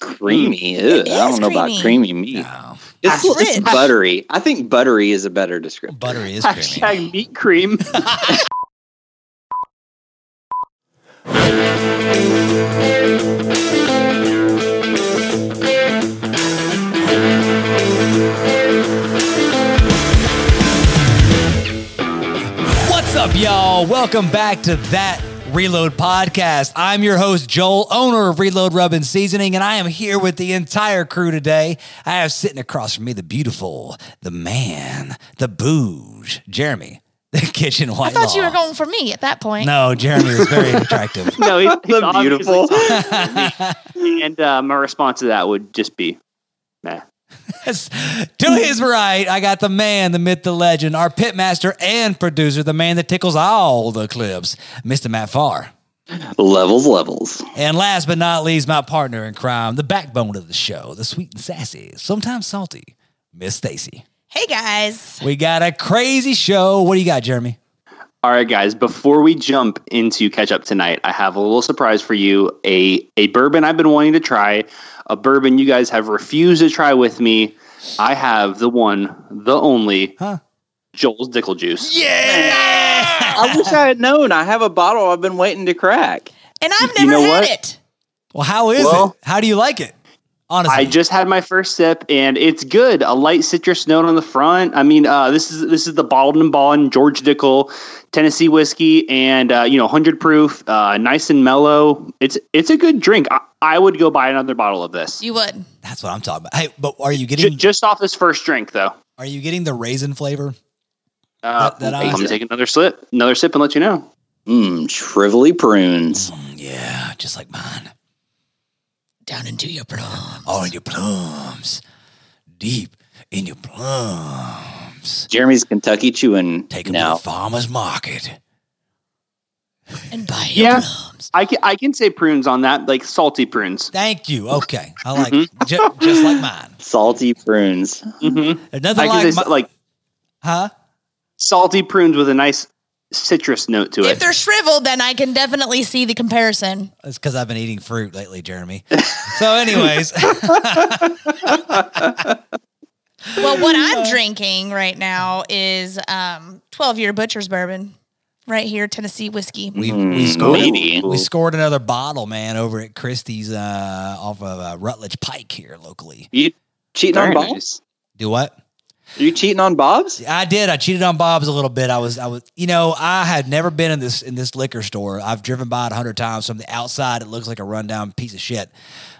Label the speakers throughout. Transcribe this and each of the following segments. Speaker 1: Mm.
Speaker 2: creamy. Ew,
Speaker 3: It
Speaker 2: I
Speaker 3: is
Speaker 2: don't know about
Speaker 3: creamy.
Speaker 2: creamy meat.
Speaker 4: No.
Speaker 2: It's,
Speaker 5: That's
Speaker 2: it's
Speaker 3: rich.
Speaker 2: buttery. I think buttery is a better description.
Speaker 4: Buttery is creamy.
Speaker 5: Hashtag meat cream.
Speaker 4: What's up, y'all? Welcome back to that Reload podcast. I'm your host, Joel, owner of Reload Rub and Seasoning, and I am here with the entire crew today. I have sitting across from me the beautiful, the man, the booge, Jeremy, the kitchen
Speaker 3: I
Speaker 4: white.
Speaker 3: thought you
Speaker 4: Law.
Speaker 3: were going for me at that point.
Speaker 4: No, Jeremy was very attractive.
Speaker 5: No, he, he's
Speaker 2: The beautiful.
Speaker 5: obviously talking, and uh, my response to that would just be, nah.
Speaker 4: Yes. To his right, I got the man, the myth, the legend, our pitmaster and producer, the man that tickles all the clips, Mr. Matt Farr.
Speaker 2: levels, levels.
Speaker 4: And last but not least, my partner in crime, the backbone of the show, the sweet and sassy, sometimes salty, Miss Stacy.
Speaker 3: Hey guys.
Speaker 4: We got a crazy show. What do you got, Jeremy?
Speaker 5: All right, guys. Before we jump into catch up tonight, I have a little surprise for you. A a bourbon I've been wanting to try, a bourbon you guys have refused to try with me. I have the one, the only,
Speaker 4: Huh?
Speaker 5: Joel's Dickle Juice.
Speaker 4: Yeah.
Speaker 1: I wish I had known. I have a bottle I've been waiting to crack.
Speaker 3: And I've
Speaker 5: You
Speaker 3: never
Speaker 5: know
Speaker 3: had
Speaker 5: what?
Speaker 3: it.
Speaker 4: Well, how is
Speaker 5: Well-
Speaker 4: it? How do you like it? Honestly.
Speaker 5: I just had my first sip and it's good. A light citrus note on the front. I mean, uh, this is this is the bottled and bond George Dickel Tennessee whiskey, and uh, you know, hundred proof, uh, nice and mellow. It's it's a good drink. I, I would go buy another bottle of this.
Speaker 3: You would.
Speaker 4: That's what I'm talking about. Hey, but are you
Speaker 5: J-
Speaker 4: getting
Speaker 5: just off this first drink, though.
Speaker 4: are you getting the raisin flavor?
Speaker 5: Uh,
Speaker 4: That- that
Speaker 5: I'm
Speaker 4: I-
Speaker 5: gonna take another sip, another sip, and let you know.
Speaker 2: Mmm, shrivelly prunes.
Speaker 4: Mm, yeah, just like mine.
Speaker 3: Down into your plums.
Speaker 4: All in your plums. Deep in your plums.
Speaker 2: Jeremy's Kentucky chewing.
Speaker 4: Take 'em to
Speaker 2: now.
Speaker 4: the farmer's market.
Speaker 3: And buy your
Speaker 5: Yeah.
Speaker 3: plums.
Speaker 5: I can I can say prunes on that, like salty prunes.
Speaker 4: Thank you. Okay. I like
Speaker 5: Mm-hmm.
Speaker 4: ju- just like mine.
Speaker 2: Salty prunes.
Speaker 5: hmm
Speaker 4: There's nothing
Speaker 5: I can
Speaker 4: like,
Speaker 5: say
Speaker 4: my,
Speaker 5: s- like
Speaker 4: huh?
Speaker 5: salty prunes with a nice citrus note to
Speaker 3: If
Speaker 5: it.
Speaker 3: they're shriveled, then I can definitely see the comparison.
Speaker 4: It's because I've been eating fruit lately, Jeremy. so, anyways,
Speaker 3: Well, what I'm drinking right now is um, 12 year butcher's bourbon right here, Tennessee whiskey.
Speaker 4: we, we
Speaker 2: Mm,
Speaker 4: scored
Speaker 2: lady.
Speaker 4: we scored another bottle, man, over at Christie's uh, off of uh, Rutledge Pike here locally.
Speaker 2: You cheating
Speaker 5: Very
Speaker 2: on Bob's?
Speaker 5: nice.
Speaker 4: Do what?
Speaker 2: Are you cheating on Bob's?
Speaker 4: I did. I cheated on Bob's a little bit. I was, I was, you know, I had never been in this in this liquor store. I've driven by it a hundred times. From the outside, it looks like a rundown piece of shit.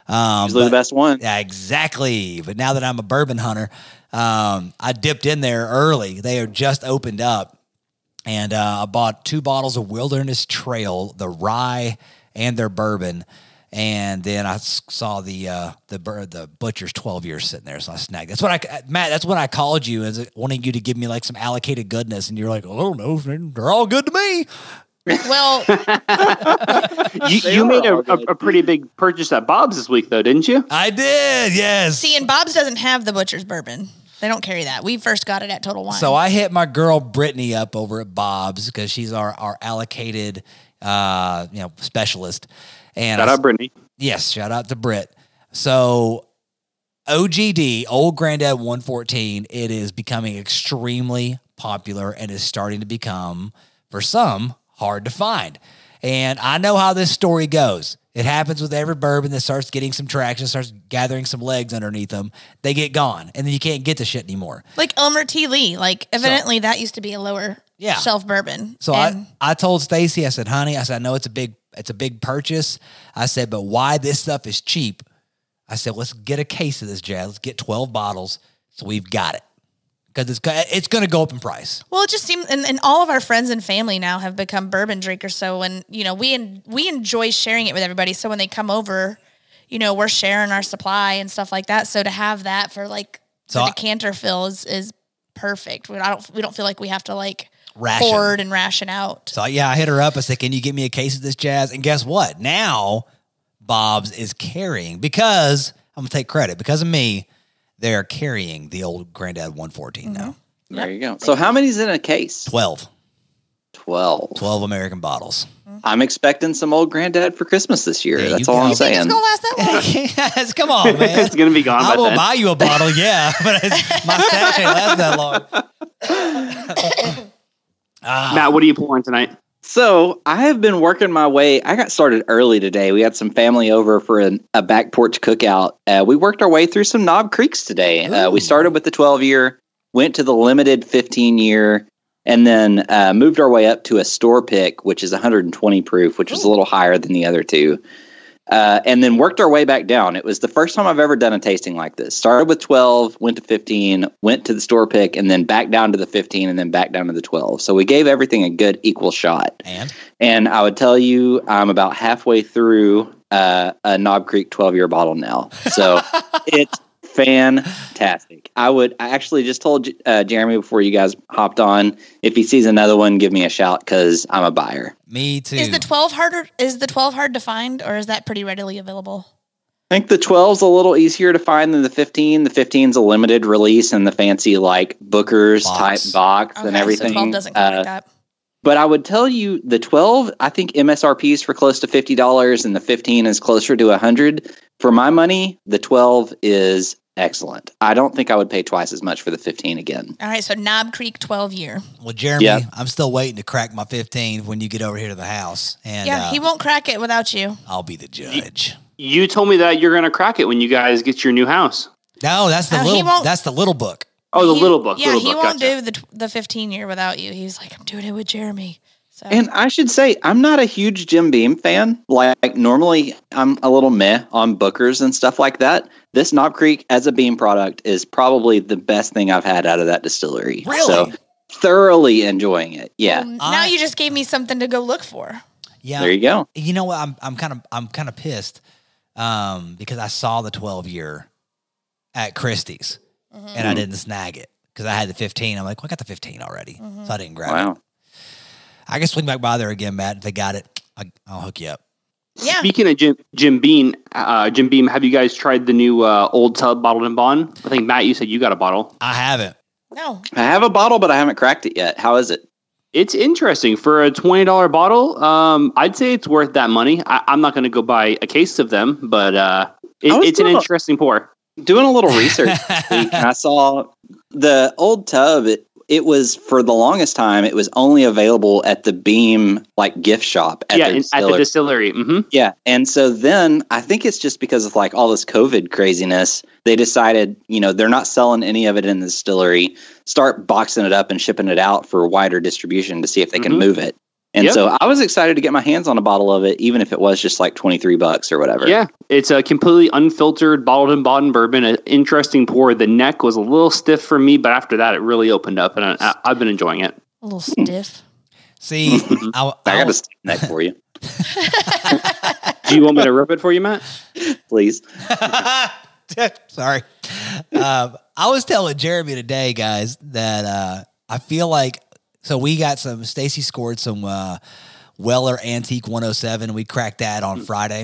Speaker 4: Um,
Speaker 2: Usually the
Speaker 4: but-
Speaker 2: best one.
Speaker 4: Yeah, exactly. But now that I'm a bourbon hunter, um, I dipped in there early. They are just opened up, and uh, I bought two bottles of Wilderness Trail, the rye and their bourbon. And then I s- saw the uh, the bur- the butcher's twelve years sitting there, so I snagged. That's what I ca- Matt. That's when I called you, is wanting you to give me like some allocated goodness, and you're like, "Oh no, they're all good to me."
Speaker 3: Well,
Speaker 5: You,
Speaker 2: They
Speaker 5: you
Speaker 2: are
Speaker 5: made a,
Speaker 2: all
Speaker 5: a,
Speaker 2: good.
Speaker 5: a pretty big purchase at Bob's this week, though, didn't you?
Speaker 4: I did, yes.
Speaker 3: see, and Bob's doesn't have the butcher's bourbon. They don't carry that. We first got it at Total Wine.
Speaker 4: So I hit my girl Brittany up over at Bob's because she's our our allocated uh, you know specialist. And
Speaker 5: Shout
Speaker 4: I-
Speaker 5: out, Brittany.
Speaker 4: yes, shout out to Britt. So OGD, Old Granddad 114, it is becoming extremely popular and is starting to become, for some, hard to find. And I know how this story goes. It happens with every bourbon that starts getting some traction, starts gathering some legs underneath them. They get gone, and then you can't get the shit anymore.
Speaker 3: like Elmer T. Lee, like evidently that used to be a lower
Speaker 4: Yeah.
Speaker 3: shelf bourbon.
Speaker 4: So
Speaker 3: And-
Speaker 4: I, I told Stacy, I said, honey, I said, I know it's a big, it's a big purchase. I said, but why this stuff is cheap. I said, let's get a case of this jazz. Let's get 12 bottles. So we've got it. Cause it's, go- it's going to go up in price.
Speaker 3: Well, it just seems, and, and all of our friends and family now have become bourbon drinkers. So when you know we en- we enjoy sharing it with everybody. So when they come over, you know we're sharing our supply and stuff like that. So to have that for like
Speaker 4: So
Speaker 3: the
Speaker 4: I-
Speaker 3: decanter fill is, is perfect. We I don't we don't feel like we have to like
Speaker 4: Ration.
Speaker 3: hoard and ration out.
Speaker 4: So yeah, I hit her up. I said, can you get me a case of this jazz? And guess what? Now Bob's is carrying because I'm going to take credit because of me. They're carrying the old granddad 114 now.
Speaker 2: There you go. So how many's in a case?
Speaker 4: 12.
Speaker 2: Twelve.
Speaker 4: 12 American bottles.
Speaker 2: I'm expecting some old granddad for Christmas this year.
Speaker 4: Yeah, you
Speaker 2: That's all
Speaker 4: got
Speaker 2: I'm
Speaker 4: it.
Speaker 3: Think it's
Speaker 2: saying.
Speaker 3: gonna last that long?
Speaker 4: Yes, Come on, Oh, man.
Speaker 5: it's gonna be gone
Speaker 4: I
Speaker 5: by
Speaker 4: will
Speaker 5: then.
Speaker 4: buy you a bottle, yeah, but it's, my stash ain't last that long. Ah,
Speaker 5: Matt, what are you pouring tonight?
Speaker 2: So I have been working my way. I got started early today. We had some family over for an, a back porch cookout. Uh, we worked our way through some knob creeks today. Uh, we
Speaker 4: Ooh.
Speaker 2: started with the 12 year, went to the limited 15 year, and then uh, moved our way up to a store pick, which is 120 proof, which was a little higher than the other two. Uh, and then worked our way back down. It was the first time I've ever done a tasting like this. Started with 12, went to 15, went to the store pick, and then back down to the 15, and then back down to the 12. So we gave everything a good equal shot.
Speaker 4: and
Speaker 2: And I would tell you, I'm about halfway through uh, a Knob Creek 12 year bottle now. So it's fantastic. I would, I actually just told uh, Jeremy before you guys hopped on, if he sees another one, give me a shout because I'm a buyer.
Speaker 4: me too.
Speaker 3: Is the twelve harder? Is the twelve hard to find, or is that pretty readily available?
Speaker 2: I think the 12's a little easier to find than the 15. The 15's a limited release and the fancy, like, Booker's
Speaker 4: Box.
Speaker 2: type box
Speaker 3: Okay,
Speaker 2: and everything.
Speaker 3: So twelve doesn't come
Speaker 2: Uh,
Speaker 3: like that.
Speaker 2: But I would tell you the 12, I think MSRP is for close to $50 and the 15 is closer to 100. For my money, the 12 is excellent. I don't think I would pay twice as much for the 15 again.
Speaker 3: All right, so Knob Creek twelve year.
Speaker 4: well, Jeremy,
Speaker 2: Yeah.
Speaker 4: I'm still waiting to crack my 15 when you get over here to the house, and
Speaker 3: yeah,
Speaker 4: uh,
Speaker 3: he won't crack it without you.
Speaker 4: I'll be the judge.
Speaker 5: You told me that you're gonna crack it when you guys get your new house.
Speaker 4: No, that's the
Speaker 3: Oh, he
Speaker 4: little.
Speaker 3: won't-
Speaker 4: That's the little book.
Speaker 5: Oh, the
Speaker 3: He-
Speaker 5: little book.
Speaker 3: Yeah,
Speaker 5: little
Speaker 3: he
Speaker 5: book.
Speaker 3: won't
Speaker 5: gotcha.
Speaker 3: do the tw- the fifteen year without you. He's like, I'm doing it with Jeremy. So
Speaker 2: And I should say, I'm not a huge Jim Beam fan. Like, normally I'm a little meh on Bookers and stuff like that. This Knob Creek as a Beam product is probably the best thing I've had out of that distillery.
Speaker 4: Really?
Speaker 2: So, thoroughly enjoying it. Yeah.
Speaker 3: Well, now
Speaker 4: I-
Speaker 3: you just gave me something to go look for.
Speaker 4: Yeah,
Speaker 2: There you go.
Speaker 4: you know what? I'm I'm kind of I'm kind of pissed um, because I saw the 12 year at Christie's
Speaker 3: Mm-hmm.
Speaker 4: and I didn't snag it because I had the 15. I'm like, well, I got the 15 already,
Speaker 3: Mm-hmm.
Speaker 4: so I didn't grab it.
Speaker 2: Wow.
Speaker 4: I can swing back by there again, Matt. If they got it, I, I'll hook you up.
Speaker 3: Yeah.
Speaker 5: Speaking of Jim, Jim Beam, uh, Jim Beam, have you guys tried the new uh, Old Tub bottled and bond? I think Matt, you said you got a bottle.
Speaker 4: I haven't.
Speaker 3: No.
Speaker 2: I have a bottle, but I haven't cracked it yet. How is it?
Speaker 5: It's interesting for a twenty dollar bottle. Um, I'd say it's worth that money. I, I'm not going to go buy a case of them, but uh, it,
Speaker 2: I was
Speaker 5: it's an
Speaker 2: gonna-
Speaker 5: interesting pour.
Speaker 2: doing a little research this week, and I saw the old tub. It, it was for the longest time. It was only available at the Beam like gift shop at
Speaker 5: yeah,
Speaker 2: the
Speaker 5: in- at the
Speaker 2: distiller.
Speaker 5: distillery. hmm
Speaker 2: yeah, and so then I think it's just because of like all this COVID craziness, they decided you know they're not selling any of it in the distillery. Start boxing it up and shipping it out for wider distribution to see if they can
Speaker 5: Mhm.
Speaker 2: move it. And
Speaker 5: Yep.
Speaker 2: so I was excited to get my hands on a bottle of it, even if it was just like twenty three bucks or whatever.
Speaker 5: Yeah, it's a completely unfiltered bottled and bond bourbon. An interesting pour. The neck was a little stiff for me, but after that, it really opened up, and I, I, I've been enjoying it.
Speaker 3: A little stiff.
Speaker 4: See, I,
Speaker 2: I
Speaker 4: I,
Speaker 5: Oh.
Speaker 2: got a stick neck for you,
Speaker 5: Do you want me to rip it for you, Matt?
Speaker 2: please.
Speaker 4: Sorry. Um, I was telling Jeremy today, guys, that uh, I feel like so we got some. Stacy scored some uh, Weller Antique 107. We cracked that on Friday.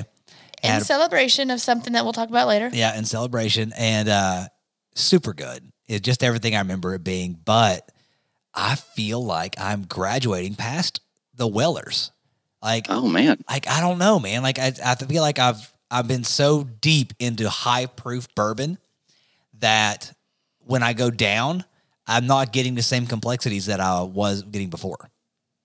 Speaker 3: In
Speaker 4: And-
Speaker 3: celebration of something that we'll talk about later.
Speaker 4: Yeah, in celebration and uh, super good. It's just everything I remember it being. But I feel like I'm graduating past the Wellers. Like
Speaker 2: Oh man,
Speaker 4: like I don't know, man. Like I, I feel like I've I've been so deep into high proof bourbon that when I go down, I'm not getting the same complexities that I was getting before.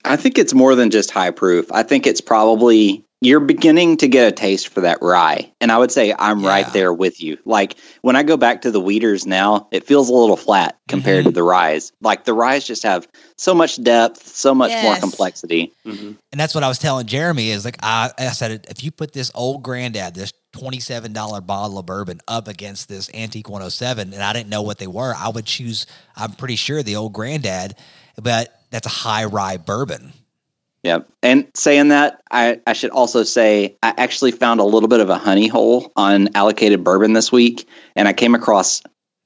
Speaker 2: I think it's more than just high proof. I think it's probably you're beginning to get a taste for that rye. And I would say I'm
Speaker 4: Yeah.
Speaker 2: right there with you. Like when I go back to the weeders now, it feels a little flat compared to the ryes. Like the ryes just have so much depth, so much more
Speaker 3: Yes.
Speaker 2: complexity.
Speaker 5: Mm-hmm.
Speaker 4: And that's what I was telling Jeremy is like I, I said if you put this old granddad, this twenty seven dollar bottle of bourbon up against this antique one oh seven, and I didn't know what they were, I would choose I'm pretty sure the old granddad, but that's a high rye bourbon.
Speaker 2: Yep. And saying that, I, I should also say I actually found a little bit of a honey hole on allocated bourbon this week, and I came across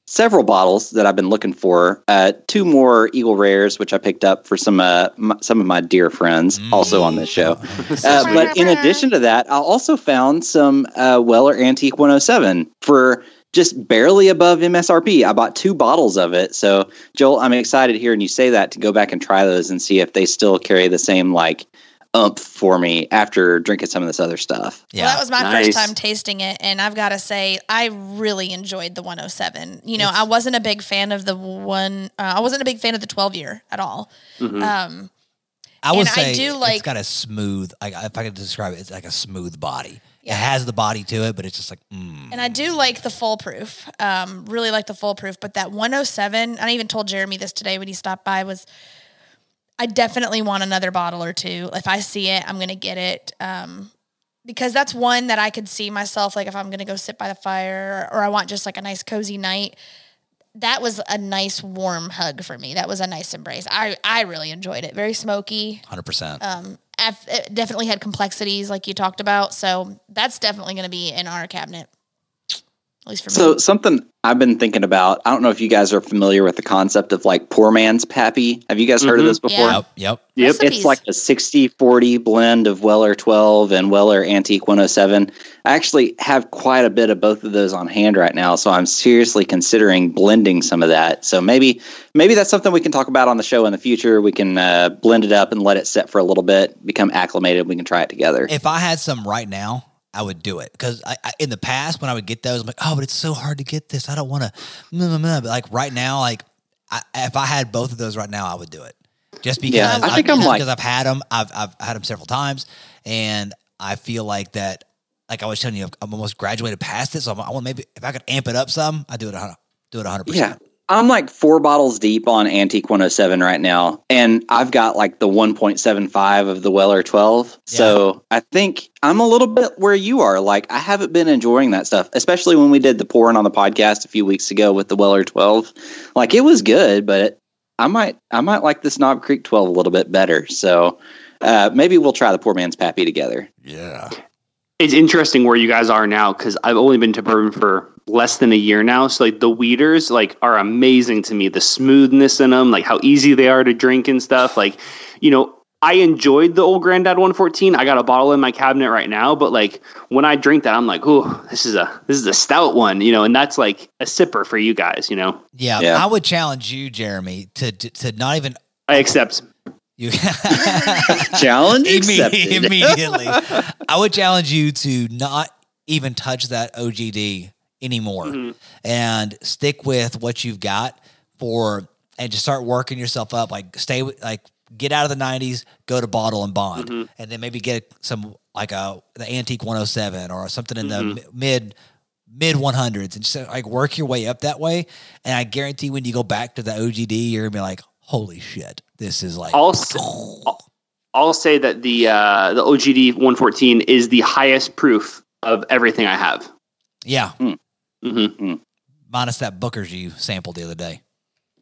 Speaker 2: several bottles that I've been looking for. Uh, two more Eagle Rares, which I picked up for some uh, m- some of my dear friends, also on this show. Uh, but in addition to that, I also found some uh, Weller Antique 107 for just barely above MSRP. I bought two bottles of it. So, Joel, I'm excited hearing you say that to go back and try those and see if they still carry the same like umph for me after drinking some of this other stuff.
Speaker 4: Yeah.
Speaker 3: Well, that was my
Speaker 1: Nice.
Speaker 3: first time tasting it, and I've got to say, I really enjoyed the 107. You know, I wasn't a big fan of the one. Uh, I wasn't a big fan of the 12 year at all.
Speaker 5: Mhm.
Speaker 3: Um,
Speaker 4: I would
Speaker 3: and I
Speaker 4: say
Speaker 3: do
Speaker 4: it's
Speaker 3: like-
Speaker 4: got a smooth. I, if I could describe it, it's like a smooth body.
Speaker 3: Yeah.
Speaker 4: It has the body to it, but it's just like. Mm.
Speaker 3: and I do like the full proof. Um, really like the full proof, but that 107. I even told Jeremy this today when he stopped by. Was I definitely want another bottle or two. If I see it, I'm gonna get it. Um, because that's one that I could see myself like if I'm gonna go sit by the fire or I want just like a nice cozy night. That was a nice warm hug for me. That was a nice embrace. I I really enjoyed it. Very smoky.
Speaker 4: Hundred percent.
Speaker 3: Um, I've- it definitely had complexities like you talked about. So that's definitely gonna be in our cabinet. At least for
Speaker 2: So,
Speaker 3: me.
Speaker 2: something I've been thinking about, I don't know if you guys are familiar with the concept of like poor man's pappy. Have you guys heard of
Speaker 5: Mhm.
Speaker 2: this before?
Speaker 3: Yeah.
Speaker 4: Yep. Yep.
Speaker 5: Yep.
Speaker 3: Recipes.
Speaker 2: It's like a 60 40 blend of Weller 12 and Weller Antique 107. I actually have quite a bit of both of those on hand right now, so I'm seriously considering blending some of that. So maybe maybe that's something we can talk about on the show in the future. We can uh, blend it up and let it set for a little bit, become acclimated. We can try it together.
Speaker 4: If I had some right now, I would do it because I, I, in the past when I would get those, I'm like, oh, but it's so hard to get this. I don't want to. But like right now, like I, if I had both of those right now, I would do it. Just because
Speaker 2: Yeah, I think I'm
Speaker 4: just
Speaker 2: like-
Speaker 4: because I've had them. I've I've had them several times, and I feel like that. Like I was telling you, I've- I'm almost graduated past it, so I'm, I want maybe if I could amp it up some, I do it. a hun- Do it 100.
Speaker 2: Yeah.
Speaker 4: percent
Speaker 2: I'm like four bottles deep on Antique 107 right now, and I've got like the 1.75 of the Weller 12. So I think I'm a little bit where you are. Like, I haven't been enjoying that stuff, especially when we did the pouring on the podcast a few weeks ago with the Weller 12. Like, it was good, but I might I might like the Snob Creek 12 a little bit better. So uh, maybe we'll try the Poor Man's Pappy together.
Speaker 4: Yeah.
Speaker 5: it's interesting where you guys are now because I've only been to bourbon for less than a year now. So like the weeders like are amazing to me. The smoothness in them, like how easy they are to drink and stuff. Like you know, I enjoyed the old Granddad 114. I got a bottle in my cabinet right now, but like when I drink that, I'm like, oh, this is a this is a stout one, you know. And that's like a sipper for you guys, you know.
Speaker 4: Yeah,
Speaker 2: Yeah.
Speaker 4: I would challenge you, Jeremy, to to, to not even
Speaker 5: I accept.
Speaker 4: you
Speaker 2: Challenge
Speaker 4: Imme-
Speaker 2: accepted.
Speaker 4: immediately. I would challenge you to not even touch that OGD anymore
Speaker 5: Mhm.
Speaker 4: and stick with what you've got for and just start working yourself up. Like stay with like get out of the 90s, go to bottle and bond
Speaker 5: Mhm.
Speaker 4: and then maybe get some like a the antique 107 or something in the
Speaker 5: Mhm.
Speaker 4: mi- mid mid 100s and just like work your way up that way and I guarantee when you go back to the OGD you're going to be like holy shit. This is like
Speaker 5: Also- I'll say that the uh, the OGD 114 is the highest proof of everything I have.
Speaker 4: yeah,
Speaker 5: hmm
Speaker 4: minus that Booker's you sampled the other day.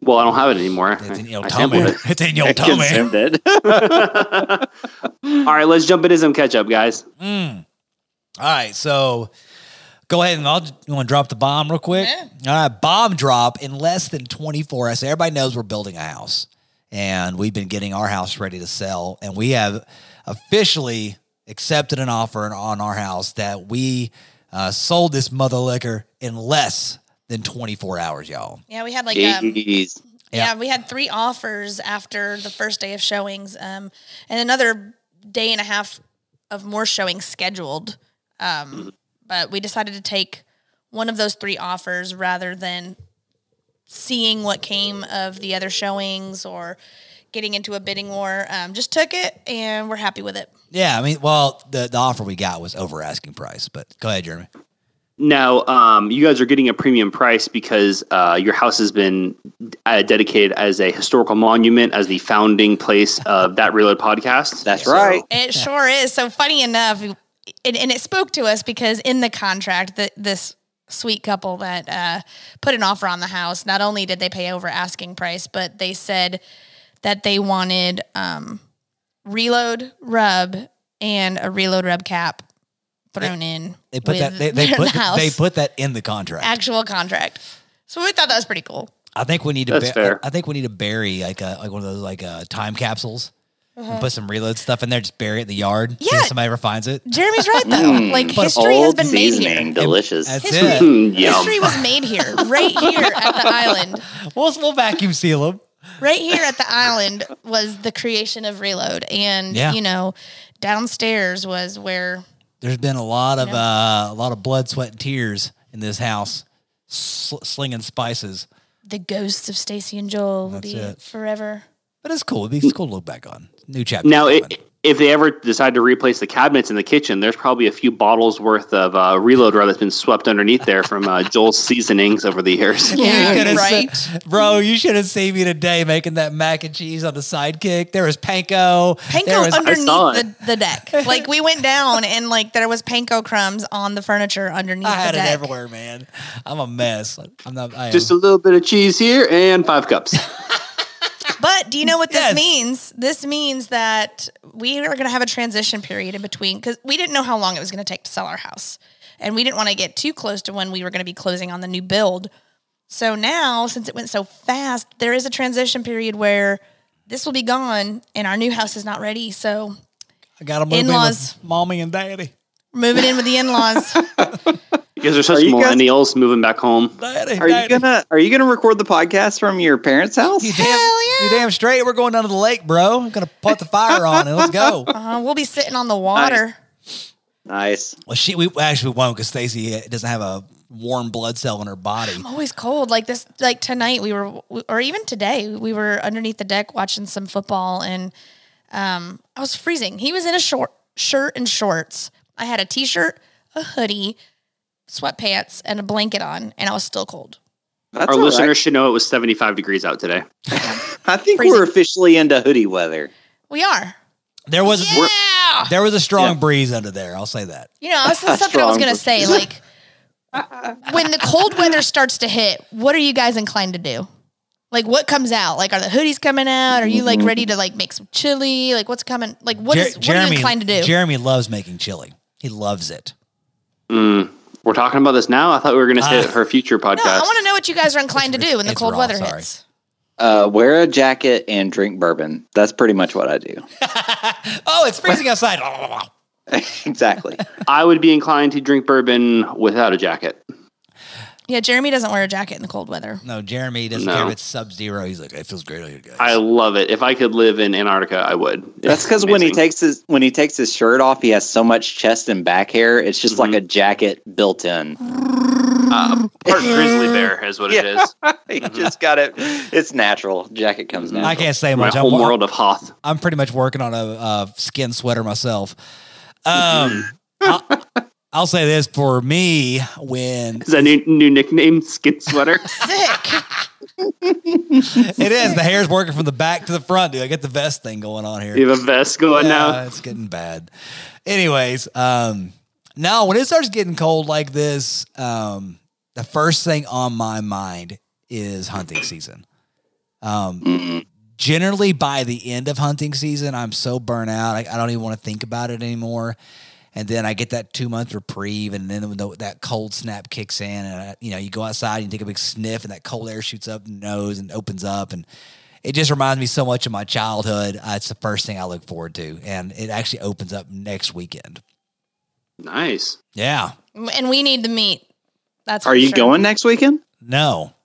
Speaker 5: Well, I don't have it anymore.
Speaker 4: It's in
Speaker 5: I-
Speaker 4: your
Speaker 5: I
Speaker 4: tummy.
Speaker 5: sampled
Speaker 4: It's in your tummy.
Speaker 2: Consumed it.
Speaker 5: it. All right, let's jump into some ketchup, guys.
Speaker 4: Mm. All right, so go ahead and I'll you want to drop the bomb real quick. All right, bomb drop in less than 24 hours. Everybody knows we're building a house, and we've been getting our house ready to sell, and we have officially accepted an offer on our house that we uh, sold this mother liquor in less than 24 hours, y'all.
Speaker 3: yeah, we had like
Speaker 2: E
Speaker 3: um,
Speaker 2: Jeez.
Speaker 4: Yeah.
Speaker 3: Yeah. we had three offers after the first day of showings, um, and another day and a half of more showings scheduled. Um, but we decided to take one of those three offers rather than seeing what came of the other showings or getting into a bidding war. Um, just took it, and we're happy with it.
Speaker 4: Yeah, I mean, well, the, the offer we got was over asking price, but go ahead, Jeremy.
Speaker 5: Now, um, you guys are getting a premium price because uh, your house has been uh, dedicated as a historical monument, as the founding place of that Reload podcast.
Speaker 2: That's right.
Speaker 3: It sure is. So funny enough, and, and it spoke to us because in the contract that this sweet couple that uh, put an offer on the house, not only did they pay over asking price, but they said that they wanted um, reload rub and a reload rub cap thrown in.
Speaker 4: They put
Speaker 3: with
Speaker 4: that they, they
Speaker 3: their-
Speaker 4: put
Speaker 3: the house.
Speaker 4: they put that in the contract.
Speaker 3: actual contract. So we thought that was pretty cool.
Speaker 4: I think we need to.
Speaker 5: That's
Speaker 4: bur-
Speaker 5: fair.
Speaker 4: I think we need to bury like a like one of those like uh, time uh, capsules and put some reload stuff in there. Just bury it in the yard. See
Speaker 3: Mm-hmm. Yeah.
Speaker 4: if somebody ever finds it.
Speaker 3: Jeremy's right though. like
Speaker 4: But
Speaker 3: history has
Speaker 2: Old
Speaker 3: been made
Speaker 2: seasoning,
Speaker 3: here.
Speaker 2: delicious.
Speaker 4: That's it.
Speaker 5: Mm, Yum.
Speaker 3: History was made here, right here at the island.
Speaker 4: We'll, we'll vacuum seal them.
Speaker 3: Right here at the island was the creation of Reload, and
Speaker 4: Yeah.
Speaker 3: you know, downstairs was where
Speaker 4: There's been a lot of uh, a lot of blood, sweat, and tears in this house, sl- slinging spices.
Speaker 3: the ghosts of Stacy and Joel will
Speaker 4: That's
Speaker 3: be
Speaker 4: it.
Speaker 3: forever.
Speaker 4: But it's cool. It's cool to look back on. New chapter.
Speaker 5: Now,
Speaker 4: coming.
Speaker 5: it, if they ever decide to replace the cabinets in the kitchen, there's probably a few bottles worth of uh, reload rub that's been swept underneath there from uh, Joel's seasonings over the years.
Speaker 3: Yeah,
Speaker 4: You shoulda
Speaker 3: right.
Speaker 4: se- bro, you should have seen me today making that mac and cheese on the sidekick. There was panko. there
Speaker 3: Panko
Speaker 4: was,
Speaker 3: underneath
Speaker 5: saw
Speaker 3: the, the deck. Like we went down and like there was panko crumbs on the furniture underneath
Speaker 4: I had
Speaker 3: the
Speaker 4: it
Speaker 3: deck.
Speaker 4: everywhere, man. I'm a mess. I'm not. I am.
Speaker 5: Just a little bit of cheese here and five cups.
Speaker 3: But do you know what this
Speaker 4: Yes.
Speaker 3: means? This means that we are going to have a transition period in between because we didn't know how long it was going to take to sell our house. And we didn't want to get too close to when we were going to be closing on the new build. So now, since it went so fast, there is a transition period where this will be gone and our new house is not ready. So
Speaker 4: I got to move in
Speaker 3: In-laws.
Speaker 4: with mommy and daddy.
Speaker 3: we're moving in with the in laws.
Speaker 5: Because they're such
Speaker 1: Are you guys-
Speaker 5: millennials moving back home.
Speaker 4: Daddy,
Speaker 1: Are you
Speaker 4: daddy.
Speaker 1: gonna Are you gonna record the podcast from your parents' house?
Speaker 4: You damn, you damn straight. We're going down to the lake, bro. I'm gonna put the fire on and let's go.
Speaker 3: uh, we'll be sitting on the water.
Speaker 1: Nice.
Speaker 4: Well, she we actually won't because Stacy uh, doesn't have a warm blood cell in her body.
Speaker 3: I'm always cold. Like this, like tonight we were, or even today we were underneath the deck watching some football, and um, I was freezing. He was in a short shirt and shorts. I had a t-shirt, a hoodie, sweatpants, and a blanket on, and I was still cold.
Speaker 1: That's
Speaker 5: Our
Speaker 1: all right.
Speaker 5: listeners should know it was 75 degrees out today.
Speaker 1: I think
Speaker 3: Freezing.
Speaker 1: we're officially into hoodie weather.
Speaker 3: We are.
Speaker 4: There was
Speaker 3: Yeah.
Speaker 4: there was a strong breeze under there. I'll say that.
Speaker 3: You know, this is something I was
Speaker 1: Strong
Speaker 3: gonna say. Like when the cold weather starts to hit, what are you guys inclined to do? Like what comes out? Like are the hoodies coming out? Are you like
Speaker 1: Mm-hmm.
Speaker 3: ready to like make some chili? Like what's coming? Like what
Speaker 4: Jer-
Speaker 3: is what are you inclined to do?
Speaker 4: Jeremy loves making chili. He loves it.
Speaker 5: Mm. We're talking about this now. I thought we were going to say it for a future
Speaker 3: No, I
Speaker 5: podcast.
Speaker 3: want to know what you guys are inclined to do when the
Speaker 4: it's
Speaker 3: cold
Speaker 4: raw,
Speaker 3: weather
Speaker 4: sorry.
Speaker 3: hits.
Speaker 1: Uh, wear a jacket and drink bourbon. That's pretty much what I do.
Speaker 4: Oh, it's freezing outside.
Speaker 1: exactly.
Speaker 5: I would be inclined to drink bourbon without a jacket.
Speaker 3: Yeah, Jeremy doesn't wear a jacket in the cold weather.
Speaker 4: No, Jeremy doesn't
Speaker 5: No.
Speaker 4: care if it's sub zero. He's like, it feels great on you guys.
Speaker 5: I love it. If I could live in Antarctica, I would.
Speaker 1: That's because when he
Speaker 5: Amazing.
Speaker 1: takes his when he takes his shirt off, he has so much chest and back hair. It's just like a jacket built in.
Speaker 5: uh, part grizzly bear is what it is.
Speaker 1: he just got it. It's natural. Jacket comes natural.
Speaker 4: I can't say
Speaker 5: My
Speaker 4: much. I'm,
Speaker 5: whole world of Hoth.
Speaker 4: I'm pretty much working on a, a skin sweater myself. Um, I'll, I'll say this for me when
Speaker 5: Is that new new nickname? Skin sweater.
Speaker 3: Sick.
Speaker 4: it is the hair's working from the back to the front, dude. I get the vest thing going on here.
Speaker 5: you have a vest going
Speaker 4: Yeah, it's getting bad. Anyways, um, no, when it starts getting cold like this, um, the first thing on my mind is hunting season. Um,
Speaker 1: Mm-hmm.
Speaker 4: generally by the end of hunting season, I'm so burnt out. I, I don't even want to think about it anymore. And then I get that two month reprieve, and then when the, that cold snap kicks in, and I, you know you go outside and you take a big sniff, and that cold air shoots up your nose and opens up, and it just reminds me so much of my childhood. Uh, it's the first thing I look forward to, and it actually opens up next weekend.
Speaker 5: now. Nice.
Speaker 4: Yeah,
Speaker 3: and we need the meat. That's
Speaker 1: Are
Speaker 3: for
Speaker 1: you
Speaker 3: sure.
Speaker 1: going next weekend?
Speaker 4: no,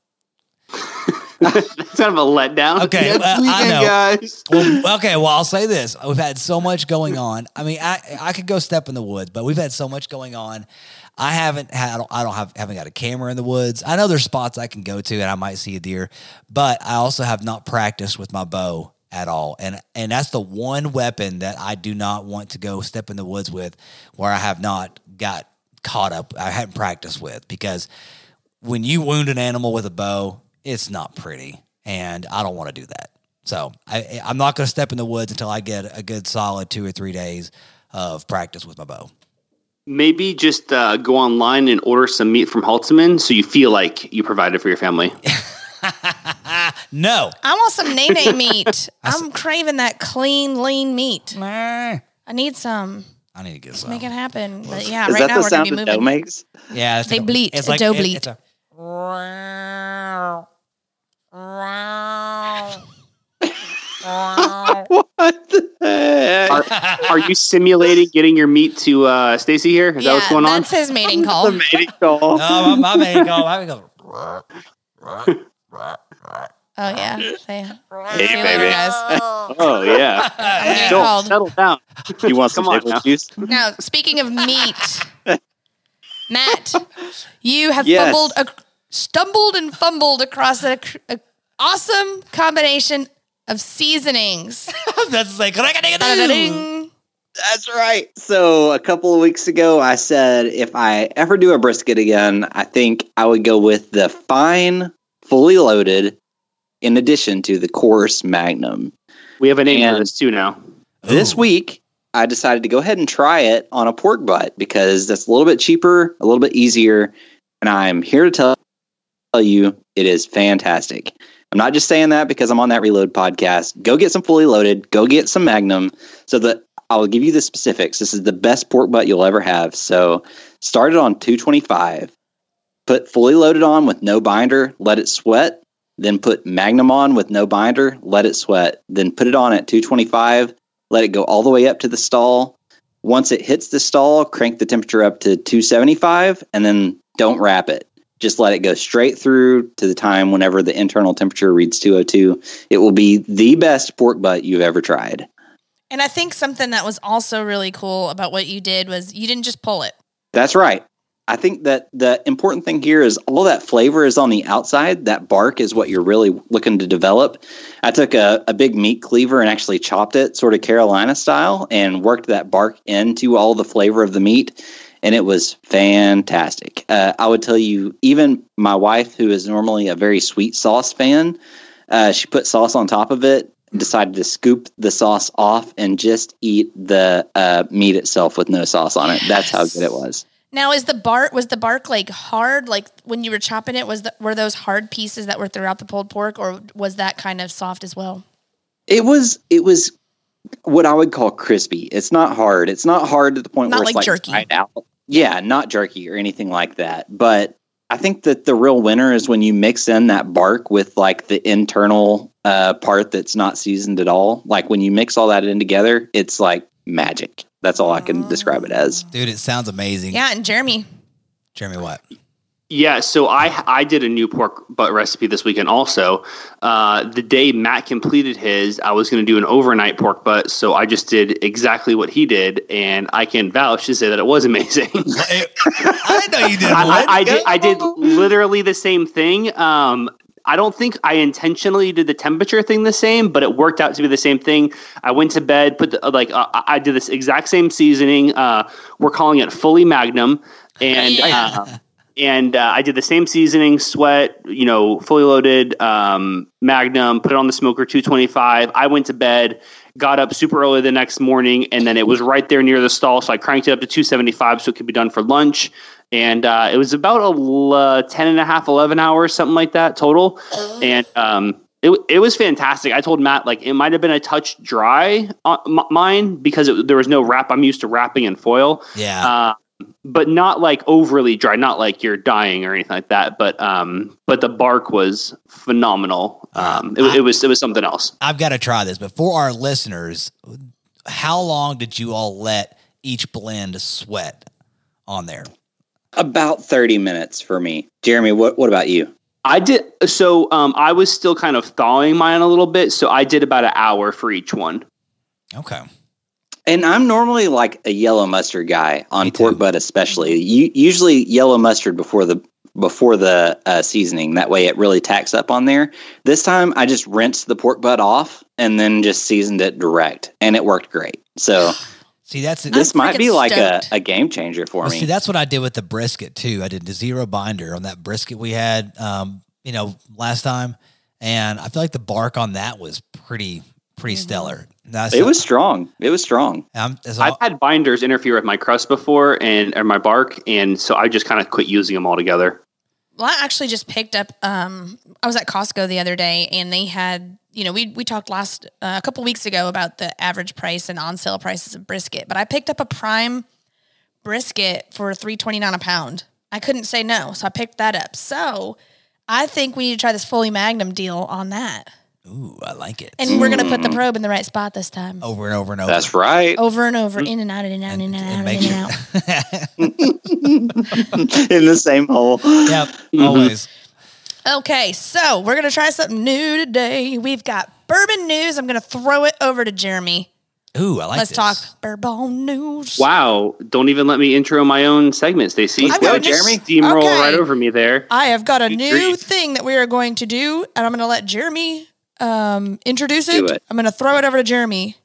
Speaker 5: It's kind of a letdown.
Speaker 4: Okay,
Speaker 5: Next
Speaker 4: uh, I
Speaker 5: weekend,
Speaker 4: know.
Speaker 5: guys.
Speaker 4: well, okay. Well, I'll say this: we've had so much going on. I mean, I I could go step in the woods, but we've had so much going on. I haven't had. I don't, I don't have haven't got a camera in the woods. I know there's spots I can go to and I might see a deer, but I also have not practiced with my bow at all. And and that's the one weapon that I do not want to go step in the woods with, where I have not got caught up. I haven't practiced with because when you wound an animal with a bow, it's not pretty, and I don't want to do that. So I, I'm not going to step in the woods until I get a good solid two or three days of practice with my bow.
Speaker 5: Maybe just uh, go online and order some meat from Haltzman, so you feel like you provided for your family.
Speaker 4: no,
Speaker 3: I want some nene meat. I'm craving that clean, lean meat.
Speaker 4: Meh.
Speaker 3: I need some.
Speaker 4: I need to get some.
Speaker 3: Make it happen. But yeah,
Speaker 1: Is
Speaker 3: right
Speaker 1: that
Speaker 3: now
Speaker 1: the
Speaker 3: we're gonna
Speaker 1: sound
Speaker 3: be
Speaker 1: the
Speaker 3: moving.
Speaker 1: dough makes?
Speaker 4: Yeah, it's
Speaker 3: They
Speaker 4: like a-
Speaker 3: bleat.
Speaker 4: It's
Speaker 3: A
Speaker 4: like
Speaker 3: doe
Speaker 4: it-
Speaker 3: bleat.
Speaker 4: it's a-
Speaker 1: What? the-
Speaker 5: Are, are you simulating getting your meat to uh, Stacy here? Is that what's going on?
Speaker 3: that's his mating call.
Speaker 4: No, my, my man go. My man goes.
Speaker 3: Oh yeah, they,
Speaker 2: Hey,
Speaker 3: See you later,
Speaker 2: baby.
Speaker 3: guys.
Speaker 5: Oh yeah.
Speaker 3: Getting
Speaker 5: Joel,
Speaker 3: called.
Speaker 5: settle down.
Speaker 2: You want some
Speaker 5: Come on
Speaker 2: pickle
Speaker 5: now.
Speaker 2: juice?
Speaker 3: Now, speaking of meat, Matt, you have
Speaker 2: Yes.
Speaker 3: fumbled, ac- stumbled and fumbled across an awesome combination of seasonings.
Speaker 4: That's like. "Ring-a-ding-a-doo."
Speaker 3: Da-da-ding.
Speaker 2: That's right. So a couple of weeks ago, I said if I ever do a brisket again, I think I would go with the fine, fully loaded, in addition to the coarse magnum.
Speaker 5: We have a name for
Speaker 2: And-
Speaker 5: this too now.
Speaker 2: This
Speaker 4: Ooh.
Speaker 2: week, I decided to go ahead and try it on a pork butt because that's a little bit cheaper, a little bit easier, and I'm here to tell tell you it is fantastic. I'm not just saying that because I'm on that Reload podcast. Go get some fully loaded. Go get some Magnum. So that I'll give you the specifics. This is the best pork butt you'll ever have. So started on 225. Put fully loaded on with no binder. Let it sweat. Then put Magnum on with no binder. Let it sweat. Then put it on at 225. Let it go all the way up to the stall. Once it hits the stall, crank the temperature up to 275 and then don't wrap it just let it go straight through to the time whenever the internal temperature reads 202. It will be the best pork butt you've ever tried.
Speaker 3: And I think something that was also really cool about what you did was you didn't just pull it.
Speaker 2: That's right. I think that the important thing here is all that flavor is on the outside. That bark is what you're really looking to develop. I took a, a big meat cleaver and actually chopped it, sort of Carolina style, and worked that bark into all the flavor of the meat. And it was fantastic. Uh, I would tell you, even my wife, who is normally a very sweet sauce fan, uh, she put sauce on top of it, decided to scoop the sauce off and just eat the uh, meat itself with no sauce on it. That's how good it was.
Speaker 3: Now, is the bark was the bark like hard? Like when you were chopping it, was the, were those hard pieces that were throughout the pulled pork, or was that kind of soft as well?
Speaker 2: It was it was what I would call crispy. It's not hard. It's not hard to the point
Speaker 3: Not
Speaker 2: where it's
Speaker 3: like
Speaker 2: like
Speaker 3: jerky.
Speaker 2: dried out. Yeah, not jerky or anything like that. But I think that the real winner is when you mix in that bark with like the internal uh, part that's not seasoned at all. Like when you mix all that in together, it's like magic. That's all I can describe it
Speaker 3: Ah.
Speaker 2: as.
Speaker 4: Dude, it sounds amazing.
Speaker 3: Yeah, and Jeremy,
Speaker 4: Jeremy, what?
Speaker 5: Yeah, so I I did a new pork butt recipe this weekend. Also, uh, the day Matt completed his, I was going to do an overnight pork butt, so I just did exactly what he did, and I can vouch to say that it was amazing.
Speaker 4: I didn't know you did
Speaker 5: I, I,
Speaker 4: one.
Speaker 5: I did I did literally the same thing. Um, I don't think I intentionally did the temperature thing the same, but it worked out to be the same thing. I went to bed, put the, like uh, I I did this exact same seasoning. Uh, we're calling it fully Magnum, and uh, and uh, I did the same seasoning, sweat, you know, fully loaded um, Magnum. Put it on the smoker, two twenty five. I went to bed. Got up super early the next morning, and then it was right there near the stall. So I cranked it up to 275 so it could be done for lunch and uh, it was about a, uh, 10 and a half 11 hours something like that total and um, it, w- it was fantastic i told matt like it might have been a touch dry on m- mine because it, there was no wrap i'm used to wrapping in foil
Speaker 4: Yeah.
Speaker 5: uh, but not like overly dry not like you're dying or anything like that but um, but the bark was phenomenal um, it, it was it was something else
Speaker 4: I've got to try this. But for our listeners, how long did you all let each blend sweat on there?
Speaker 2: About thirty minutes for me. Jeremy, what what about you?
Speaker 5: I did so. Um, I was still kind of thawing mine a little bit, so I did about an hour for each one.
Speaker 4: Okay.
Speaker 2: And I'm normally like a yellow mustard guy on
Speaker 4: Me too.
Speaker 2: pork butt, especially. You, usually yellow mustard before the before the uh, seasoning. That way, it really tacks up on there. This time, I just rinsed the pork butt off and then just seasoned it direct, and it worked great. So
Speaker 4: See, that's
Speaker 2: this
Speaker 3: I'm
Speaker 2: might be
Speaker 3: freaking
Speaker 2: like a,
Speaker 3: stoked.
Speaker 2: a game changer for
Speaker 4: Well,
Speaker 2: me.
Speaker 4: See, that's what I did with the brisket too. I did the zero binder on that brisket we had, um, you know, last time, and I feel like the bark on that was pretty, pretty
Speaker 3: Mm-hmm.
Speaker 4: stellar. That's
Speaker 2: it was strong. It was strong.
Speaker 4: I'm, that's
Speaker 5: I've
Speaker 4: all-
Speaker 5: had binders interfere with my crust before and or my bark, and so I just kind of quit using them altogether.
Speaker 3: Well, I actually just picked up. Um, I was at Costco the other day, and they had. You know, we we talked last uh, a couple weeks ago about the average price and on sale prices of brisket, but I picked up a prime brisket for three twenty nine a pound. I couldn't say no, so I picked that up. So I think we need to try this fully magnum deal on that.
Speaker 4: Ooh, I like it.
Speaker 3: And we're gonna put the probe in the right spot this time.
Speaker 4: over and over and over.
Speaker 1: That's right.
Speaker 3: Over and over, in and out, in Mm. and out, in and out, in and out.
Speaker 4: out.
Speaker 1: In the same hole.
Speaker 4: yep, always.
Speaker 3: Okay, so we're gonna try something new today. We've got bourbon news. I'm gonna throw it over to Jeremy.
Speaker 4: Ooh, I like
Speaker 3: Let's
Speaker 4: this.
Speaker 3: talk bourbon news.
Speaker 5: Wow! Don't even let me intro my own segment, Stacey.
Speaker 3: I'm
Speaker 5: Go,
Speaker 3: gonna just-
Speaker 5: Jeremy. Steamroll
Speaker 3: Okay.
Speaker 5: right over me there.
Speaker 3: I have got a
Speaker 5: Good
Speaker 3: new
Speaker 5: grief.
Speaker 3: thing that we are going to do, and I'm going to let Jeremy um, introduce it.
Speaker 1: Do it.
Speaker 3: I'm going to throw it over to Jeremy.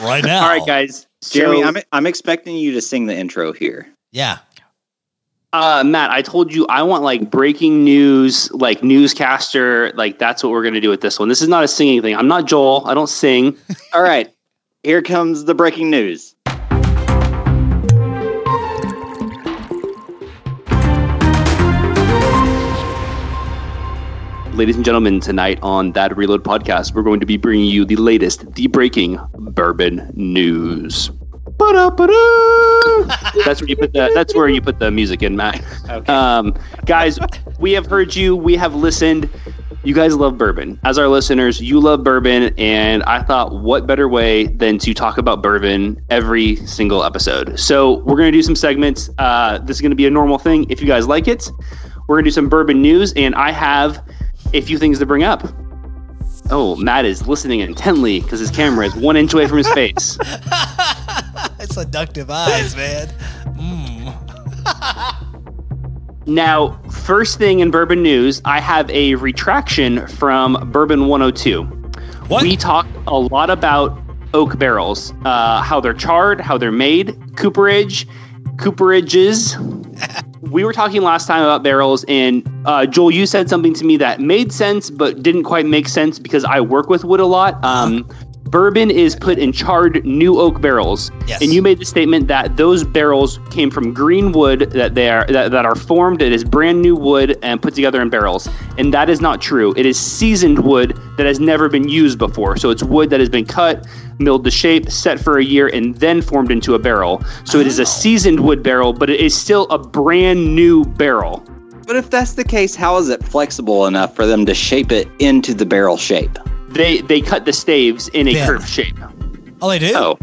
Speaker 4: right now.
Speaker 5: All right, guys.
Speaker 1: Jeremy,
Speaker 5: So-
Speaker 1: I'm, I'm expecting you to sing the intro here.
Speaker 4: Yeah.
Speaker 5: Uh, Matt, I told you I want like breaking news, like newscaster, like that's what we're gonna do with this one. This is not a singing thing. I'm not Joel. I don't sing.
Speaker 1: All right. Here comes the breaking news.
Speaker 5: Ladies and gentlemen, tonight on that Reload podcast, we're going to be bringing you the latest, the breaking bourbon news. Ba-da-ba-da. That's where you put the. That's where you put the music in, Matt. Um, guys, we have heard you. We have listened. You guys love bourbon. As our listeners, you love bourbon, and I thought, what better way than to talk about bourbon every single episode? So we're going to do some segments. Uh, this is going to be a normal thing. If you guys like it, we're going to do some bourbon news, and I have a few things to bring up. Oh, Matt is listening intently because his camera is one inch away from his face.
Speaker 4: It's seductive eyes, man. Mm.
Speaker 5: Now, first thing in bourbon news, I have a retraction from Bourbon 102.
Speaker 4: What?
Speaker 5: We talked a lot about oak barrels, uh, how they're charred, how they're made, cooperage, cooperages. we were talking last time about barrels, and uh, Joel, you said something to me that made sense but didn't quite make sense because I work with wood a lot. Um, bourbon is put in charred new oak barrels,
Speaker 4: Yes.
Speaker 5: and you made the statement that those barrels came from green wood that they are that, that are formed. It is brand new wood and put together in barrels, and that is not true. It is seasoned wood that has never been used before. So it's wood that has been cut, milled to shape, set for a year, and then formed into a barrel. So it is a seasoned wood barrel, but it is still a brand new barrel.
Speaker 1: But if that's the case, how is it flexible enough for them to shape it into the barrel shape?
Speaker 5: They they cut the staves in a
Speaker 4: Yeah.
Speaker 5: curved shape.
Speaker 4: Oh, they do.
Speaker 1: Oh,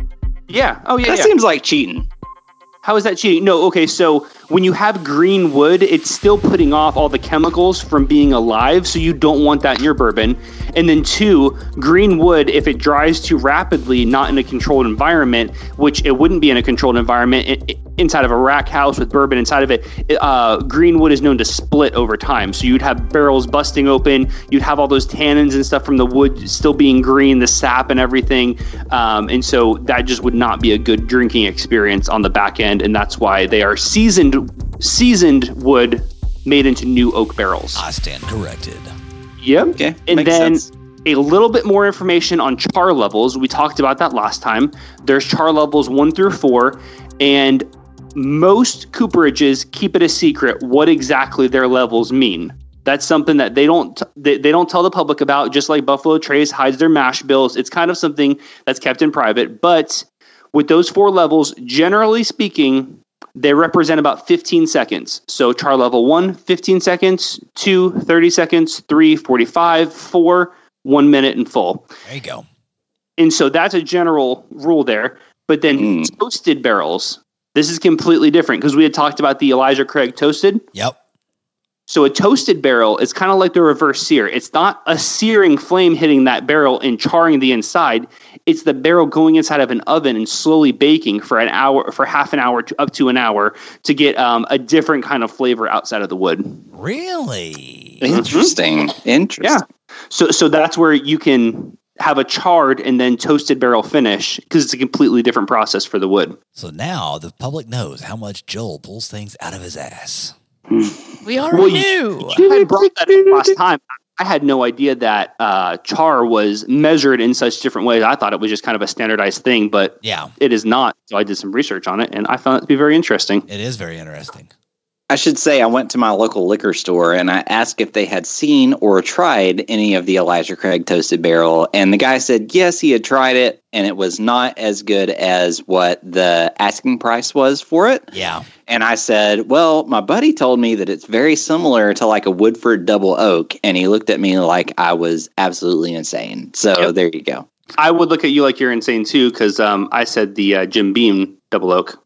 Speaker 5: Yeah. Oh yeah.
Speaker 1: that
Speaker 5: yeah.
Speaker 1: seems like cheating.
Speaker 5: How is that cheating? No, okay, so when you have green wood, it's still putting off all the chemicals from being alive, so you don't want that in your bourbon. And then, two, green wood, if it dries too rapidly, not in a controlled environment, which it wouldn't be in a controlled environment i- i- inside of a rack house with bourbon inside of it, it, uh, green wood is known to split over time. So you'd have barrels busting open, you'd have all those tannins and stuff from the wood still being green, the sap and everything. Um, and so that just would not be a good drinking experience on the back end, and that's why they are seasoned seasoned wood made into new oak barrels.
Speaker 4: I Ah, stand corrected.
Speaker 5: Yep.
Speaker 1: Okay,
Speaker 5: And
Speaker 1: makes
Speaker 5: then
Speaker 1: sense.
Speaker 5: a little bit more information on char levels. We talked about that last time. There's char levels one through four, and most cooperages keep it a secret what exactly their levels mean. That's something that they don't t- they, they don't tell the public about. Just like Buffalo Trace hides their mash bills, it's kind of something that's kept in private. But with those four levels, generally speaking, they represent about 15 seconds. So char level 1, 15 seconds, 2, 30 seconds, 3, 45, 4, 1 minute and full.
Speaker 4: There you go.
Speaker 5: And so that's a general rule there. But then
Speaker 1: Mm.
Speaker 5: toasted barrels, this is completely different because we had talked about the Elijah Craig toasted.
Speaker 4: Yep.
Speaker 5: So a toasted barrel is kind of like the reverse sear. It's not a searing flame hitting that barrel and charring the inside. It's the barrel going inside of an oven and slowly baking for an hour, for half an hour to up to an hour to get um, a different kind of flavor outside of the wood.
Speaker 4: Really?
Speaker 1: Interesting. Interesting.
Speaker 5: Yeah. So, so that's where you can have a charred and then toasted barrel finish because it's a completely different process for the wood.
Speaker 4: So now the public knows how much Joel pulls things out of his ass.
Speaker 3: We already
Speaker 5: Well,
Speaker 3: knew.
Speaker 5: I brought that up last time. I had no idea that uh, char was measured in such different ways. I thought it was just kind of a standardized thing, but
Speaker 4: Yeah,
Speaker 5: it is not. So I did some research on it, and I found it to be very interesting.
Speaker 4: it is very interesting.
Speaker 1: I should say I went to my local liquor store and I asked if they had seen or tried any of the Elijah Craig toasted barrel, and the guy said yes, he had tried it, and it was not as good as what the asking price was for it.
Speaker 4: Yeah.
Speaker 2: and I said, "Well, my buddy told me that it's very similar to like a Woodford Double Oak," and he looked at me like I was absolutely insane. So
Speaker 5: Yep.
Speaker 2: there you go.
Speaker 5: I would look at you like you're insane too, because um, I said the uh, Jim Beam double oak.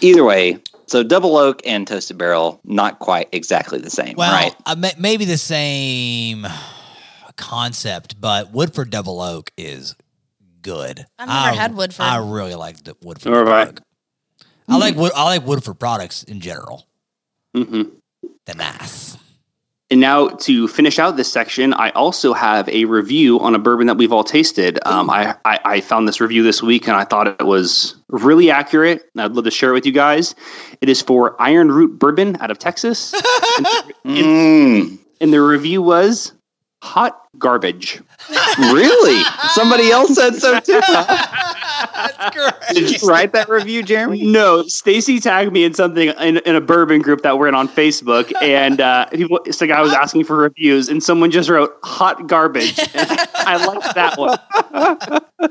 Speaker 2: Either way, so Double Oak and Toasted Barrel, not quite exactly the same,
Speaker 4: Well,
Speaker 2: right?
Speaker 4: I may, maybe the same concept, but Woodford Double Oak is good.
Speaker 3: I've never
Speaker 4: I-
Speaker 3: had Woodford.
Speaker 4: I really like the Woodford
Speaker 5: Nor have
Speaker 4: Double
Speaker 5: I.
Speaker 4: Oak. I like wood, I like Woodford products in general.
Speaker 5: hmm
Speaker 4: They're nice.
Speaker 5: And now to finish out this section, I also have a review on a bourbon that we've all tasted. Um, I, I I found this review this week, and I thought it was really accurate. and I'd love to share it with you guys. It is for Iron Root Bourbon out of Texas,
Speaker 2: Mm,
Speaker 5: and the review was hot garbage.
Speaker 2: really? Somebody else said so too.
Speaker 4: That's great.
Speaker 2: Did you write that review, Jeremy?
Speaker 5: No, Stacy tagged me in something in, in a bourbon group that we're in on Facebook, and uh, people, it's like I was asking for reviews, and someone just wrote "hot garbage." And I like that one.
Speaker 2: I'm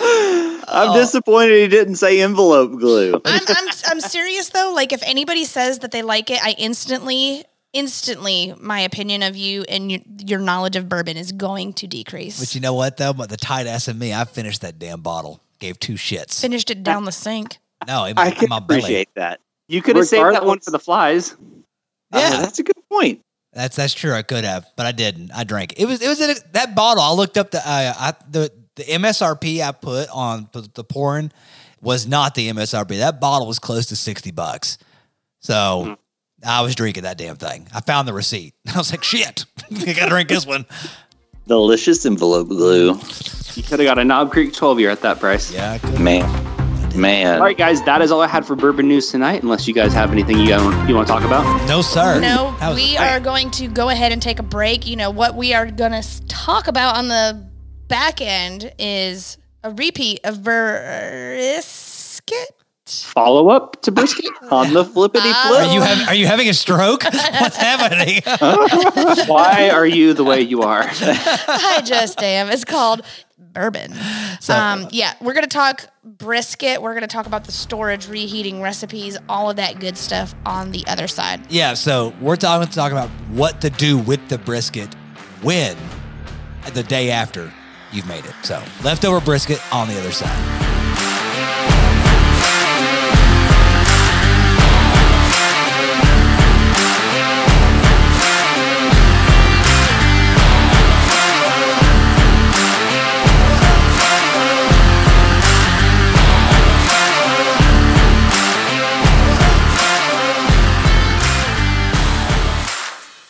Speaker 4: Oh.
Speaker 2: disappointed he didn't say envelope glue.
Speaker 3: I'm, I'm, I'm serious though. Like, if anybody says that they like it, I instantly, instantly, my opinion of you and your, your knowledge of bourbon is going to decrease.
Speaker 4: But you know what though? But the tight ass in me, I finished that damn bottle. Gave two shits.
Speaker 3: Finished it down the sink.
Speaker 4: No, in my,
Speaker 2: I
Speaker 4: in
Speaker 2: can
Speaker 4: my belly.
Speaker 2: appreciate that.
Speaker 5: You could have saved that one
Speaker 2: Regardless-
Speaker 5: for the flies.
Speaker 2: Yeah,
Speaker 4: Yeah.
Speaker 2: that's a good point.
Speaker 4: That's that's true. I could have, but I didn't. I drank. It was it was in a, that bottle. I looked up the uh, I, the the MSRP I put on the, the pouring was not the MSRP. That bottle was close to sixty bucks. So I was drinking that damn thing. I found the receipt. I was like, shit, I gotta drink this one.
Speaker 2: Delicious envelope glue.
Speaker 5: You could have got a Knob Creek 12 year at that price.
Speaker 4: Yeah, I could.
Speaker 2: Man. Man.
Speaker 5: All right, guys, that is all I had for bourbon news tonight. Unless you guys have anything you want, you want to talk about.
Speaker 4: no sir.
Speaker 3: No,
Speaker 4: That was-
Speaker 3: we are going to go ahead and take a break. You know, what we are going to talk about on the back end is a repeat of brisket.
Speaker 5: Follow up to brisket.
Speaker 2: On the flippity
Speaker 4: Are
Speaker 2: flip.
Speaker 4: you having Are you having a stroke? What's happening?
Speaker 5: Why are you the way you are?
Speaker 3: I just am. It's called bourbon.
Speaker 4: So-
Speaker 3: um, yeah, we're gonna talk brisket. We're gonna talk about the storage, reheating recipes, all of that good stuff on the other side.
Speaker 4: Yeah, so we're talking talking about what to do with the brisket when the day after you've made it. So leftover brisket on the other side.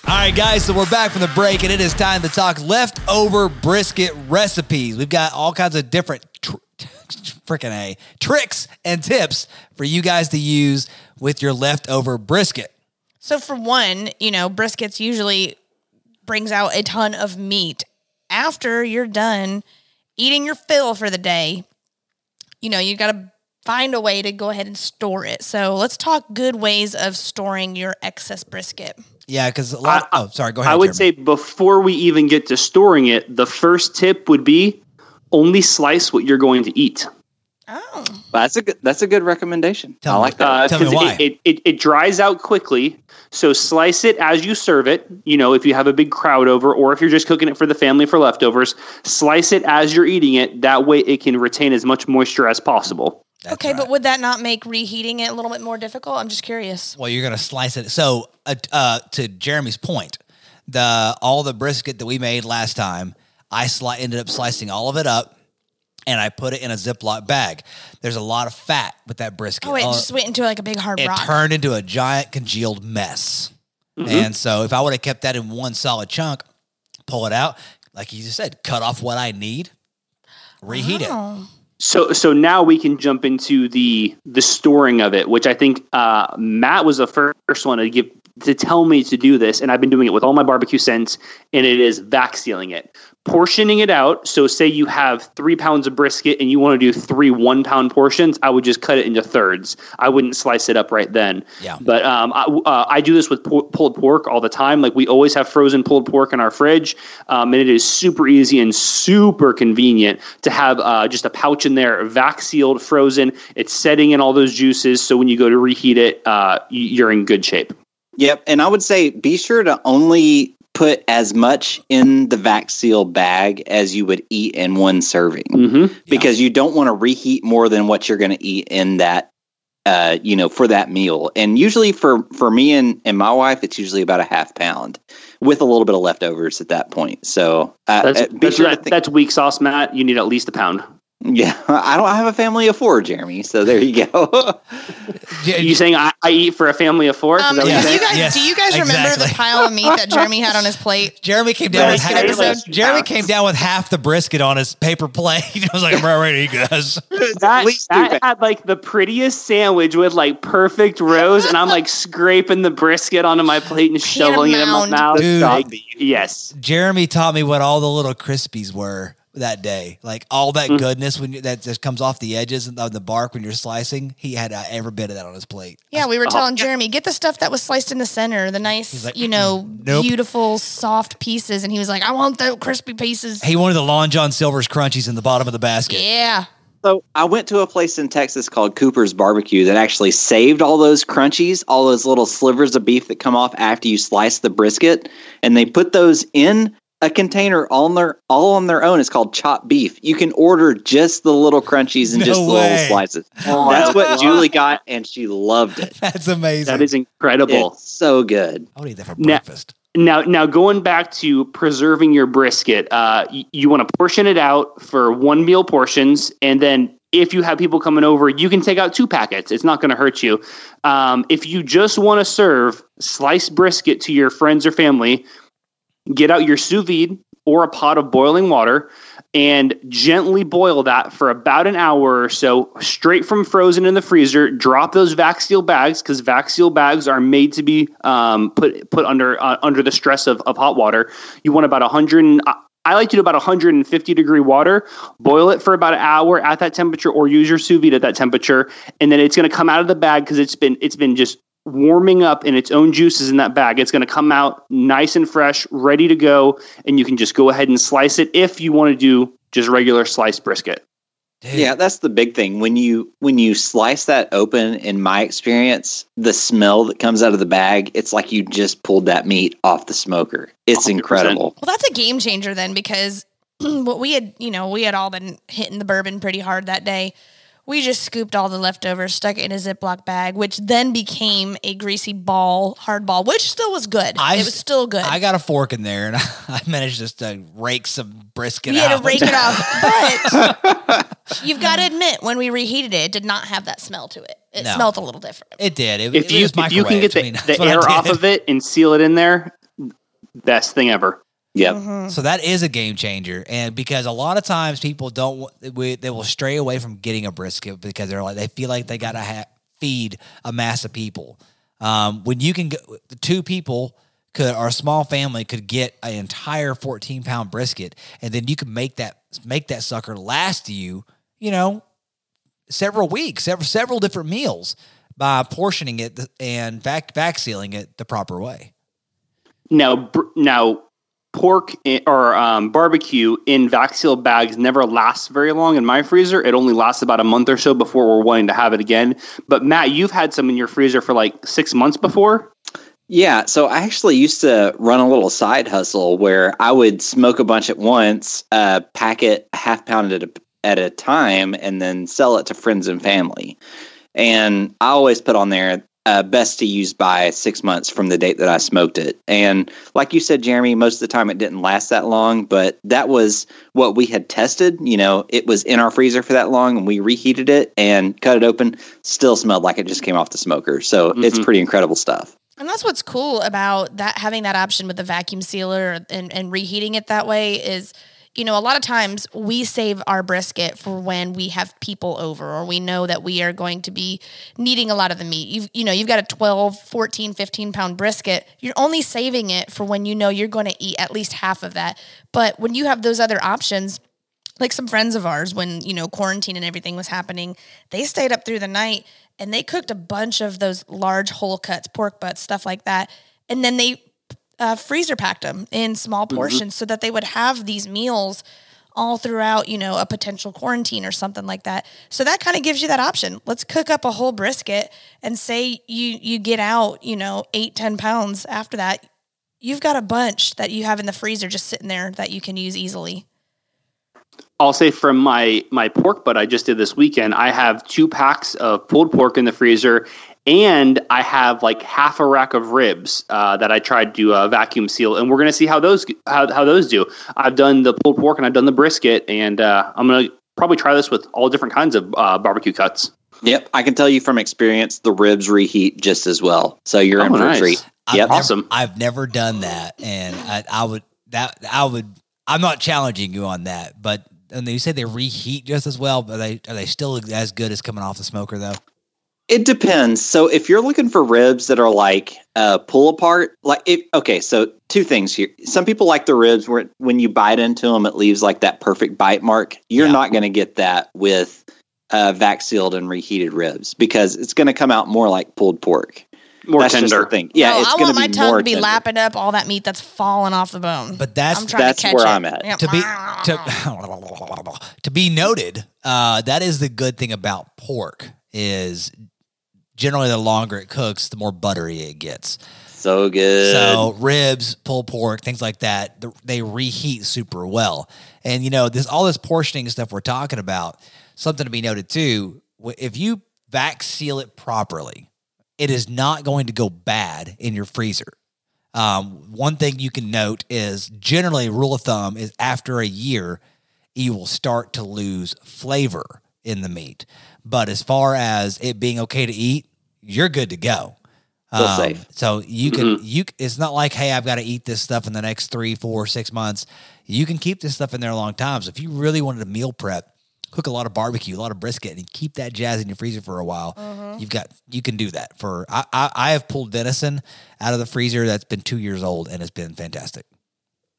Speaker 4: All right, guys, so we're back from the break, and it is time to talk leftover brisket recipes. We've got all kinds of different tr- freaking a tricks and tips for you guys to use with your leftover brisket.
Speaker 3: So for one, you know, briskets usually brings out a ton of meat. After you're done eating your fill for the day, you know, you got to find a way to go ahead and store it. So let's talk good ways of storing your excess brisket.
Speaker 4: Yeah, because a lot. oh, sorry, go ahead.
Speaker 5: I would
Speaker 4: Jeremy.
Speaker 5: say before we even get to storing it, the first tip would be only slice what you're going to eat.
Speaker 3: Oh,
Speaker 2: That's a good that's a good recommendation. I
Speaker 4: Tell me.
Speaker 2: like that.
Speaker 5: Uh,
Speaker 4: Tell me
Speaker 5: 'cause
Speaker 4: why.
Speaker 5: It, it, it, it dries out quickly. So slice it as you serve it. You know, if you have a big crowd over or if you're just cooking it for the family for leftovers, slice it as you're eating it. That way it can retain as much moisture as possible.
Speaker 4: That's
Speaker 3: okay,
Speaker 4: right.
Speaker 3: but would that not make reheating it a little bit more difficult? I'm just curious.
Speaker 4: Well, you're gonna slice it. So, uh, uh, to Jeremy's point, the all the brisket that we made last time, I sli- ended up slicing all of it up, and I put it in a Ziploc bag. There's a lot of fat with that brisket.
Speaker 3: Oh, it
Speaker 4: Uh,
Speaker 3: just went into like a big hard
Speaker 4: it
Speaker 3: rock.
Speaker 4: turned into a giant congealed mess. And so, if I would have kept that in one solid chunk, pull it out, like you just said, cut off what I need, reheat it.
Speaker 3: Oh.
Speaker 5: So so now we can jump into the the storing of it, which I think uh, Matt was the first one to give to tell me to do this, and I've been doing it with all my barbecue scents, and it is vac sealing it, portioning it out. So, say you have three pounds of brisket and you want to do three one pound portions, I would just cut it into thirds. I wouldn't slice it up right then.
Speaker 4: Yeah.
Speaker 5: But um, I, uh, I do this with por- pulled pork all the time. Like we always have frozen pulled pork in our fridge, um, and it is super easy and super convenient to have uh, just a pouch in there, vac sealed, frozen. It's setting in all those juices, so when you go to reheat it, uh, y- you're in good shape.
Speaker 2: Yep, and I would say be sure to only put as much in the vac seal bag as you would eat in one serving
Speaker 5: hmm
Speaker 2: because you don't want to reheat more than what you're going to eat in that uh, you know for that meal and usually for for me and, and my wife it's usually about a half pound with a little bit of leftovers at that point so uh,
Speaker 5: That's,
Speaker 2: uh, be
Speaker 5: that's,
Speaker 2: sure to
Speaker 5: that-
Speaker 2: think-
Speaker 5: that's weak sauce, Matt. You need at least a pound.
Speaker 2: yeah i don't have a family of four jeremy so there you go
Speaker 4: Yeah,
Speaker 5: You saying I, I eat for a family of four? Is
Speaker 3: Um,
Speaker 5: that what
Speaker 4: Yeah.
Speaker 5: you
Speaker 3: do
Speaker 5: said?
Speaker 3: you guys,
Speaker 4: Yes,
Speaker 3: do you guys remember
Speaker 4: exactly.
Speaker 3: the pile of meat that Jeremy had on his plate?
Speaker 4: Jeremy came down with
Speaker 5: Brisket
Speaker 4: half,
Speaker 5: episode.
Speaker 4: Jeremy came down with half the brisket on his paper plate. I was like, I'm ready, you guys.
Speaker 5: That,
Speaker 2: least two
Speaker 5: that had like the prettiest sandwich with like perfect rows, and I'm like scraping the brisket onto my plate and shoveling it in my
Speaker 3: mound.
Speaker 5: mouth.
Speaker 4: Dude.
Speaker 5: Like, yes.
Speaker 4: Jeremy taught me what all the little crispies were that day. Like all that
Speaker 5: Mm.
Speaker 4: goodness when you, that just comes off the edges of the bark when you're slicing. He had uh, every bit of that on his plate.
Speaker 3: Yeah, we were
Speaker 5: Oh,
Speaker 3: telling Jeremy, get the stuff that was sliced in the center, the nice,
Speaker 4: like, "Mm,
Speaker 3: you know,
Speaker 4: nope.
Speaker 3: beautiful, soft pieces. And he was like, I want the crispy pieces.
Speaker 4: He wanted the Long John Silver's crunchies in the bottom of the basket.
Speaker 3: Yeah.
Speaker 2: So I went to a place in Texas called Cooper's Barbecue that actually saved all those crunchies, all those little slivers of beef that come off after you slice the brisket, and they put those in a container all on their all on their own. It's called chopped beef. You can order just the little crunchies and
Speaker 4: No
Speaker 2: just the
Speaker 4: way.
Speaker 2: little slices. That's what Julie got, and she loved it.
Speaker 4: That's amazing.
Speaker 5: That is incredible.
Speaker 2: It's so good.
Speaker 4: I would eat that for
Speaker 5: Now-
Speaker 4: breakfast.
Speaker 5: Now, now going back to preserving your brisket, uh, you, you want to portion it out for one meal portions, and then if you have people coming over, you can take out two packets. It's not going to hurt you. Um, if you just want to serve sliced brisket to your friends or family, get out your sous vide or a pot of boiling water and gently boil that for about an hour or so straight from frozen in the freezer drop those vac seal bags because vac seal bags are made to be um, put put under uh, under the stress of, of hot water you want about 100 and- I- I like to do about 150 degree water, boil it for about an hour at that temperature, or use your sous vide at that temperature, and then it's going to come out of the bag because it's been it's been just warming up in its own juices in that bag. It's going to come out nice and fresh, ready to go, and you can just go ahead and slice it if you want to do just regular sliced brisket.
Speaker 4: Dude,
Speaker 2: Yeah, that's the big thing. When you when you slice that open, in my experience, the smell that comes out of the bag, it's like you just pulled that meat off the smoker. It's
Speaker 5: 100%.
Speaker 2: incredible.
Speaker 3: Well, that's a game changer then because what we had, you know, we had all been hitting the bourbon pretty hard that day. We just scooped all the leftovers, stuck it in a Ziploc bag, which then became a greasy ball, hard ball, which still was good.
Speaker 4: I-
Speaker 3: it was still good.
Speaker 4: I got a fork in there and I managed just to rake some brisket
Speaker 3: you
Speaker 4: out.
Speaker 3: had to rake it off. But you've got to admit, when we reheated it, it did not have that smell to it. It
Speaker 4: No.
Speaker 3: smelled a little different.
Speaker 4: It did. It,
Speaker 5: If
Speaker 4: it
Speaker 5: you
Speaker 4: was
Speaker 5: if you can
Speaker 4: microwaved.
Speaker 5: get the,
Speaker 4: I mean, that's
Speaker 5: the
Speaker 4: what I
Speaker 5: air off
Speaker 4: did.
Speaker 5: of it and seal it in there, best thing ever.
Speaker 2: Yep.
Speaker 3: Mhm.
Speaker 4: So that is a game changer, and because a lot of times people don't, wa- we, they will stray away from getting a brisket because they're like they feel like they gotta ha- feed a mass of people. Um, when you can, go, the two people could or a small family could get an entire fourteen pound brisket, and then you could make that make that sucker last you, you know, several weeks, several several different meals by portioning it and back back sealing it the proper way.
Speaker 5: Now, br- now, pork i- or um, barbecue in vac-seal bags never lasts very long in my freezer. It only lasts about a month or so before we're wanting to have it again. But Matt, you've had some in your freezer for like six months before.
Speaker 2: Yeah, so I actually used to run a little side hustle where I would smoke a bunch at once, uh, pack it a half pound at a, at a time, and then sell it to friends and family. And I always put on there uh, best to use by six months from the date that I smoked it. And like you said, Jeremy, most of the time it didn't last that long, but that was what we had tested. You know, it was in our freezer for that long, and we reheated it and cut it open. Still smelled like it just came off the smoker. So it's
Speaker 5: Mhm.
Speaker 2: pretty incredible stuff.
Speaker 3: And that's what's cool about that having that option with the vacuum sealer and, and reheating it that way is you know, a lot of times we save our brisket for when we have people over or we know that we are going to be needing a lot of the meat. You've, you know, you've got a 12, 14, 15 pound brisket. You're only saving it for when you know you're going to eat at least half of that. But when you have those other options, like some friends of ours, when, you know, quarantine and everything was happening, they stayed up through the night and they cooked a bunch of those large whole cuts, pork butts, stuff like that. And then they uh, freezer packed them in small portions so that they would have these meals all throughout, you know, a potential quarantine or something like that. So that kind of gives you that option. Let's cook up a whole brisket and say you you get out, you know, eight ten pounds after that. You've got a bunch that you have in the freezer just sitting there that you can use easily.
Speaker 5: I'll say from my my pork butt I just did this weekend, I have two packs of pulled pork in the freezer, and I have like half a rack of ribs uh, that I tried to uh, vacuum seal, and we're gonna see how those how, how those do. I've done the pulled pork and I've done the brisket, and uh, I'm gonna probably try this with all different kinds of uh, barbecue cuts.
Speaker 2: Yep, I can tell you from experience, the ribs reheat just as well. So you're
Speaker 5: Oh,
Speaker 2: in for
Speaker 5: nice.
Speaker 2: a treat.
Speaker 4: I've
Speaker 2: Yep.
Speaker 4: never-
Speaker 5: Awesome.
Speaker 4: I've never done that, and I, I would that I would. I'm not challenging you on that, but and you say they reheat just as well, but they are they still as good as coming off the smoker though?
Speaker 3: Mm-hmm.
Speaker 2: It depends. So if you're looking for ribs that are like uh, pull apart, like it, okay, so two things here. Some people like the ribs where when you bite into them, it leaves like that perfect bite mark. You're
Speaker 4: Yeah.
Speaker 2: not going to get that with uh, vac sealed and reheated ribs because it's going to come out more like pulled pork.
Speaker 5: More
Speaker 2: That's just the
Speaker 5: tender.
Speaker 2: thing. Yeah,
Speaker 3: No,
Speaker 2: it's
Speaker 3: Oh, I
Speaker 2: going
Speaker 3: want
Speaker 2: to
Speaker 3: my
Speaker 2: be
Speaker 3: tongue
Speaker 2: more
Speaker 3: to be
Speaker 2: tender.
Speaker 3: lapping up all that meat that's falling off the bone.
Speaker 4: But that's
Speaker 3: I'm trying
Speaker 2: That's
Speaker 3: to catch
Speaker 2: where
Speaker 3: it.
Speaker 2: I'm at.
Speaker 3: Yeah.
Speaker 4: to be to, to be noted uh, that is the good thing about pork is generally the longer it cooks the more buttery it gets
Speaker 2: So good.
Speaker 4: so ribs pulled pork things like that th- they reheat super well and you know this all this portioning stuff we're talking about something to be noted too wh- if you vac seal it properly it is not going to go bad in your freezer um, one thing you can note is generally rule of thumb is after a year you will start to lose flavor in the meat. But as far as it being okay to eat, you're good to go. Um,
Speaker 2: Feel safe. Mm-hmm.
Speaker 4: So you can you c- it's not like hey I've got to eat this stuff in the next three four six months. You can keep this stuff in there a long time. So if you really wanted to meal prep, cook a lot of barbecue, a lot of brisket, and keep that jazz in your freezer for a while.
Speaker 3: Mm-hmm.
Speaker 4: You've got you can do that for I, I I have pulled venison out of the freezer that's been two years old and it's been fantastic.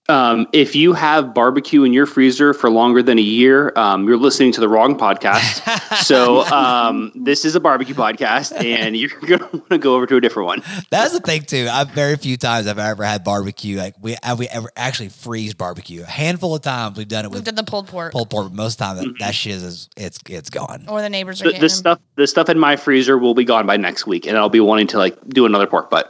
Speaker 5: Um, if you have barbecue in your freezer for longer than a year, um, you're listening to the wrong podcast. so um, this is a barbecue podcast, and you're going to want to go over to a different one.
Speaker 4: That's the thing too. I've very few times I've ever had barbecue. Like we have we ever actually freeze barbecue. A handful of times we've done it
Speaker 3: We've done
Speaker 4: with
Speaker 3: the Oh, pulled pork,
Speaker 4: pulled pork, but most of the time that,
Speaker 5: Mm-hmm.
Speaker 4: that shit is it's it's gone.
Speaker 3: or the neighbors are
Speaker 5: The,
Speaker 3: getting
Speaker 5: the
Speaker 3: them.
Speaker 5: stuff, the stuff in my freezer will be gone by next week, and I'll be wanting to like do another pork butt.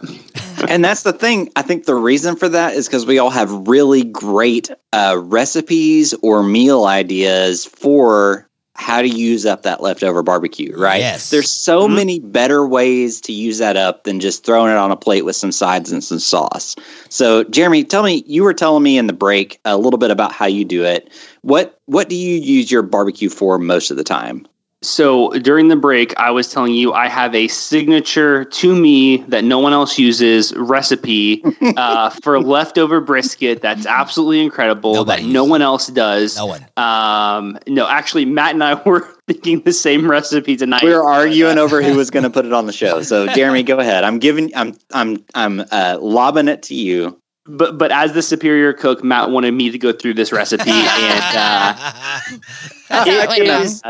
Speaker 2: and that's the thing. I think the reason for that is because we all have really great uh, recipes or meal ideas for how to use up that leftover barbecue, right?
Speaker 4: Yes.
Speaker 2: There's so
Speaker 5: Mhm.
Speaker 2: many better ways to use that up than just throwing it on a plate with some sides and some sauce. So, Jeremy, tell me, you were telling me in the break a little bit about how you do it. What what do you use your barbecue for most of the time?
Speaker 5: So during the break, I was telling you I have a signature to me that no one else uses recipe uh, for leftover brisket. That's absolutely incredible.
Speaker 4: Nobody
Speaker 5: that no
Speaker 4: uses
Speaker 5: one else does.
Speaker 4: No one.
Speaker 5: Um, no, actually, Matt and I were thinking the same recipe tonight.
Speaker 2: we were arguing over who was going to put it on the show. So Jeremy, go ahead. I'm giving. I'm. I'm. I'm uh, lobbing it to you.
Speaker 5: but but as the superior cook, Matt wanted me to go through this recipe, and uh,
Speaker 3: That's how it went down.
Speaker 5: is,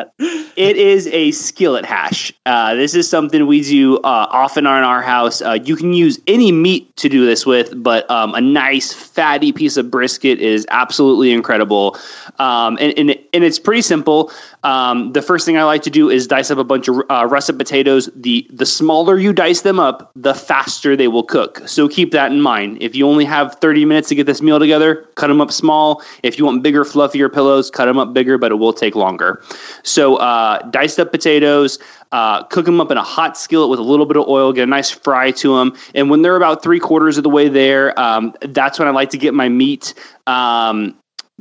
Speaker 5: it is a skillet hash. Uh, this is something we do uh, often in our house. Uh, you can use any meat to do this with, but um, a nice fatty piece of brisket is absolutely incredible. Um, and, and, and it's pretty simple. Um, the first thing I like to do is dice up a bunch of uh, russet potatoes. The, the smaller you dice them up, the faster they will cook. So keep that in mind. If you only have 30 minutes to get this meal together, cut them up small. If you want bigger, fluffier pillows, cut them up bigger, but it will take longer. So uh, diced up potatoes, uh, cook them up in a hot skillet with a little bit of oil, get a nice fry to them. And when they're about three quarters of the way there, um, that's when I like to get my meat. Um,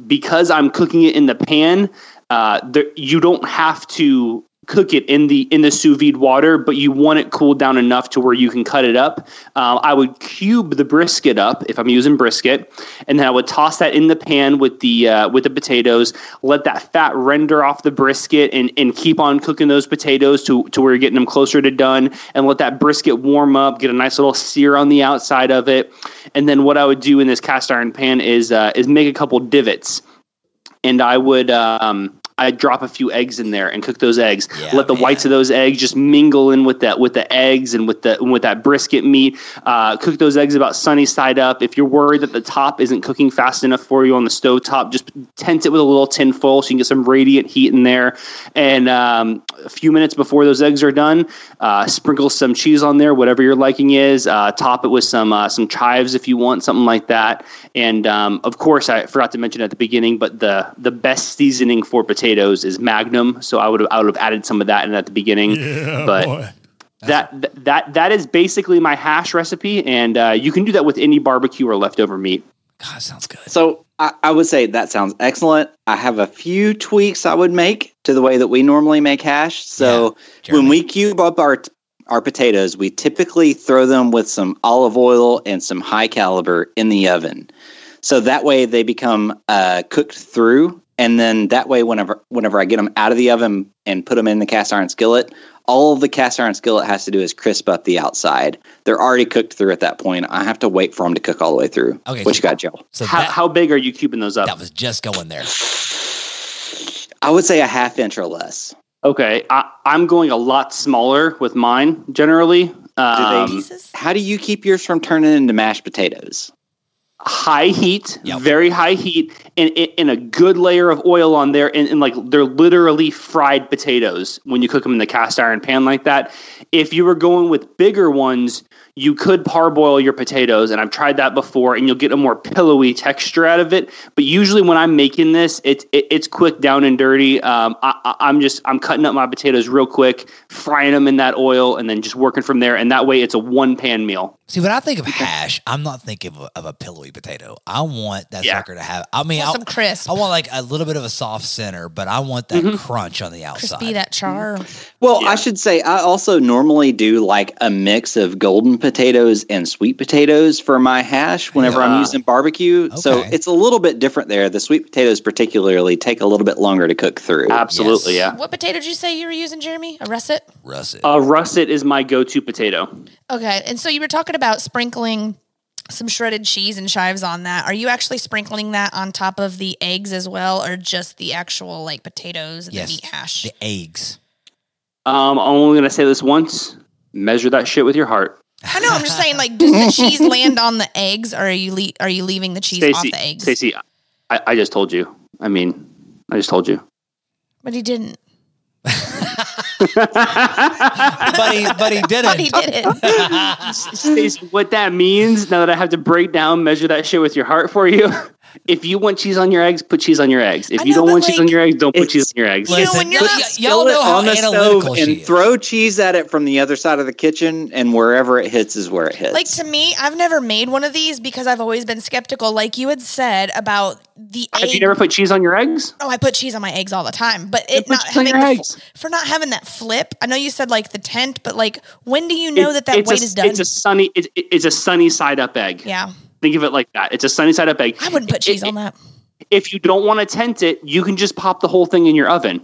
Speaker 5: because I'm cooking it in the pan, uh, there, you don't have to cook it in the in the sous vide water, but you want it cooled down enough to where you can cut it up. Um, I would cube the brisket up if I'm using brisket, and then I would toss that in the pan with the uh, with the potatoes. Let that fat render off the brisket, and and keep on cooking those potatoes to to where you're getting them closer to done, and let that brisket warm up. Get a nice little sear on the outside of it, and then what I would do in this cast iron pan is uh, is make a couple divots and I would um, I'd drop a few eggs in there and cook those eggs.
Speaker 4: Yeah,
Speaker 5: Let the
Speaker 4: man.
Speaker 5: whites of those eggs just mingle in with that with the eggs and with the and with that brisket meat. Uh, cook those eggs about sunny side up. If you're worried that the top isn't cooking fast enough for you on the stove top, just tent it with a little tin foil so you can get some radiant heat in there. And um, a few minutes before those eggs are done, uh, sprinkle some cheese on there, whatever your liking is. Uh, top it with some uh, some chives if you want something like that. And um, of course, I forgot to mention at the beginning, but the the best seasoning for potatoes is Magnum. So I would have I would have added some of that in at the beginning.
Speaker 6: Yeah,
Speaker 5: But-
Speaker 6: boy.
Speaker 5: That th- that that is basically my hash recipe, and uh, you can do that with any barbecue or leftover meat.
Speaker 4: God, sounds good.
Speaker 2: So I, I would say that sounds excellent. I have a few tweaks I would make to the way that we normally make hash. So when
Speaker 4: Jeremy.
Speaker 2: we cube up our our potatoes, we typically throw them with some olive oil and some high caliber in the oven. So that way they become uh, cooked through, and then that way whenever whenever I get them out of the oven and put them in the cast iron skillet, all of the cast iron skillet has to do is crisp up the outside. They're already cooked through at that point. I have to wait for them to cook all the way through.
Speaker 4: Okay,
Speaker 2: what
Speaker 4: so-
Speaker 2: you got, Joe?
Speaker 4: So
Speaker 5: how,
Speaker 4: that,
Speaker 5: how big are you cubing those up?
Speaker 4: that was just going there.
Speaker 2: I would say a half inch or less.
Speaker 5: Okay, I, I'm going a lot smaller with mine generally. Um,
Speaker 3: pieces.
Speaker 2: How do you keep yours from turning into mashed potatoes?
Speaker 5: high heat,
Speaker 4: Yep.
Speaker 5: very high heat, and, and a good layer of oil on there, and, and like they're literally fried potatoes when you cook them in the cast iron pan like that. If you were going with bigger ones, you could parboil your potatoes, and I've tried that before, and you'll get a more pillowy texture out of it. But usually, when I'm making this, it's it, it's quick, down and dirty. Um, I, I, I'm just I'm cutting up my potatoes real quick, frying them in that oil, and then just working from there. And that way, it's a one pan meal.
Speaker 4: See, when I think of hash, I'm not thinking of a, of a pillowy potato. I want that
Speaker 5: Yeah.
Speaker 4: sucker to have. I mean,
Speaker 3: Want
Speaker 4: I,
Speaker 3: some crisp,
Speaker 4: I want like a little bit of a soft center, but I want that
Speaker 5: Mhm.
Speaker 4: crunch on the outside.
Speaker 3: crispy that char.
Speaker 2: Well,
Speaker 5: Yeah.
Speaker 2: I should say I also normally do like a mix of golden potatoes and sweet potatoes for my hash whenever
Speaker 5: Ah.
Speaker 2: I'm using barbecue. So
Speaker 4: Okay.
Speaker 2: it's a little bit different there. The sweet potatoes particularly take a little bit longer to cook through.
Speaker 5: Absolutely,
Speaker 4: Yes.
Speaker 5: yeah.
Speaker 3: What potato did you say you were using, Jeremy? A russet.
Speaker 4: russet.
Speaker 5: Uh, russet is my go-to potato.
Speaker 3: Okay, and so you were talking about sprinkling some shredded cheese and chives on that. Are you actually sprinkling that on top of the eggs as well, or just the actual like potatoes and
Speaker 4: Yes.
Speaker 3: the meat hash?
Speaker 4: the eggs.
Speaker 5: Um, I'm only gonna say this once. Measure that shit with your heart.
Speaker 3: I know. I'm just saying, like, does the cheese land on the eggs, or are you le- are you leaving the cheese off
Speaker 5: Stacy,
Speaker 3: the eggs?
Speaker 5: Stacy, I, I just told you. I mean, I just told you.
Speaker 3: But he didn't.
Speaker 4: but he, but he didn't.
Speaker 3: But he didn't.
Speaker 5: Stacy, what that means now that I have to break down, measure that shit with your heart for you. If you want cheese on your eggs, put cheese on your eggs. If
Speaker 3: I
Speaker 5: you
Speaker 3: know,
Speaker 5: don't
Speaker 3: but
Speaker 5: want cheese on
Speaker 3: like-
Speaker 5: your eggs, don't put
Speaker 2: It's-
Speaker 5: cheese on your eggs.
Speaker 3: You know, when you're
Speaker 2: put
Speaker 3: not
Speaker 2: the
Speaker 3: skilled
Speaker 4: y'all know
Speaker 2: skillet
Speaker 4: how
Speaker 2: on the
Speaker 4: analytical
Speaker 2: stove
Speaker 4: she
Speaker 2: and
Speaker 4: is.
Speaker 2: throw cheese at it from the other side of the kitchen, and wherever it hits is where it hits.
Speaker 3: Like to me, I've never made one of these because I've always been skeptical, like you had said about the
Speaker 5: Have you
Speaker 3: egg.
Speaker 5: never put cheese on your eggs?
Speaker 3: oh, I put cheese on my eggs all the time, but it
Speaker 5: put
Speaker 3: not
Speaker 5: cheese on
Speaker 3: having
Speaker 5: your
Speaker 3: the fl-
Speaker 5: eggs.
Speaker 3: for not having that flip. I know you said like the tent, but like when do you know that that
Speaker 5: it's
Speaker 3: weight
Speaker 5: a,
Speaker 3: is done?
Speaker 5: It's a sunny. It's, it's a sunny side up egg.
Speaker 3: yeah,
Speaker 5: Think of it like that. It's a sunny side up egg.
Speaker 3: I wouldn't put
Speaker 5: It-
Speaker 3: cheese
Speaker 5: it-
Speaker 3: on that.
Speaker 5: if you don't want to tent it, you can just pop the whole thing in your oven.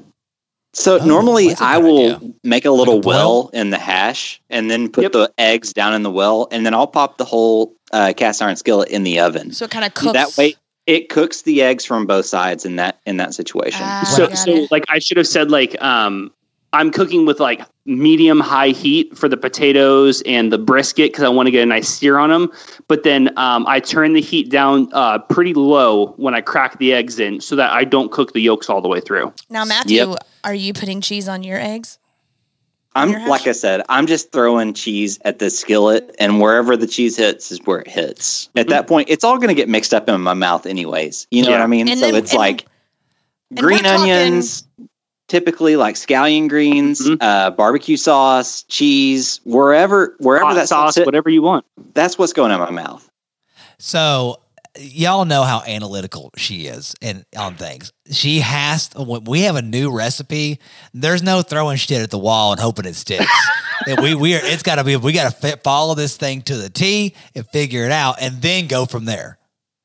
Speaker 2: So
Speaker 4: Oh,
Speaker 2: normally
Speaker 4: that's a
Speaker 2: I
Speaker 4: good
Speaker 2: will
Speaker 4: idea.
Speaker 2: make a little
Speaker 4: Like a boil?
Speaker 2: well in the hash and then put
Speaker 5: Yep.
Speaker 2: the eggs down in the well and then I'll pop the whole uh, cast iron skillet in the oven.
Speaker 3: So it kind of cooks
Speaker 2: That way it cooks the eggs from both sides in that in that situation.
Speaker 3: Ah,
Speaker 5: so,
Speaker 3: got
Speaker 5: so
Speaker 3: it.
Speaker 5: like I should have said like um I'm cooking with like medium high heat for the potatoes and the brisket because I want to get a nice sear on them. But then um, I turn the heat down uh, pretty low when I crack the eggs in so that I don't cook the yolks all the way through.
Speaker 3: now, Matthew,
Speaker 2: Yep.
Speaker 3: are you putting cheese on your eggs?
Speaker 2: I'm
Speaker 3: your hash?
Speaker 2: like I said, I'm just throwing cheese at the skillet and wherever the cheese hits is where it hits. At
Speaker 3: Mm.
Speaker 2: that point it's all going to get mixed up in my mouth anyways. You know
Speaker 5: Yeah.
Speaker 2: what I mean?
Speaker 3: And
Speaker 2: so
Speaker 3: then-
Speaker 2: it's
Speaker 3: and-
Speaker 2: like
Speaker 3: and
Speaker 2: green
Speaker 3: we're talking-
Speaker 2: onions typically like scallion greens,
Speaker 3: Mm-hmm.
Speaker 5: Mhm.
Speaker 2: uh, barbecue sauce, cheese, wherever wherever
Speaker 5: Hot
Speaker 2: that
Speaker 5: sauce,
Speaker 2: sauce hit-
Speaker 5: whatever you want.
Speaker 2: that's what's going in my mouth.
Speaker 4: So y'all know how analytical she is and on things. She has to, when we have a new recipe, there's no throwing shit at the wall and hoping it sticks. and we we are it's got to be we got to fit, follow this thing to the T and figure it out and then go from there.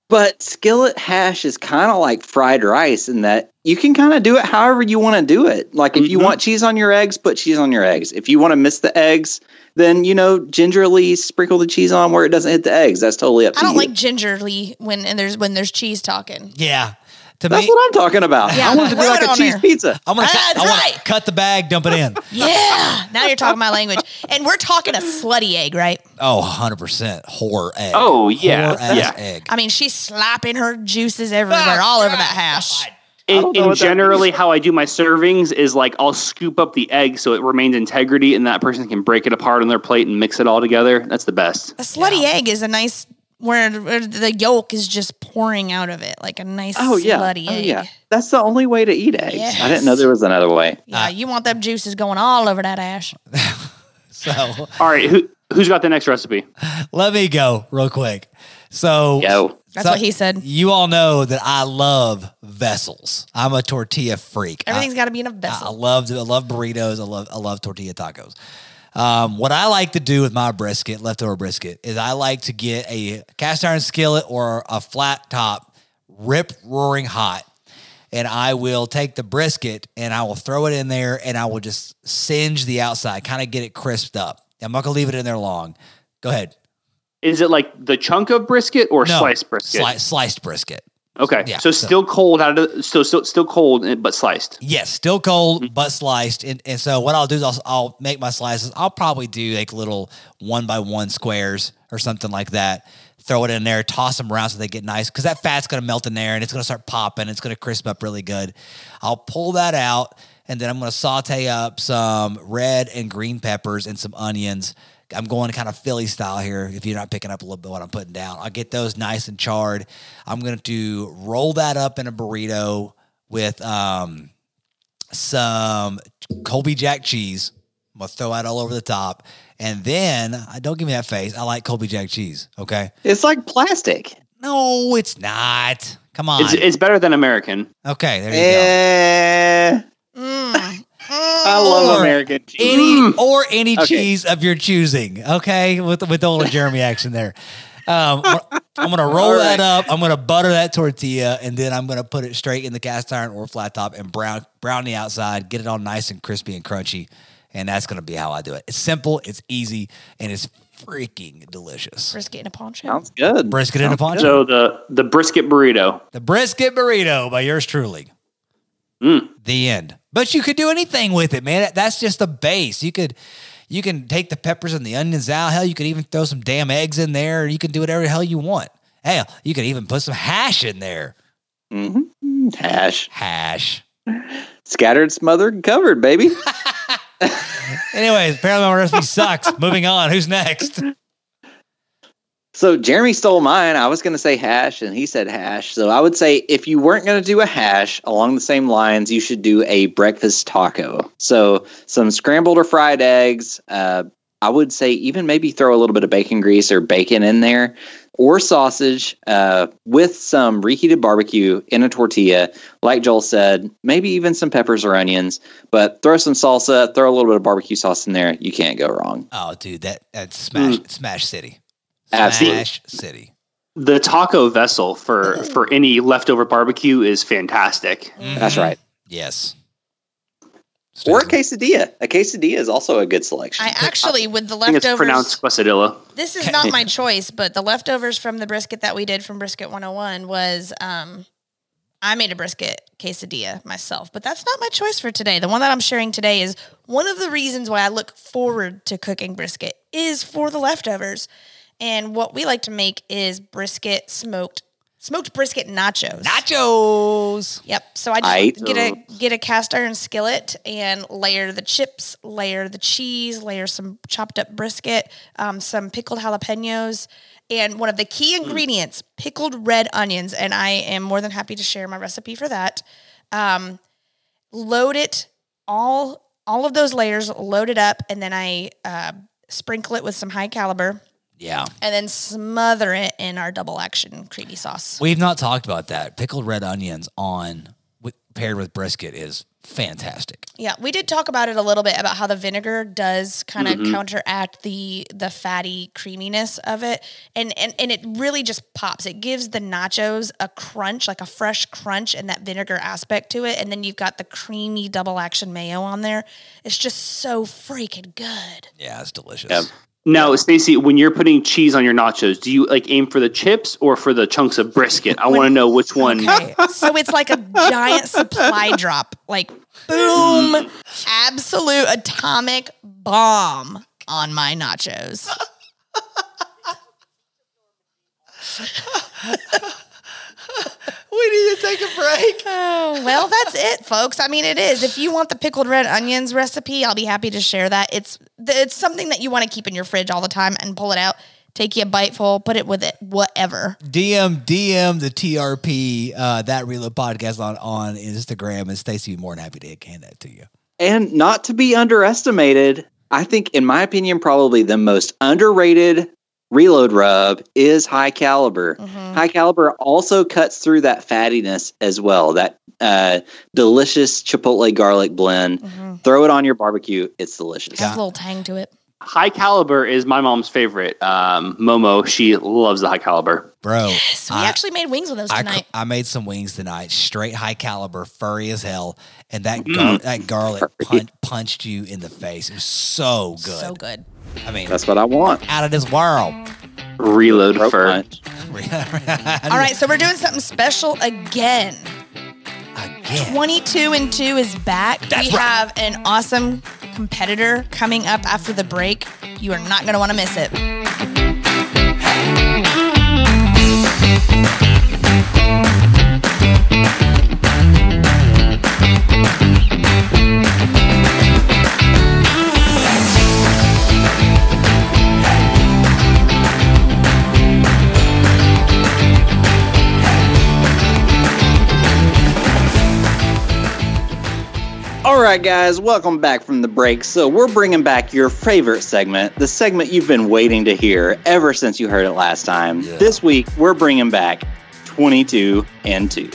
Speaker 2: But skillet hash is kind of like fried rice in that you can kind of do it however you want to do it. Like if you
Speaker 5: Mhm.
Speaker 2: want cheese on your eggs, put cheese on your eggs. If you want to miss the eggs, then you know gingerly sprinkle the cheese on where it doesn't hit the eggs. That's totally up to
Speaker 3: I don't
Speaker 2: you.
Speaker 3: like gingerly when and there's when there's cheese talking.
Speaker 4: Yeah. To
Speaker 2: That's
Speaker 4: me
Speaker 2: what I'm talking about.
Speaker 3: Yeah,
Speaker 2: I want it to be
Speaker 3: rub
Speaker 2: like
Speaker 3: it
Speaker 2: a
Speaker 3: on
Speaker 2: cheese
Speaker 3: there.
Speaker 2: pizza.
Speaker 4: I'm gonna,
Speaker 3: Ah,
Speaker 4: cut, I
Speaker 3: that's
Speaker 4: wanna
Speaker 3: right.
Speaker 4: cut the bag, dump it in.
Speaker 3: Yeah. now you're talking my language. And we're talking a slutty egg, right?
Speaker 4: Oh, 100% horror egg.
Speaker 5: Oh, yeah,
Speaker 4: Whore ass
Speaker 5: yeah.
Speaker 4: egg.
Speaker 3: I mean, she's slapping her juices everywhere, all over that
Speaker 2: Ah,
Speaker 3: hash.
Speaker 5: In,
Speaker 2: don't know
Speaker 5: in
Speaker 2: what that
Speaker 5: generally, how I do my servings is like I'll scoop up the egg so it remains integrity, and that person can break it apart on their plate and mix it all together. That's the best.
Speaker 3: A slutty egg is a nice where where the yolk is just pouring out of it, like a nice
Speaker 2: Oh yeah.
Speaker 3: slutty
Speaker 2: oh
Speaker 3: egg.
Speaker 2: yeah. That's the only way to eat eggs. I
Speaker 3: Yes.
Speaker 2: didn't know there was another way.
Speaker 3: Yeah, you want them juices going all over that ash.
Speaker 4: So
Speaker 5: All right, who who's got the next recipe?
Speaker 4: let me go real quick. So
Speaker 2: Yo.
Speaker 3: That's what he said.
Speaker 4: You all know that I love vessels. I'm a tortilla freak. I,
Speaker 3: Everything's got to be in a
Speaker 4: I
Speaker 3: vessel.
Speaker 4: love I love burritos. I love I love tortilla tacos. Um, what I like to do with my brisket, leftover brisket, is I like to get a cast iron skillet or a flat top, rip roaring hot, and I will take the brisket and I will throw it in there and I will just singe the outside, kind of get it crisped up. I'm not gonna leave it in there long. Go ahead.
Speaker 5: Is it like the chunk of brisket or
Speaker 4: No.
Speaker 5: sliced brisket?
Speaker 4: Sli- sliced brisket.
Speaker 5: Okay,
Speaker 4: Yeah,
Speaker 5: so
Speaker 4: so-
Speaker 5: still cold out of the, so, so still cold eh, but sliced.
Speaker 4: Yes, still cold but sliced. And, and so what I'll do is I'll, I'll make my slices. I'll probably do like little one by one squares or something like that. Throw it in there, toss them around so they get nice because that fat's going to melt in there and it's going to start popping. It's going to crisp up really good. I'll pull that out and then I'm going to saute up some red and green peppers and some onions. I'm going kind of Philly style here. If you're not picking up a little bit what I'm putting down, I'll get those nice and charred. I'm going to roll that up in a burrito with um, some Colby Jack cheese. I'm gonna throw it all over the top, and then I don't give me that face. I like Colby Jack cheese. Okay,
Speaker 2: It's like plastic.
Speaker 4: no, it's not. Come on.
Speaker 5: It's, it's better than American.
Speaker 4: okay, there you go.
Speaker 2: Eh,
Speaker 3: Mm.
Speaker 2: I love
Speaker 4: Or
Speaker 2: American cheese.
Speaker 4: Any or any
Speaker 2: Mm. Okay.
Speaker 4: cheese of your choosing. Okay, with with the little Jeremy action there. Um, I'm gonna roll
Speaker 2: All right.
Speaker 4: that up. I'm gonna butter that tortilla, and then I'm gonna put it straight in the cast iron or flat top and brown brown the outside. Get it all nice and crispy and crunchy, and that's gonna be how I do it. It's simple, it's easy, and it's freaking delicious.
Speaker 3: Brisket in a poncho.
Speaker 2: Sounds good.
Speaker 4: Brisket in a poncho.
Speaker 5: So the the brisket burrito.
Speaker 4: The brisket burrito by yours truly.
Speaker 5: Mm.
Speaker 4: The end. But you could do anything with it, man. That's just the base. You could you can take the peppers and the onions out. Hell, you could even throw some damn eggs in there. You can do whatever the hell you want. Hell, you could even put some hash in there.
Speaker 2: hmm Hash.
Speaker 4: Hash.
Speaker 2: Scattered, smothered, and covered, baby.
Speaker 4: Anyways, apparently my recipe sucks. Moving on. Who's next?
Speaker 2: So Jeremy stole mine. I was going to say hash, and he said hash. So I would say if you weren't going to do a hash along the same lines, you should do a breakfast taco. So some scrambled or fried eggs. Uh, I would say even maybe throw a little bit of bacon grease or bacon in there, or sausage uh, with some reheated barbecue in a tortilla. Like Joel said, maybe even some peppers or onions. But throw some salsa, throw a little bit of barbecue sauce in there. You can't go wrong.
Speaker 4: Oh, dude, that that's smash smash city.
Speaker 2: Mm. Absolutely.
Speaker 4: Smash city.
Speaker 5: The taco vessel for for any leftover barbecue is fantastic.
Speaker 2: That's right.
Speaker 4: Mm-hmm. Yes.
Speaker 2: Or a quesadilla. A quesadilla is also a good selection.
Speaker 3: I actually, with the
Speaker 5: I think it's
Speaker 3: leftovers,
Speaker 5: pronounced quesadilla.
Speaker 3: this is not my choice, but the leftovers from the brisket that we did from Brisket 101 was um, I made a brisket quesadilla myself, but that's not my choice for today. The one that I'm sharing today is one of the reasons why I look forward to cooking brisket is for the leftovers. And what we like to make is brisket smoked, smoked brisket nachos.
Speaker 4: Nachos.
Speaker 3: Yep. So I just
Speaker 2: I-
Speaker 3: get a get a cast iron skillet and layer the chips, layer the cheese, layer some chopped up brisket, um, some pickled jalapenos, and one of the key ingredients, pickled red onions. And I am more than happy to share my recipe for that. Um, load it all all of those layers, load it up, and then I uh, sprinkle it with some high caliber
Speaker 4: Yeah.
Speaker 3: and then smother it in our double action creamy sauce.
Speaker 4: We've not talked about that. Pickled red onions on with, paired with brisket is fantastic.
Speaker 3: Yeah, we did talk about it a little bit about how the vinegar does kind of counteract the the fatty creaminess of it, and and and it really just pops. It gives the nachos a crunch, like a fresh crunch, and that vinegar aspect to it. And then you've got the creamy double action mayo on there. It's just so freaking good.
Speaker 4: Yeah, it's delicious.
Speaker 2: Yeah.
Speaker 5: Now, Stacy, when you're putting cheese on your nachos, do you like aim for the chips or for the chunks of brisket? I want to know which one.
Speaker 3: Okay, so it's like a giant supply drop, like boom, absolute atomic bomb on my nachos.
Speaker 4: We need to take a break.
Speaker 3: Oh, well, that's it, folks. I mean, it is. If you want the pickled red onions recipe, I'll be happy to share that. It's th- it's something that you want to keep in your fridge all the time and pull it out, take you a biteful, put it with it, whatever.
Speaker 4: DM DM the TRP uh, that reload podcast on on Instagram, and Stacy would be more than happy to hand that to you.
Speaker 2: And not to be underestimated, I think, in my opinion, probably the most underrated reload rub is high caliber.
Speaker 4: Mm-hmm.
Speaker 3: Mhm.
Speaker 2: High caliber also cuts through that fattiness as well, that uh, delicious chipotle garlic blend.
Speaker 3: Mhm.
Speaker 2: Throw it on your barbecue, it's delicious.
Speaker 3: Has a little tang to it.
Speaker 5: High caliber is my mom's favorite. Um, Momo, she loves the high caliber.
Speaker 4: Bro,
Speaker 3: So we
Speaker 4: I-
Speaker 3: actually made wings with those
Speaker 4: I,
Speaker 3: tonight.
Speaker 4: cr- I made some wings tonight, straight high caliber, furry as hell, and that gar- that garlic punch- punched you in the face. It was so good.
Speaker 3: So good.
Speaker 4: I mean,
Speaker 2: That's what I want.
Speaker 4: out of this world.
Speaker 5: Reload
Speaker 2: Throat
Speaker 5: for
Speaker 2: punch.
Speaker 3: All right, so we're doing something special again.
Speaker 4: again.
Speaker 3: 22 and 2 is back.
Speaker 4: That's
Speaker 3: we
Speaker 4: right.
Speaker 3: have an awesome competitor coming up after the break. You are not going to want to miss it.
Speaker 2: All right, guys, welcome back from the break. So, we're bringing back your favorite segment, the segment you've been waiting to hear ever since you heard it last time.
Speaker 4: Yeah.
Speaker 2: This week, we're bringing back 22 and 2.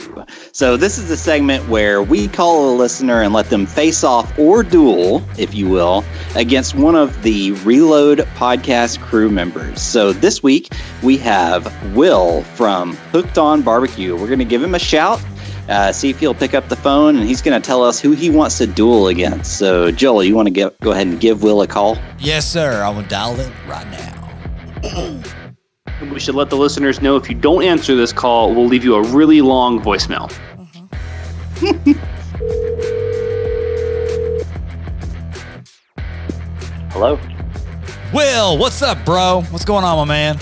Speaker 2: So, this is the segment where we call a listener and let them face off or duel, if you will, against one of the Reload podcast crew members. So, this week, we have Will from Hooked on Barbecue. We're going to give him a shout uh, see if he'll pick up the phone and he's going to tell us who he wants to duel against. So, Joel, you want to get, go ahead and give Will a call?
Speaker 4: Yes, sir. I'm gonna dial it right now.
Speaker 5: We should let the listeners know if you don't answer this call, we'll leave you a really long voicemail.
Speaker 6: Hello?
Speaker 4: Will, what's up, bro? What's going on, my man?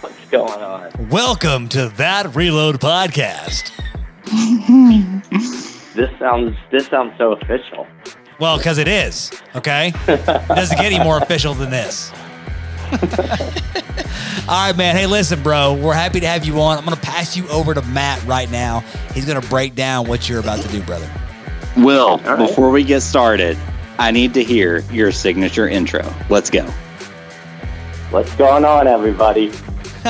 Speaker 6: What's going on?
Speaker 4: Welcome to that Reload podcast.
Speaker 6: This sounds this sounds so official.
Speaker 4: Well, because it is, okay? It doesn't get any more official than this. All right, man. Hey, listen, bro. We're happy to have you on. I'm going to pass you over to Matt right now. He's going to break down what you're about to do, brother.
Speaker 2: Will,
Speaker 5: right.
Speaker 2: before we get started, I need to hear your signature intro. Let's go.
Speaker 6: What's going on, everybody?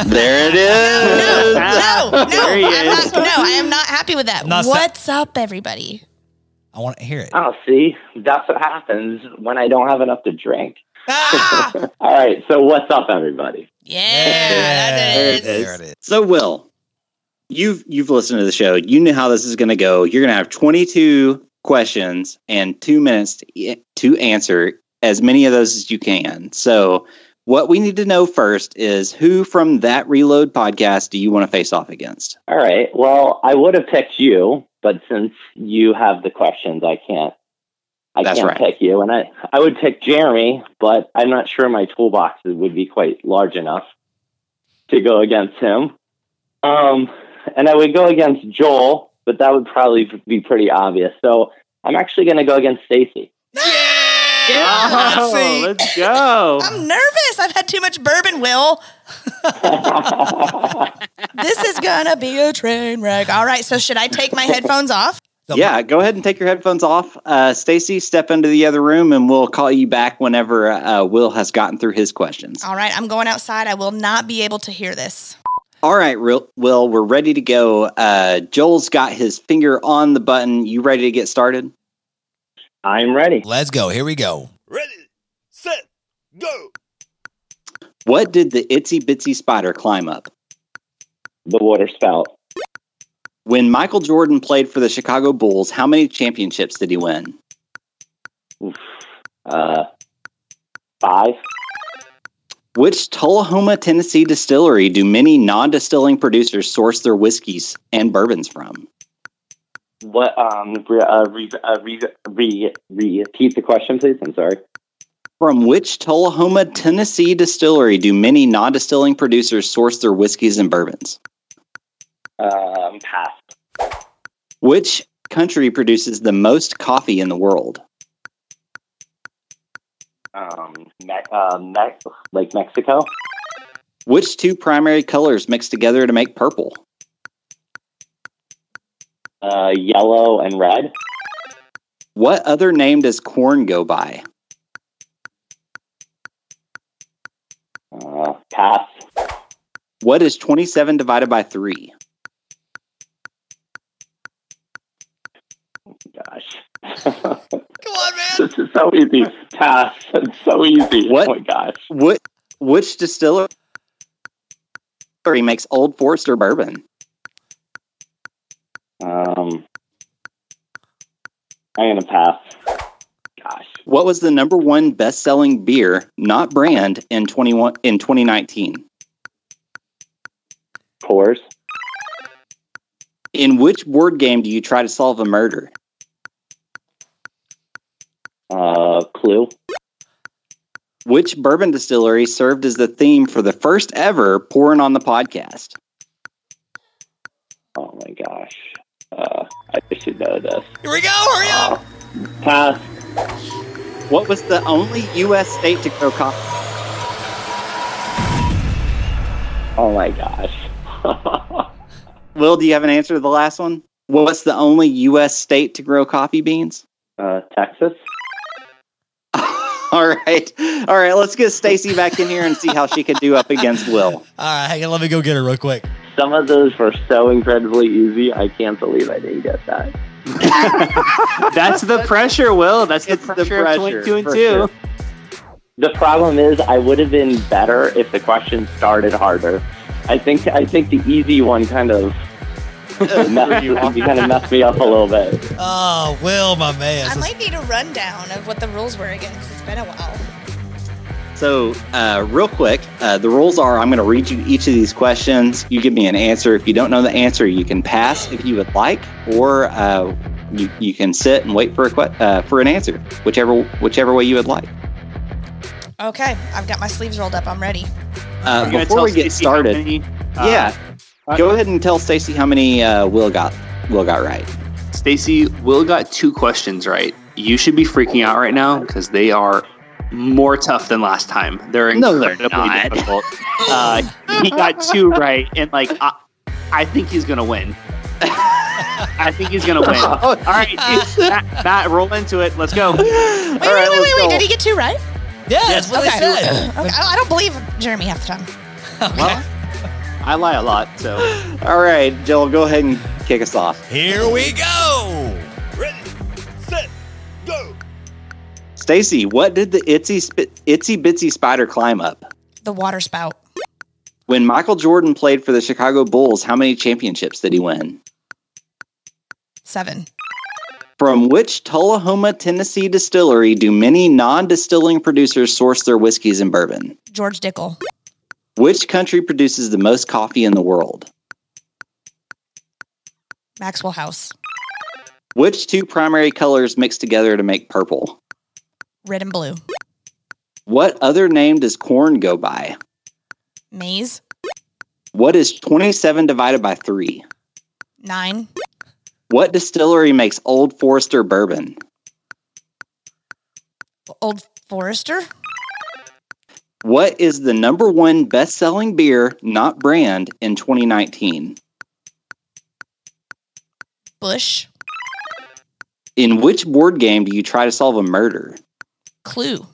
Speaker 2: there it is.
Speaker 3: no, no, no,
Speaker 5: Ah, There he
Speaker 3: I'm
Speaker 5: is.
Speaker 3: not, no, I am not happy with that.
Speaker 4: I'm not sa-
Speaker 3: What's up, everybody?
Speaker 4: I want to hear it.
Speaker 6: Oh, see, that's what happens when I don't have enough to drink.
Speaker 4: Ah!
Speaker 6: All right, so what's up, everybody?
Speaker 3: Yeah,
Speaker 4: There
Speaker 3: that
Speaker 4: it
Speaker 3: is.
Speaker 4: is. There it is.
Speaker 2: So, Will, you've you've listened to the show. You know how this is going to go. You're going to have 22 questions and two minutes to, e, to answer as many of those as you can. So, what we need to know first is who from that Reload podcast do you want to face off against?
Speaker 6: All right, well, I would have picked you, but since you have the questions, I can't. I
Speaker 2: That's
Speaker 6: can't
Speaker 2: right.
Speaker 6: pick you, and I I would pick Jeremy, but I'm not sure my toolbox would be quite large enough to go against him. Um, and I would go against Joel, but that would probably be pretty obvious. So I'm actually going to go against Stacy.
Speaker 5: Oh,
Speaker 4: See?
Speaker 5: let's go.
Speaker 3: I'm nervous. I've had too much bourbon, Will.
Speaker 6: I
Speaker 3: This is going to be a train wreck. All right, so should I take my headphones off?
Speaker 4: So
Speaker 2: yeah, go ahead and take your headphones off. Uh, Stacy, step into the other room and we'll call you back whenever uh, Will has gotten through his questions.
Speaker 3: All right, I'm going outside. I will not be able to hear this.
Speaker 2: All right, Real- Will, we're ready to go. Uh, Joel's got his finger on the button. You ready to get started?
Speaker 6: I'm ready.
Speaker 4: let's go. Here we go.
Speaker 1: Ready, set, go.
Speaker 2: What did the itsy bitsy spider climb up?
Speaker 6: The water spout.
Speaker 2: When Michael Jordan played for the Chicago Bulls, how many championships did he win?
Speaker 6: Uh, five.
Speaker 2: Which Tullahoma, Tennessee distillery do many non distilling producers source their whiskeys and bourbons from?
Speaker 6: What? Um. Re, uh, re, uh, re, re, repeat the question, please. I'm sorry.
Speaker 2: From which Tullahoma, Tennessee distillery do many non distilling producers source their whiskeys and bourbons?
Speaker 6: Um. Pass.
Speaker 2: Which country produces the most coffee in the world?
Speaker 6: Um. Me- uh, me- like Mexico.
Speaker 2: Which two primary colors mix together to make purple?
Speaker 6: Uh. Yellow and red.
Speaker 2: What other name does corn go by?
Speaker 6: Uh. Pass.
Speaker 2: What is 27 divided by 3?
Speaker 6: Gosh.
Speaker 4: Come on, man.
Speaker 6: this is so easy. Pass. It's so easy.
Speaker 2: What?
Speaker 6: Oh my gosh.
Speaker 2: What which distillery makes Old Forester bourbon?
Speaker 6: Um. I'm gonna pass. Gosh.
Speaker 2: What was the number one best-selling beer, not brand, in 21 in 2019?
Speaker 6: Coors.
Speaker 2: In which board game do you try to solve a murder?
Speaker 6: Uh. Clue.
Speaker 2: Which bourbon distillery served as the theme for the first ever pouring on the podcast?
Speaker 6: Oh my gosh. Uh, I should know this. Uh,
Speaker 4: Here we go. Hurry up.
Speaker 6: Pass.
Speaker 2: What was the only U.S. state to grow coffee?
Speaker 6: Oh my gosh.
Speaker 2: Will, do you have an answer to the last one? What's the only U.S. state to grow coffee beans?
Speaker 6: uh, Texas.
Speaker 2: All right, all right. Let's get Stacy back in here and see how she could do up against Will.
Speaker 4: All right, hang on. Let me go get her real quick.
Speaker 6: Some of those were so incredibly easy. I can't believe I didn't get that.
Speaker 5: That's the pressure, Will. That's the
Speaker 2: It's the
Speaker 5: pressure, of
Speaker 2: pressure,
Speaker 5: 22 and
Speaker 2: for
Speaker 5: 2.
Speaker 2: sure.
Speaker 6: The problem is, I would have been better if the question started harder. I think I think the easy one kind of messed, you kind of messed me up a little bit.
Speaker 4: Oh, Will, my man.
Speaker 3: I
Speaker 4: This is-
Speaker 3: might need a rundown of what the rules were again because it's been a while.
Speaker 2: So, uh, real quick, uh, the rules are I'm going to read you each of these questions. You give me an answer. If you don't know the answer, you can pass if you would like, or uh, you, you can sit and wait for a que- uh, for an answer, whichever whichever way you would like.
Speaker 3: Okay, I've got my sleeves rolled up. I'm ready.
Speaker 2: Uh,
Speaker 5: You're gonna
Speaker 2: before
Speaker 5: tell
Speaker 2: we get
Speaker 5: Stacey how
Speaker 2: started,
Speaker 5: many, uh,
Speaker 2: yeah, go
Speaker 3: uh,
Speaker 2: ahead and tell Stacy how many uh, Will got Will got right.
Speaker 5: Stacy, Will got two questions right. You should be freaking out right now because they are more tough than last time. They're
Speaker 2: No, they're
Speaker 5: incredibly
Speaker 2: not.
Speaker 5: difficult. Uh, he got two right, and like I, I think he's gonna win. I think he's gonna win.
Speaker 2: Oh,
Speaker 5: All right, dude, Matt, Matt, roll into it. Let's go.
Speaker 2: All
Speaker 3: Wait, wait, wait, wait, wait. Did he get two right?
Speaker 4: yeah, that's what
Speaker 3: okay.
Speaker 4: they
Speaker 3: okay.
Speaker 4: said.
Speaker 3: I I don't believe Jeremy half the time.
Speaker 5: I lie a lot, so
Speaker 2: All right, Joel, go ahead and kick us off.
Speaker 4: Here we go.
Speaker 1: Ready, set, go.
Speaker 2: Stacy, what did the itsy sp- itsy bitsy spider climb up?
Speaker 3: The water spout.
Speaker 2: When Michael Jordan played for the Chicago Bulls, how many championships did he win?
Speaker 3: Seven.
Speaker 2: From which Tullahoma, Tennessee distillery do many non distilling producers source their whiskeys and bourbon?
Speaker 3: George Dickel.
Speaker 2: Which country produces the most coffee in the world?
Speaker 3: Maxwell House.
Speaker 2: Which two primary colors mix together to make purple?
Speaker 3: Red and blue.
Speaker 2: What other name does corn go by?
Speaker 3: Maze.
Speaker 2: What is 27 divided by 3?
Speaker 3: Nine.
Speaker 2: What distillery makes Old Forester bourbon?
Speaker 3: Old Forester.
Speaker 2: What is the number one best selling beer, not brand, in 2019?
Speaker 3: Bush.
Speaker 2: In which board game do you try to solve a murder?
Speaker 3: Clue.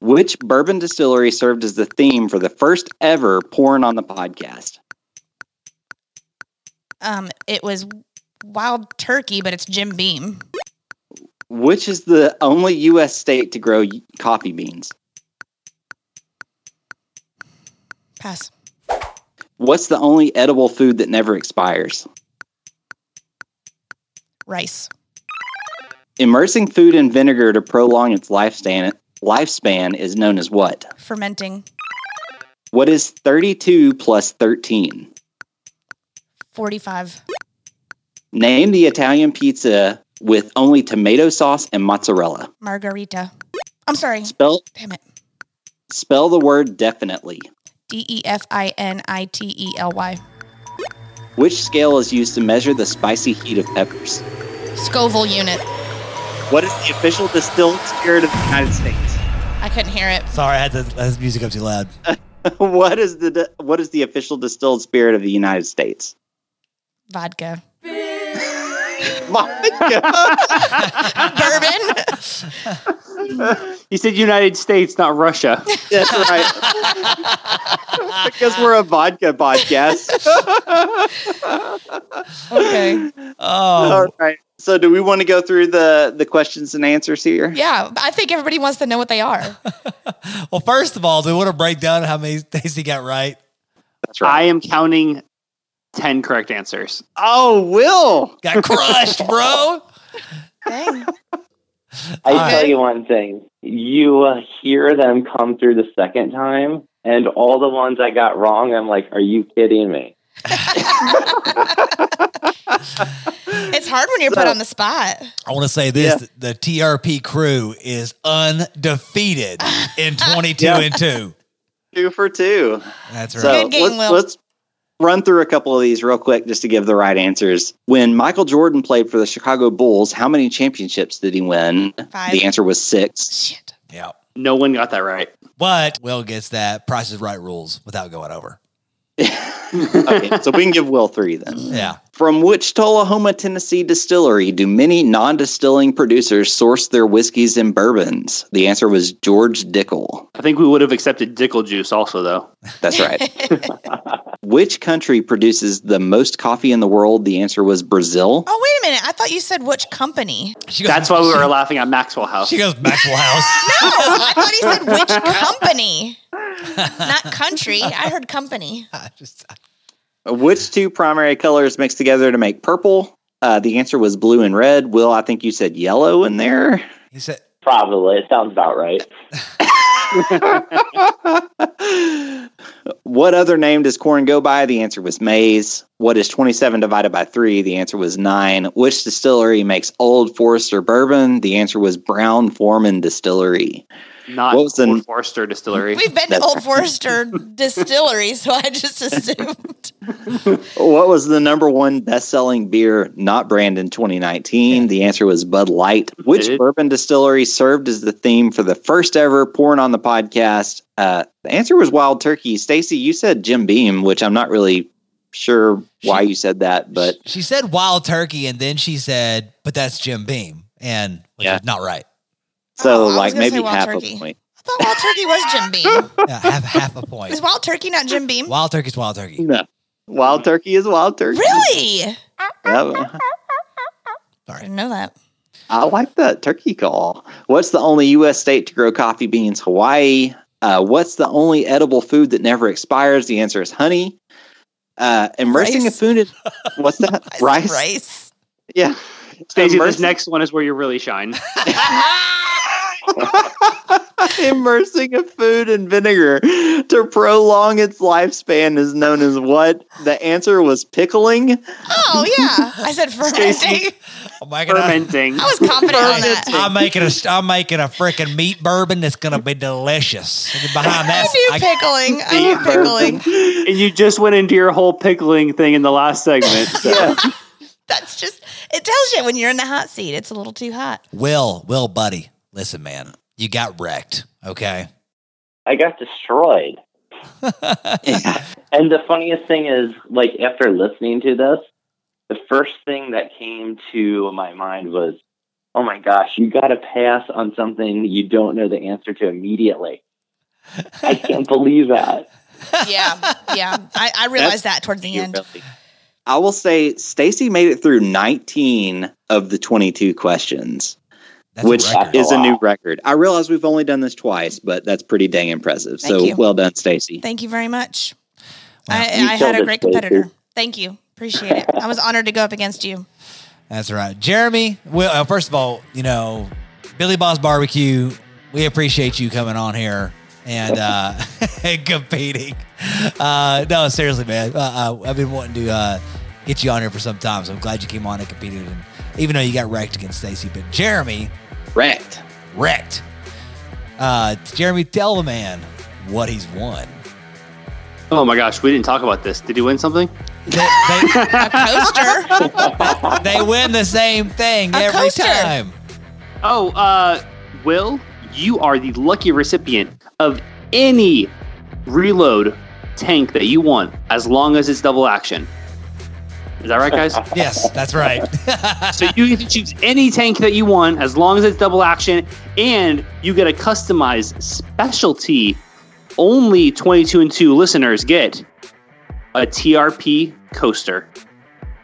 Speaker 2: Which bourbon distillery served as the theme for the first ever porn on the podcast?
Speaker 3: Um, it was Wild Turkey, but it's Jim Beam.
Speaker 2: Which is the only U.S. state to grow y- coffee beans?
Speaker 3: Pass.
Speaker 2: What's the only edible food that never expires?
Speaker 3: Rice.
Speaker 2: Immersing food in vinegar to prolong its lifespan lifespan is known as what?
Speaker 3: Fermenting.
Speaker 2: What is 32 plus 13?
Speaker 3: 45.
Speaker 2: Name the Italian pizza with only tomato sauce and mozzarella.
Speaker 3: Margarita. I'm sorry.
Speaker 2: Spell
Speaker 3: Damn it.
Speaker 2: spell the word definitely.
Speaker 3: D E F I N I T E L Y.
Speaker 2: Which scale is used to measure the spicy heat of peppers?
Speaker 3: Scoville unit.
Speaker 2: What is the official distilled spirit of the United States?
Speaker 3: I couldn't hear it.
Speaker 4: Sorry, I had the, I had the music up too loud.
Speaker 2: what is the di- what is the official distilled spirit of the United States?
Speaker 3: Vodka.
Speaker 2: Vodka.
Speaker 3: Bourbon.
Speaker 5: He said United States, not Russia.
Speaker 2: That's right. because we're a vodka podcast.
Speaker 3: okay.
Speaker 4: Oh,
Speaker 2: All right. So, do we want to go through the the questions and answers here?
Speaker 3: Yeah, I think everybody wants to know what they are.
Speaker 4: well, first of all, do we want to break down how many things he got right?
Speaker 2: That's
Speaker 5: I am counting 10 correct answers.
Speaker 2: oh, Will.
Speaker 4: Got crushed, bro.
Speaker 3: Dang.
Speaker 6: I
Speaker 4: All
Speaker 6: tell
Speaker 3: right.
Speaker 6: you one thing: you uh, hear them come through the second time, and all the ones I got wrong, I'm like, "Are you kidding me?"
Speaker 3: It's hard when you're put on the spot.
Speaker 4: I want to say this: the TRP crew is undefeated in twenty-two
Speaker 2: Yeah.
Speaker 4: and two.
Speaker 2: Two for two.
Speaker 4: That's right.
Speaker 2: So
Speaker 3: Good game,
Speaker 2: let's,
Speaker 3: Will.
Speaker 2: let's run through a couple of these real quick just to give the right answers. When Michael Jordan played for the Chicago Bulls, how many championships did he win?
Speaker 3: Five.
Speaker 2: The answer was six.
Speaker 3: Shit.
Speaker 4: yeah,
Speaker 5: No one got that right.
Speaker 4: but Will gets that Price is Right rules without going over.
Speaker 2: Okay, so we can give Will three then.
Speaker 4: Yeah,
Speaker 2: From which Tullahoma, Tennessee distillery do many non distilling producers source their whiskeys and bourbons? The answer was George Dickel.
Speaker 5: I think we would have accepted Dickle Juice also, though.
Speaker 2: That's right. which country produces the most coffee in the world? The answer was Brazil.
Speaker 3: Oh, wait a minute. I thought you said which company.
Speaker 4: she goes,
Speaker 5: That's why we were laughing at Maxwell House.
Speaker 4: She goes Maxwell House.
Speaker 3: No, I thought he said which company. Not country. I heard company.
Speaker 4: I just-
Speaker 2: Which two primary colors mixed together to make purple? Uh, the answer was blue and red. Will, I think you said yellow in there.
Speaker 4: he said,
Speaker 6: Probably, it sounds about right.
Speaker 2: what other name does corn go by? The answer was maize. What is 27 divided by 3? The answer was 9. Which distillery makes Old Forester bourbon? The answer was Brown Forman Distillery.
Speaker 5: Not
Speaker 2: What was the-
Speaker 5: Old Forester Distillery.
Speaker 3: We've been to
Speaker 2: That's-
Speaker 3: Old Forester Distillery, so I just assumed.
Speaker 2: What was the number one best selling beer not brand in 2019? The answer was Bud Light. Which
Speaker 5: Dude.
Speaker 2: bourbon distillery served as the theme for the first ever porn on the podcast? Uh, the answer was Wild Turkey. Stacy, you said Jim Beam, which I'm not really sure why you said that, but
Speaker 4: she said wild turkey, and then she said, but that's Jim Beam, and which
Speaker 2: Yeah.
Speaker 4: is not right.
Speaker 2: so
Speaker 3: Oh, I was
Speaker 2: like
Speaker 3: gonna
Speaker 2: maybe
Speaker 3: say Wild
Speaker 2: half
Speaker 3: Turkey.
Speaker 2: a point.
Speaker 3: I thought Wild Turkey was Jim Beam.
Speaker 4: Yeah, half half a
Speaker 3: Is
Speaker 4: point.
Speaker 3: Wild Turkey not Jim Beam?
Speaker 4: Mm-hmm. Wild turkey's wild turkey.
Speaker 2: No. Wild Turkey is Wild Turkey.
Speaker 3: Really?
Speaker 2: Yeah.
Speaker 3: I didn't know that.
Speaker 2: I like that turkey call. What's the only U.S. state to grow coffee beans? Hawaii. Uh, what's the only edible food that never expires? The answer is honey. Uh, immersing
Speaker 3: Rice.
Speaker 2: a food in what's that?
Speaker 3: I said
Speaker 2: rice.
Speaker 3: Rice.
Speaker 2: Yeah.
Speaker 5: Stacey, this
Speaker 2: Immersing-
Speaker 5: next one is where you really shine.
Speaker 2: immersing a food in vinegar to prolong its lifespan is known as what? The answer was pickling.
Speaker 3: Oh yeah, I said fermenting.
Speaker 4: I'm making a,
Speaker 5: Fermenting.
Speaker 3: I was confident on that.
Speaker 4: I'm making a I'm making a freaking meat bourbon that's gonna be delicious. And behind
Speaker 3: Ah, I
Speaker 4: that,
Speaker 3: knew
Speaker 4: I-
Speaker 3: pickling. I knew pickling.
Speaker 5: and you just went into your whole pickling thing in the last segment. So.
Speaker 3: That's just it tells you when you're in the hot seat, it's a little too hot.
Speaker 4: Will, Will, buddy, listen, man, you got wrecked. Okay,
Speaker 6: I got destroyed.
Speaker 2: Yeah.
Speaker 6: And the funniest thing is, like after listening to this, the first thing that came to my mind was, oh my gosh, you got to pass on something you don't know the answer to immediately. I can't believe that.
Speaker 3: yeah, yeah. I, I realized that towards the end.
Speaker 2: Really. I will say Stacy made it through 19 of the 22 questions,
Speaker 4: That's
Speaker 2: which
Speaker 4: a record.
Speaker 2: is a new
Speaker 6: Wow.
Speaker 2: record. I realize we've only done this twice, but that's pretty dang impressive.
Speaker 3: Thank
Speaker 2: so
Speaker 3: you.
Speaker 2: well done, Stacy.
Speaker 3: Thank you very much.
Speaker 4: Wow.
Speaker 3: I,
Speaker 6: You
Speaker 3: I
Speaker 6: killed
Speaker 3: had a
Speaker 6: it,
Speaker 3: great
Speaker 6: Stacy.
Speaker 3: competitor. Thank you. Appreciate it. I was honored to go up against you.
Speaker 4: That's right. Jeremy, well, uh, first of all, you know, Billy Boss Barbecue, we appreciate you coming on here and uh, and competing. Uh, no, seriously, man. Uh, uh, I've been wanting to uh, get you on here for some time, so I'm glad you came on and competed. And even though you got wrecked against Stacy, but Jeremy
Speaker 2: Correct.
Speaker 4: wrecked. Uh, Jeremy, tell the man what he's won.
Speaker 5: Oh my gosh, we didn't talk about this. Did he win something?
Speaker 4: They, they,
Speaker 3: A coaster.
Speaker 4: they win the same thing
Speaker 3: A
Speaker 4: every
Speaker 3: coaster.
Speaker 4: time.
Speaker 5: Oh, uh, Will, you are the lucky recipient of any reload tank that you want, as long as it's double action. Is that right, guys?
Speaker 4: Yes, that's right.
Speaker 5: so you get to choose any tank that you want, as long as it's double action, and you get a customized specialty. Only 22 and 2 listeners get a TRP coaster.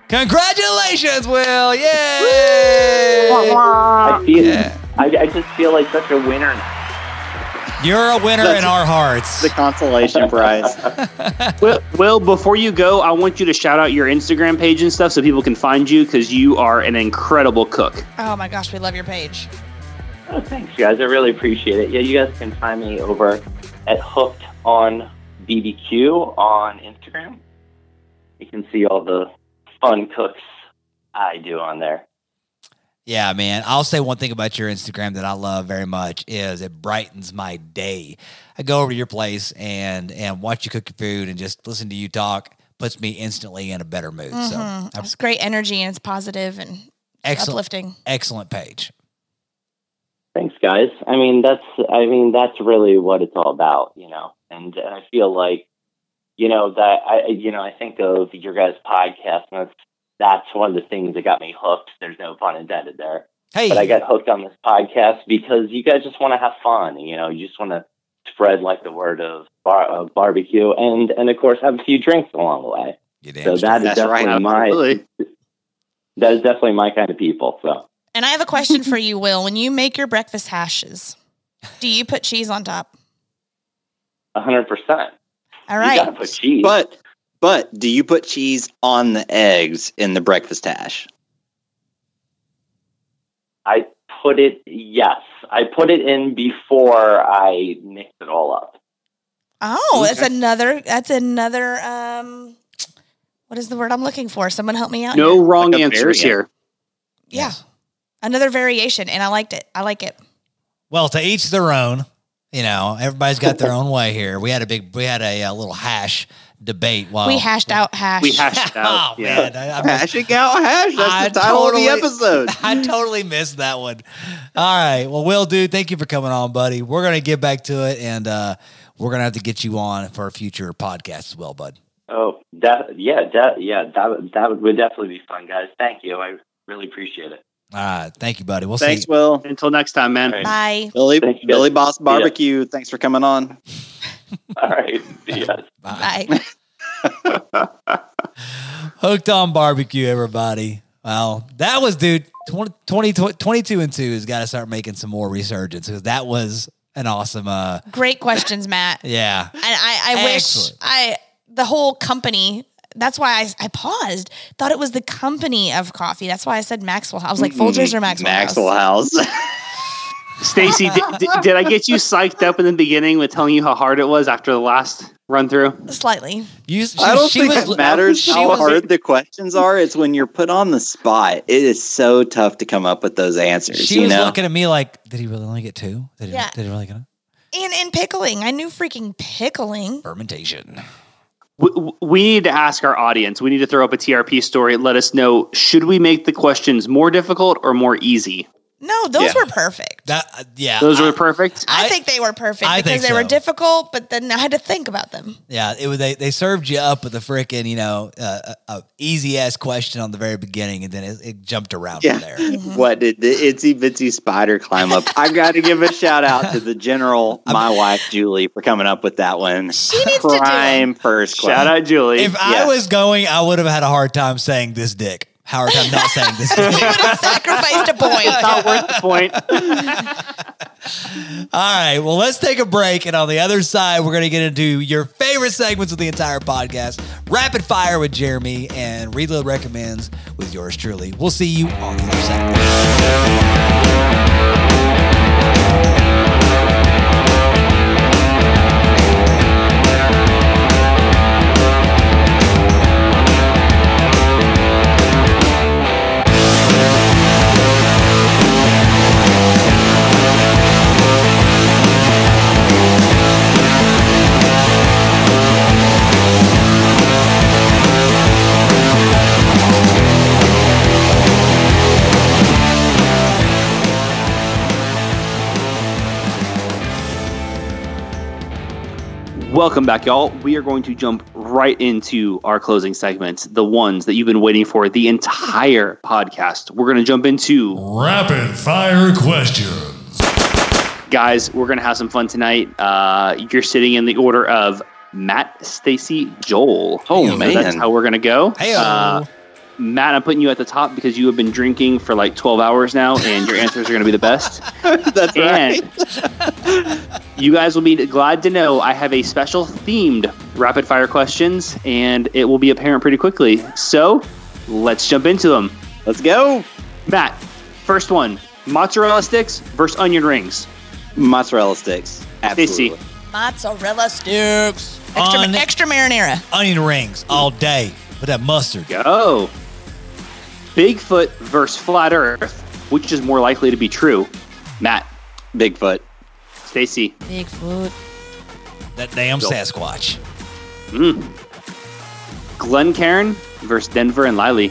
Speaker 4: Congratulations, Will! Yay!
Speaker 6: I feel,
Speaker 4: Yeah.
Speaker 6: I, I just feel like such a winner. now.
Speaker 4: You're a winner in our hearts.
Speaker 2: The consolation prize.
Speaker 5: Will, Will, before you go, I want you to shout out your Instagram page and stuff so people can find you because you are an incredible cook.
Speaker 3: oh my gosh, we love your page.
Speaker 6: Oh, thanks, guys. I really appreciate it. Yeah, you guys can find me over at Hooked on BBQ on Instagram. You can see all the fun cooks I do on there.
Speaker 4: Yeah, man. I'll say one thing about your Instagram that I love very much is it brightens my day. I go over to your place and and watch you cook your food and just listen to you talk puts me instantly in a better mood.
Speaker 3: Mhm.
Speaker 4: So
Speaker 3: it's great energy and it's positive and
Speaker 4: excellent,
Speaker 3: uplifting.
Speaker 4: excellent page.
Speaker 6: Thanks, guys. I mean, that's I mean that's really what it's all about, you know. And and I feel like, you know, that I I- you know I think of your guys' podcast, and that's that's one of the things that got me hooked. There's no pun intended there,
Speaker 4: Hey,
Speaker 6: but I got hooked on this podcast because you guys just want to have fun, you know. You just want to spread like the word of bar, of barbecue, and and of course have a few drinks along the way.
Speaker 4: you damn
Speaker 6: So that is
Speaker 2: That's right.
Speaker 6: definitely my
Speaker 5: Absolutely.
Speaker 6: that is definitely my kind of people. So
Speaker 3: And I have a question for you, Will. When you make your breakfast hashes, do you put cheese on top?
Speaker 6: hundred percent.
Speaker 3: All
Speaker 6: You gotta
Speaker 3: right.
Speaker 6: put cheese.
Speaker 2: But but do you put cheese on the eggs in the breakfast hash?
Speaker 6: I put it, yes, I put it in before I mix it all up.
Speaker 3: Oh, that's another that's another um what is the word I'm looking for? Someone help me out.
Speaker 5: No
Speaker 3: here.
Speaker 5: wrong
Speaker 2: Like a
Speaker 5: answers
Speaker 2: variant.
Speaker 5: here.
Speaker 3: Yeah. Another variation and I liked it. I like it.
Speaker 4: Well, to each their own. You know, everybody's got their own way here. We had a big, we had a, uh little hash debate while
Speaker 3: we hashed out hash.
Speaker 5: We hashed it out.
Speaker 4: Oh,
Speaker 5: yeah.
Speaker 4: man, I, I missed
Speaker 2: Hashing out hash. That's
Speaker 4: I
Speaker 2: the title
Speaker 4: totally-
Speaker 2: of the episode.
Speaker 4: I totally missed that one. All right. Well, Will, dude, thank you for coming on, buddy. We're going to get back to it and uh, we're going to have to get you on for a future podcast as well, bud.
Speaker 6: Oh, that, yeah, that, yeah, that, would- that would, would definitely be fun, guys. Thank you. I really appreciate it.
Speaker 4: All right. Thank you, buddy. We'll
Speaker 2: Thanks,
Speaker 4: see.
Speaker 2: Will.
Speaker 5: Until next time, man.
Speaker 6: All right.
Speaker 3: Bye.
Speaker 2: Billy,
Speaker 6: Thank you, guys.
Speaker 2: Billy Boss Barbecue. Thanks for coming on.
Speaker 6: All right. See you guys.
Speaker 4: Bye.
Speaker 3: Bye.
Speaker 4: Hooked on barbecue, everybody. Wow. That was, dude, 20, 20 22 and 2 has got to start making some more resurgence because that was an awesome, uh,
Speaker 3: Great questions, Matt.
Speaker 4: yeah.
Speaker 3: And I, I wish
Speaker 4: Excellent.
Speaker 3: I the whole company. That's why I, I paused. Thought it was the company of coffee. That's why I said Maxwell. I was like Folgers or Maxwell. House?
Speaker 2: Maxwell House.
Speaker 5: Stacy, did, did- did I get you psyched up in the beginning with telling you how hard it was after the last run through?
Speaker 3: Slightly.
Speaker 4: You, she,
Speaker 2: I don't
Speaker 4: she
Speaker 2: think
Speaker 4: was,
Speaker 2: it matters
Speaker 4: she
Speaker 2: how
Speaker 4: was-
Speaker 2: hard the questions are. It's when you're put on the spot. It is so tough to come up with those answers.
Speaker 4: She
Speaker 2: you
Speaker 4: was
Speaker 2: know,
Speaker 4: looking at me like, did he really only get two? Did he,
Speaker 3: Yeah.
Speaker 4: did he really get a
Speaker 3: And and pickling. I knew freaking pickling.
Speaker 4: fermentation?
Speaker 5: We, we need to ask our audience. We need to throw up a TRP story. Let us know should we make the questions more difficult or more easy?
Speaker 3: No, those
Speaker 7: Yeah.
Speaker 3: were perfect.
Speaker 4: That uh, yeah.
Speaker 5: Those
Speaker 4: I-
Speaker 5: were perfect.
Speaker 3: I,
Speaker 4: I-
Speaker 3: think they were perfect
Speaker 4: I
Speaker 3: because
Speaker 4: think
Speaker 3: they were
Speaker 4: so.
Speaker 3: difficult, but then I had to think about them.
Speaker 4: Yeah, it was they, they served you up with a freaking, you know, uh, a, a easy ass question on the very beginning and then it, it jumped around
Speaker 2: Yeah.
Speaker 4: from there.
Speaker 2: What did the itsy bitsy spider climb up? I've got to give a shout out to the general, my wife Julie, for coming up with that one.
Speaker 3: She needs to do
Speaker 2: Prime first class.
Speaker 5: Shout out Julie.
Speaker 4: If I
Speaker 2: Yeah.
Speaker 4: was going, I would have had a hard time saying this dick. Hard time not saying this dick.
Speaker 3: Would have sacrificed a point.
Speaker 5: Not worth the point.
Speaker 4: All right, well, let's take a break. And on the other side, we're going to get into your favorite segments of the entire podcast Rapid Fire with Jeremy and Reload Recommends with yours truly. We'll see you on the other side.
Speaker 5: Welcome back, y'all. We are going to jump right into our closing segments, the ones that you've been waiting for the entire podcast. We're going to jump into,
Speaker 8: Rapid fire questions.
Speaker 5: guys, we're going to have some fun tonight. Uh, you're sitting in the order of Matt, Stacy, Joel.
Speaker 2: Oh,
Speaker 5: So that's
Speaker 2: man.
Speaker 5: how we're going to go.
Speaker 4: Hey,
Speaker 5: Uh, Matt, I'm putting you at the top because you have been drinking for like 12 hours now, and your answers are going to be the best.
Speaker 2: That's right.
Speaker 5: And you guys will be glad to know I have a special themed rapid fire questions, and it will be apparent pretty quickly. So let's jump into them.
Speaker 2: Let's go.
Speaker 5: Matt, first one mozzarella sticks versus onion rings.
Speaker 2: Mozzarella sticks.
Speaker 5: Stacy.
Speaker 2: Absolutely.
Speaker 3: Mozzarella sticks. Extra,
Speaker 4: On-
Speaker 3: extra marinara.
Speaker 4: Onion rings all day with that mustard.
Speaker 5: Go. Bigfoot versus flat earth, which is more likely to be true? Matt,
Speaker 2: Bigfoot.
Speaker 5: Stacy,
Speaker 3: Bigfoot.
Speaker 4: That damn
Speaker 5: Nope.
Speaker 4: Sasquatch.
Speaker 5: Glencairn versus Denver and Liley.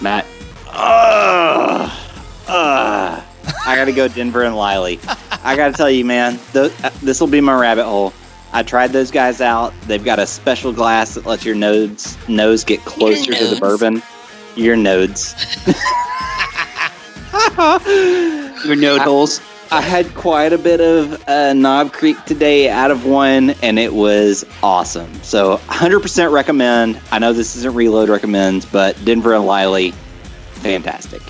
Speaker 5: Matt,
Speaker 2: Ugh. Ugh. I got to go Denver and Liley. I got to tell you, man, th- uh, this will be my rabbit hole. I tried those guys out. They've got a special glass that lets your nodes nose get closer to the
Speaker 3: nodes.
Speaker 2: bourbon. Your nodes.
Speaker 5: your node holes.
Speaker 2: I had quite a bit of uh, Knob Creek today out of one, and it was awesome. So 100% recommend. I know this isn't Reload recommends, but Denver and Liley, fantastic.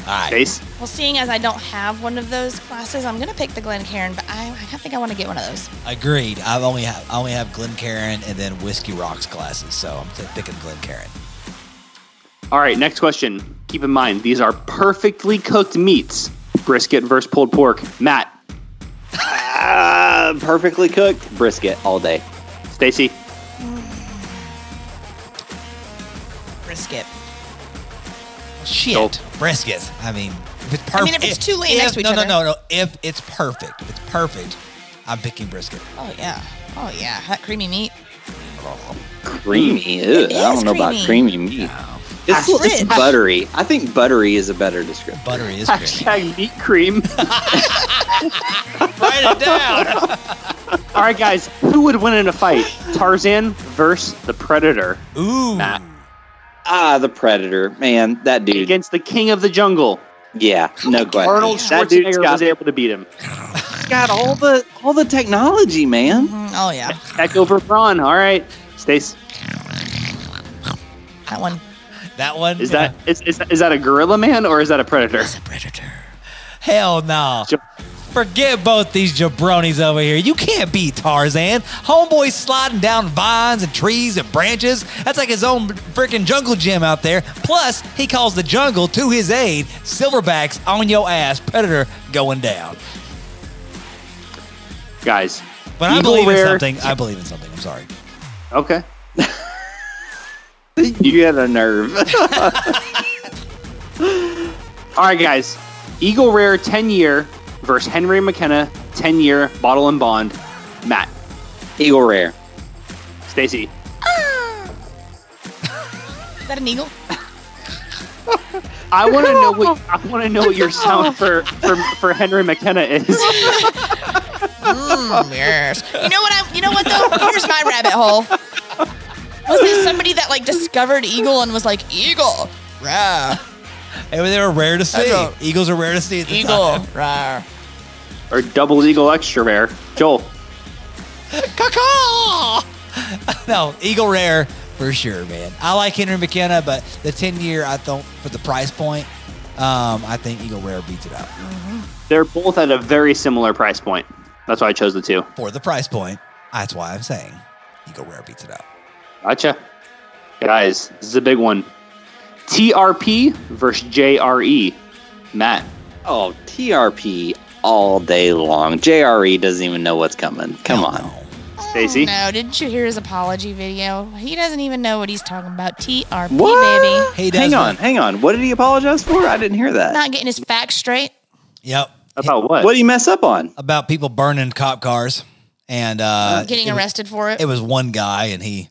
Speaker 4: All right.
Speaker 5: Stace,
Speaker 3: Well, seeing as I don't have one of those classes, I'm going to pick the Glencairn, but I, I think I want to get one of those.
Speaker 4: Agreed. I've only have I only have Glencairn and then Whiskey Rocks glasses, so I'm t- picking Glencairn.
Speaker 5: All right, next question. Keep in mind, these are perfectly cooked meats. Brisket versus pulled pork. Matt,
Speaker 2: Ah, perfectly cooked brisket all day.
Speaker 5: Stacy,
Speaker 3: Brisket.
Speaker 4: Shit, brisket. I mean, if it's perfect.
Speaker 3: mean, if it's too lean next to each
Speaker 4: no,
Speaker 3: other.
Speaker 4: No, no, no, If it's perfect, if it's perfect. I'm picking brisket.
Speaker 3: Oh, yeah. Oh, yeah. Hot creamy meat.
Speaker 2: Creamy. Ew, I
Speaker 3: Mm. is
Speaker 2: don't know about
Speaker 3: creamy.
Speaker 2: creamy meat. It's, it's
Speaker 3: Rich.
Speaker 2: buttery. I think buttery is a better description.
Speaker 4: Buttery is creamy.
Speaker 5: hashtag meat cream.
Speaker 4: Write it down.
Speaker 5: All right, guys, who would win in a fight? Tarzan versus the Predator
Speaker 4: Ooh,
Speaker 5: Nah.
Speaker 2: Ah, the predator. Man, that dude.
Speaker 5: against the King of the Jungle.
Speaker 2: Yeah, no question.
Speaker 5: Arnold
Speaker 2: that dude's
Speaker 5: Schwarzenegger
Speaker 2: got,
Speaker 5: was able to beat him.
Speaker 2: got all the all the technology, man.
Speaker 3: Mm, oh, yeah.
Speaker 5: Back over Braun. All right, Stace,
Speaker 3: That one.
Speaker 4: that one
Speaker 5: is that is, is is that a gorilla man or is that a predator?
Speaker 4: a predator? Hell no.
Speaker 5: Jab-
Speaker 4: Forget both these jabronis over here. You can't beat Tarzan. Homeboy's sliding down vines and trees and branches. That's like his own freaking jungle gym out there. Plus, he calls the jungle to his aid. Silverbacks on your ass. Predator going down.
Speaker 5: Guys,
Speaker 4: But I
Speaker 5: Eagle
Speaker 4: believe in
Speaker 5: rare-
Speaker 4: something. I believe in something. I'm sorry.
Speaker 5: Okay,
Speaker 2: You got a nerve.
Speaker 5: all right, guys, Eagle Rare ten year versus Henry McKenna ten year bottle and bond. Matt,
Speaker 2: Eagle rare.
Speaker 5: Stacy,
Speaker 3: Ah! Is that an eagle?
Speaker 5: I want to know what I want to know what your sound for, for for Henry McKenna is.
Speaker 3: Mm, yes. You know what? I'm. You know what though? Here's my rabbit hole. Was it somebody that like discovered eagle and was like eagle, rah,
Speaker 4: And they were rare to see.
Speaker 9: a-
Speaker 4: Eagles are rare to see at the
Speaker 9: Eagle.
Speaker 4: time.
Speaker 9: Rawr.
Speaker 5: or double eagle extra rare. Joel,
Speaker 4: Caw-caw! no, eagle rare for sure, man. I like Henry McKenna, but the ten year, I don't for the price point. Um, I think eagle rare beats it up
Speaker 5: they're both at a very similar price point. That's why I chose the two.
Speaker 4: for the price point. That's why I'm saying eagle rare beats it up.
Speaker 5: Gotcha, guys. This is a big one. TRP versus JRE. Matt,
Speaker 2: Oh, TRP all day long. JRE doesn't even know what's coming. Come
Speaker 4: Hell
Speaker 2: on.
Speaker 4: no.
Speaker 5: Stacy?
Speaker 3: Oh, No, didn't you hear his apology video? He doesn't even know what he's talking about. TRP,
Speaker 2: What?
Speaker 3: baby.
Speaker 4: He does
Speaker 2: Hang
Speaker 4: look-
Speaker 2: on, hang on. What did he apologize for? I didn't hear that.
Speaker 3: Not getting his facts straight.
Speaker 4: Yep.
Speaker 5: about oh, what?
Speaker 2: what did he mess up on?
Speaker 4: About people burning cop cars and uh,
Speaker 3: getting
Speaker 4: it was-
Speaker 3: arrested for it.
Speaker 4: It was one guy, and he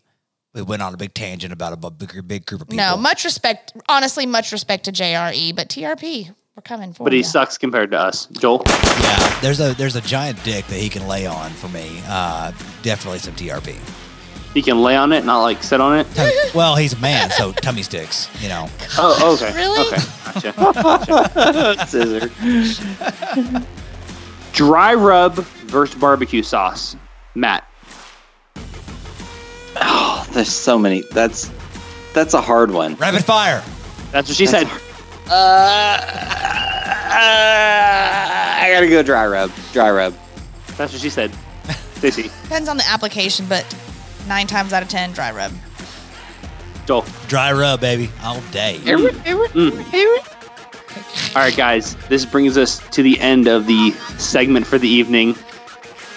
Speaker 4: we went on a big tangent about a big, big group of people.
Speaker 3: no, much respect. Honestly, much respect to JRE, but TRP, we're coming for
Speaker 5: But he
Speaker 3: ya.
Speaker 5: sucks compared to us. Joel,
Speaker 4: Yeah, there's a there's a giant dick that he can lay on for me. Uh, definitely some TRP.
Speaker 5: he can lay on it, not like sit on it.
Speaker 4: Tum- well, he's a man, so tummy sticks. You know,
Speaker 5: Oh, okay.
Speaker 3: Really?
Speaker 5: Okay. Gotcha.
Speaker 2: Scissor.
Speaker 5: Dry rub versus barbecue sauce. Matt,
Speaker 2: Oh, there's so many. That's that's a hard one.
Speaker 4: rapid fire.
Speaker 5: that's what she
Speaker 2: That's
Speaker 5: said.
Speaker 2: Uh, I gotta go dry rub. Dry rub.
Speaker 5: That's what she said. Stacy,
Speaker 3: Depends on the application, but nine times out of ten, dry rub.
Speaker 5: Joel.
Speaker 4: Dry rub, baby, all day.
Speaker 5: All right, guys, this brings us to the end of the segment for the evening.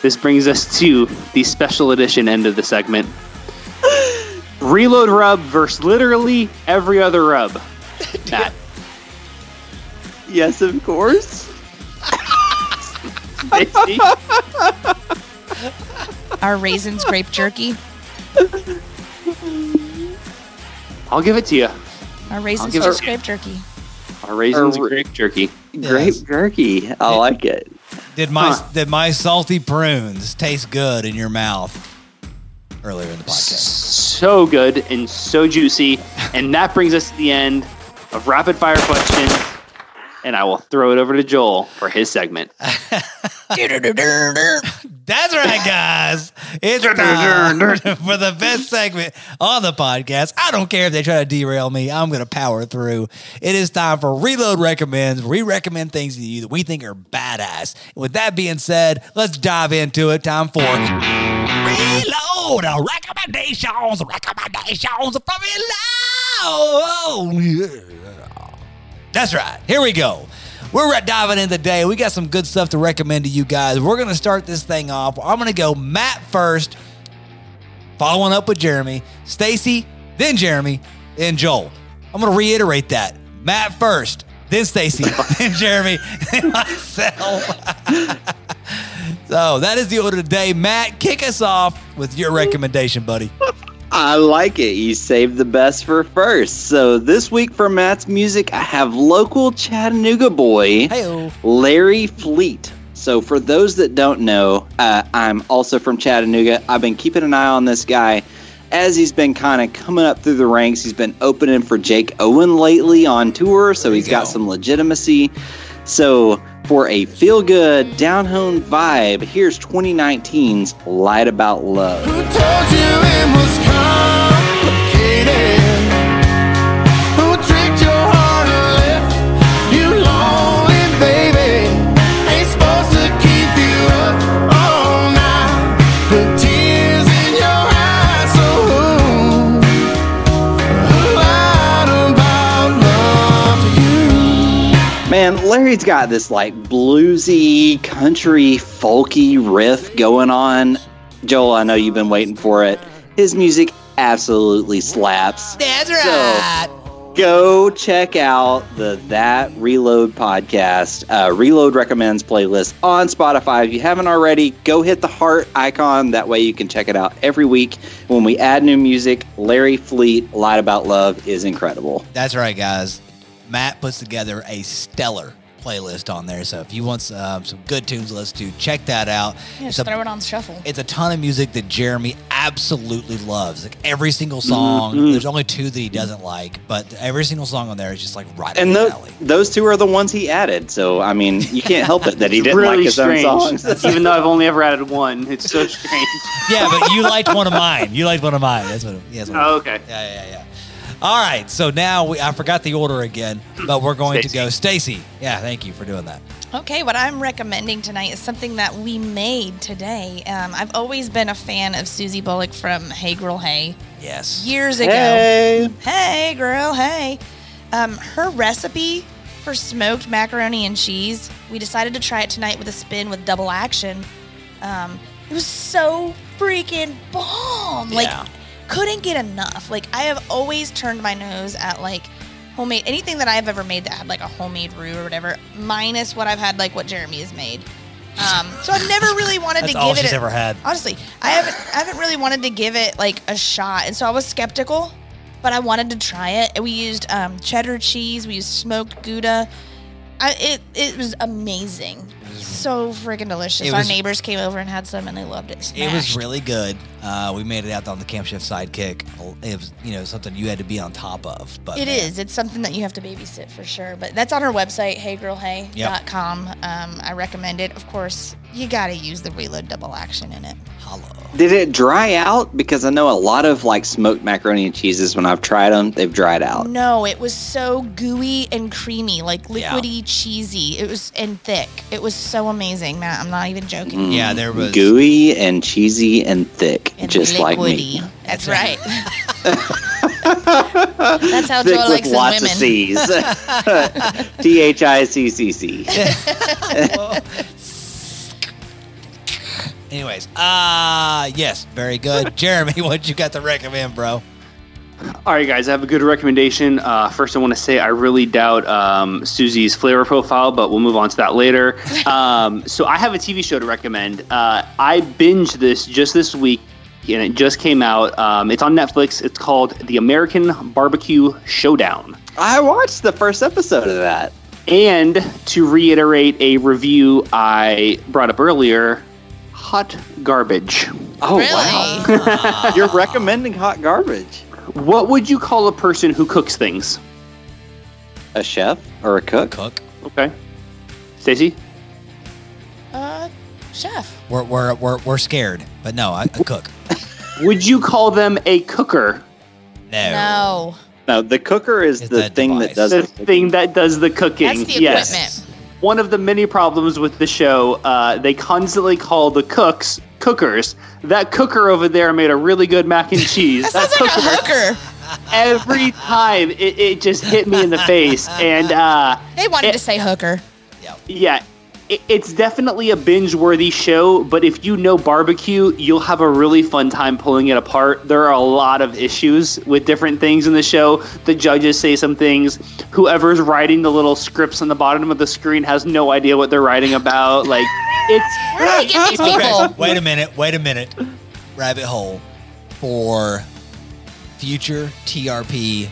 Speaker 5: This brings us to the special edition end of the segment. Reload rub versus literally every other rub. Matt,
Speaker 2: Yes, of course.
Speaker 5: Stacy,
Speaker 3: Our raisins grape jerky.
Speaker 5: I'll give it to you.
Speaker 3: Our
Speaker 5: I'll
Speaker 3: raisins
Speaker 5: give
Speaker 3: just
Speaker 5: it-
Speaker 3: grape jerky.
Speaker 5: Our raisins
Speaker 2: Or-
Speaker 5: and grape jerky.
Speaker 2: Grape jerky. I like it.
Speaker 4: Did my
Speaker 5: Huh.
Speaker 4: did my salty prunes taste good in your mouth earlier in the podcast?
Speaker 5: so good and so juicy. And that brings us to the end of rapid fire questions. And I will throw it over to Joel for his segment.
Speaker 4: That's right, guys. It's time for the best segment on the podcast. I don't care if they try to derail me. I'm going to power through. It is time for Reload Recommends. We recommend things to you that we think are badass. With that being said, let's dive into it. Time for Reload Recommendations. Recommendations from Reload. Yeah. That's right. Here we go. We're right diving in today. We got some good stuff to recommend to you guys. We're going to start this thing off. I'm going to go Matt first, following up with Jeremy, Stacy, then Jeremy, then Joel. I'm going to reiterate that. Matt first, then Stacy, then Jeremy, then myself. so that is the order today. Matt, kick us off with your recommendation, buddy.
Speaker 2: I like it. You saved the best for first. So this week for Matt's music, I have local Chattanooga boy
Speaker 4: Hey,
Speaker 2: Larry Fleet. So for those that don't know, uh, I'm also from Chattanooga. I've been keeping an eye on this guy as he's been kind of coming up through the ranks. He's been opening for Jake Owen lately on tour, so he's got some legitimacy. So for a feel good, down home vibe, here's 2019's Light About Love.
Speaker 9: Who told you it was complicated? Who tricked your heart and left you lonely, baby? Ain't supposed to keep you up all night. Put tears in your eyes, so who? Who lied about love to you?
Speaker 2: Man, Larry's got this like bluesy, country, folky riff going on. Joel, I know you've been waiting for it. His music absolutely slaps.
Speaker 4: that's
Speaker 2: right. Go check out the That Reload podcast, uh, Reload Recommends playlist on Spotify. If you haven't already, go hit the heart icon. That way you can check it out every week. When we add new music, Larry Fleet, Lied About Love is incredible.
Speaker 4: That's right, guys. Matt puts together a stellar playlist on there. So if you want um, some good tunes to listen to, check that out.
Speaker 3: Yeah,
Speaker 4: It's
Speaker 3: just
Speaker 4: a-
Speaker 3: throw it on shuffle.
Speaker 4: it's a ton of music that Jeremy absolutely loves. Like every single song, there's only two that he doesn't like, but every single song on there is just like right up
Speaker 2: And
Speaker 4: his
Speaker 2: those
Speaker 4: alley.
Speaker 2: those two are the ones he added. So I mean, you can't help it that he
Speaker 5: It's
Speaker 2: didn't
Speaker 5: really
Speaker 2: like his
Speaker 5: strange.
Speaker 2: own songs.
Speaker 5: Even though I've only ever added one, it's so strange.
Speaker 4: Yeah, but you liked one of mine. You liked one of mine. That's what. Yeah, that's what
Speaker 5: oh, okay.
Speaker 4: yeah, yeah, yeah. All right, so now we, I forgot the order again, but we're going to go Stacy. Yeah, thank you for doing that.
Speaker 3: Okay, what I'm recommending tonight is something that we made today. Um, I've always been a fan of Susie Bullock from Hey Girl Hey
Speaker 4: Yes.
Speaker 3: years ago.
Speaker 2: Hey,
Speaker 3: Hey, girl, hey. Um, her recipe for smoked macaroni and cheese, we decided to try it tonight with a spin with double action. Um, it was so freaking bomb. Like,
Speaker 4: Yeah.
Speaker 3: couldn't get enough. Like, I have always turned my nose at, like, homemade anything that I've ever made that had, like, a homemade roux or whatever, minus what I've had, like, what Jeremy has made. Um, so I've never really wanted
Speaker 4: That's
Speaker 3: to
Speaker 4: all
Speaker 3: give
Speaker 4: she's
Speaker 3: it. a-
Speaker 4: ever had.
Speaker 3: honestly, I haven't I haven't really wanted to give it like a shot, and so I was skeptical, but I wanted to try it. And we used um, cheddar cheese, we used smoked gouda. I, it it was amazing, so freaking delicious.
Speaker 4: It
Speaker 3: Our
Speaker 4: was-
Speaker 3: neighbors came over and had some, and they loved it. Smashed.
Speaker 4: It was really good. Uh, we made it out on the Camp Chef Sidekick. It was, you know, something you had to be on top of. But
Speaker 3: It is. It's something that you have to babysit for sure. But that's on our website, heygirlhey.com. Um, I recommend it. Of course, you got to use the reload double action in it.
Speaker 4: Hollow.
Speaker 2: did it dry out? Because I know a lot of like smoked macaroni and cheeses. When I've tried them, they've dried out.
Speaker 3: No, it was so gooey and creamy, like liquidy, cheesy. It was and thick. It was so amazing, Matt. I'm not even joking.
Speaker 2: Mm.
Speaker 4: Yeah, there was.
Speaker 2: Gooey and cheesy and thick,
Speaker 3: And
Speaker 2: just like me.
Speaker 3: That's right. That's how
Speaker 2: Thick
Speaker 3: Joe
Speaker 2: with
Speaker 3: likes his
Speaker 2: lots of
Speaker 3: women.
Speaker 2: C's. T H I C C C.
Speaker 4: Anyways, uh yes, very good. Jeremy, what you got to recommend, bro?
Speaker 5: All right, guys, I have a good recommendation. Uh, first, I want to say I really doubt um, Susie's flavor profile, but we'll move on to that later. Um, so, I have a TV show to recommend. Uh, I binged this just this week, and it just came out. Um, it's on Netflix. It's called The American Barbecue Showdown.
Speaker 2: I watched the first episode of that.
Speaker 5: And to reiterate a review I brought up earlier, hot garbage.
Speaker 2: Oh
Speaker 3: Really?
Speaker 2: wow!
Speaker 4: Uh,
Speaker 2: You're recommending hot garbage.
Speaker 5: What would you call a person who cooks things?
Speaker 2: A chef or a cook?
Speaker 4: Cook.
Speaker 5: Okay. Stacy?
Speaker 3: Uh, chef.
Speaker 4: We're we're we're, we're scared, but no, I, I cook.
Speaker 5: Would you call them a cooker?
Speaker 2: Oh.
Speaker 4: No.
Speaker 2: No,
Speaker 3: No,
Speaker 2: the cooker is
Speaker 4: It's
Speaker 2: the
Speaker 4: that
Speaker 2: thing that
Speaker 4: device.
Speaker 2: does
Speaker 5: the
Speaker 2: it.
Speaker 5: thing that does the cooking.
Speaker 3: that's the
Speaker 5: yes.
Speaker 3: equipment.
Speaker 5: One of the many problems with the show, uh, they constantly call the cooks cookers. That cooker over there made a really good mac and cheese. that
Speaker 3: That sounds like a
Speaker 5: cooker,
Speaker 3: hooker.
Speaker 5: every time, it, it just hit me in the face. And uh,
Speaker 3: They wanted
Speaker 5: It-
Speaker 3: to say hooker.
Speaker 5: yeah, it, it's definitely a binge worthy show, but if you know barbecue, you'll have a really fun time pulling it apart. There are a lot of issues with different things in the show. The judges say some things. Whoever's writing the little scripts on the bottom of the screen has no idea what they're writing about. Like, it's.
Speaker 3: Where do they get these
Speaker 4: Okay,
Speaker 3: people?
Speaker 4: wait a minute. Wait a minute. Rabbit hole for future TRP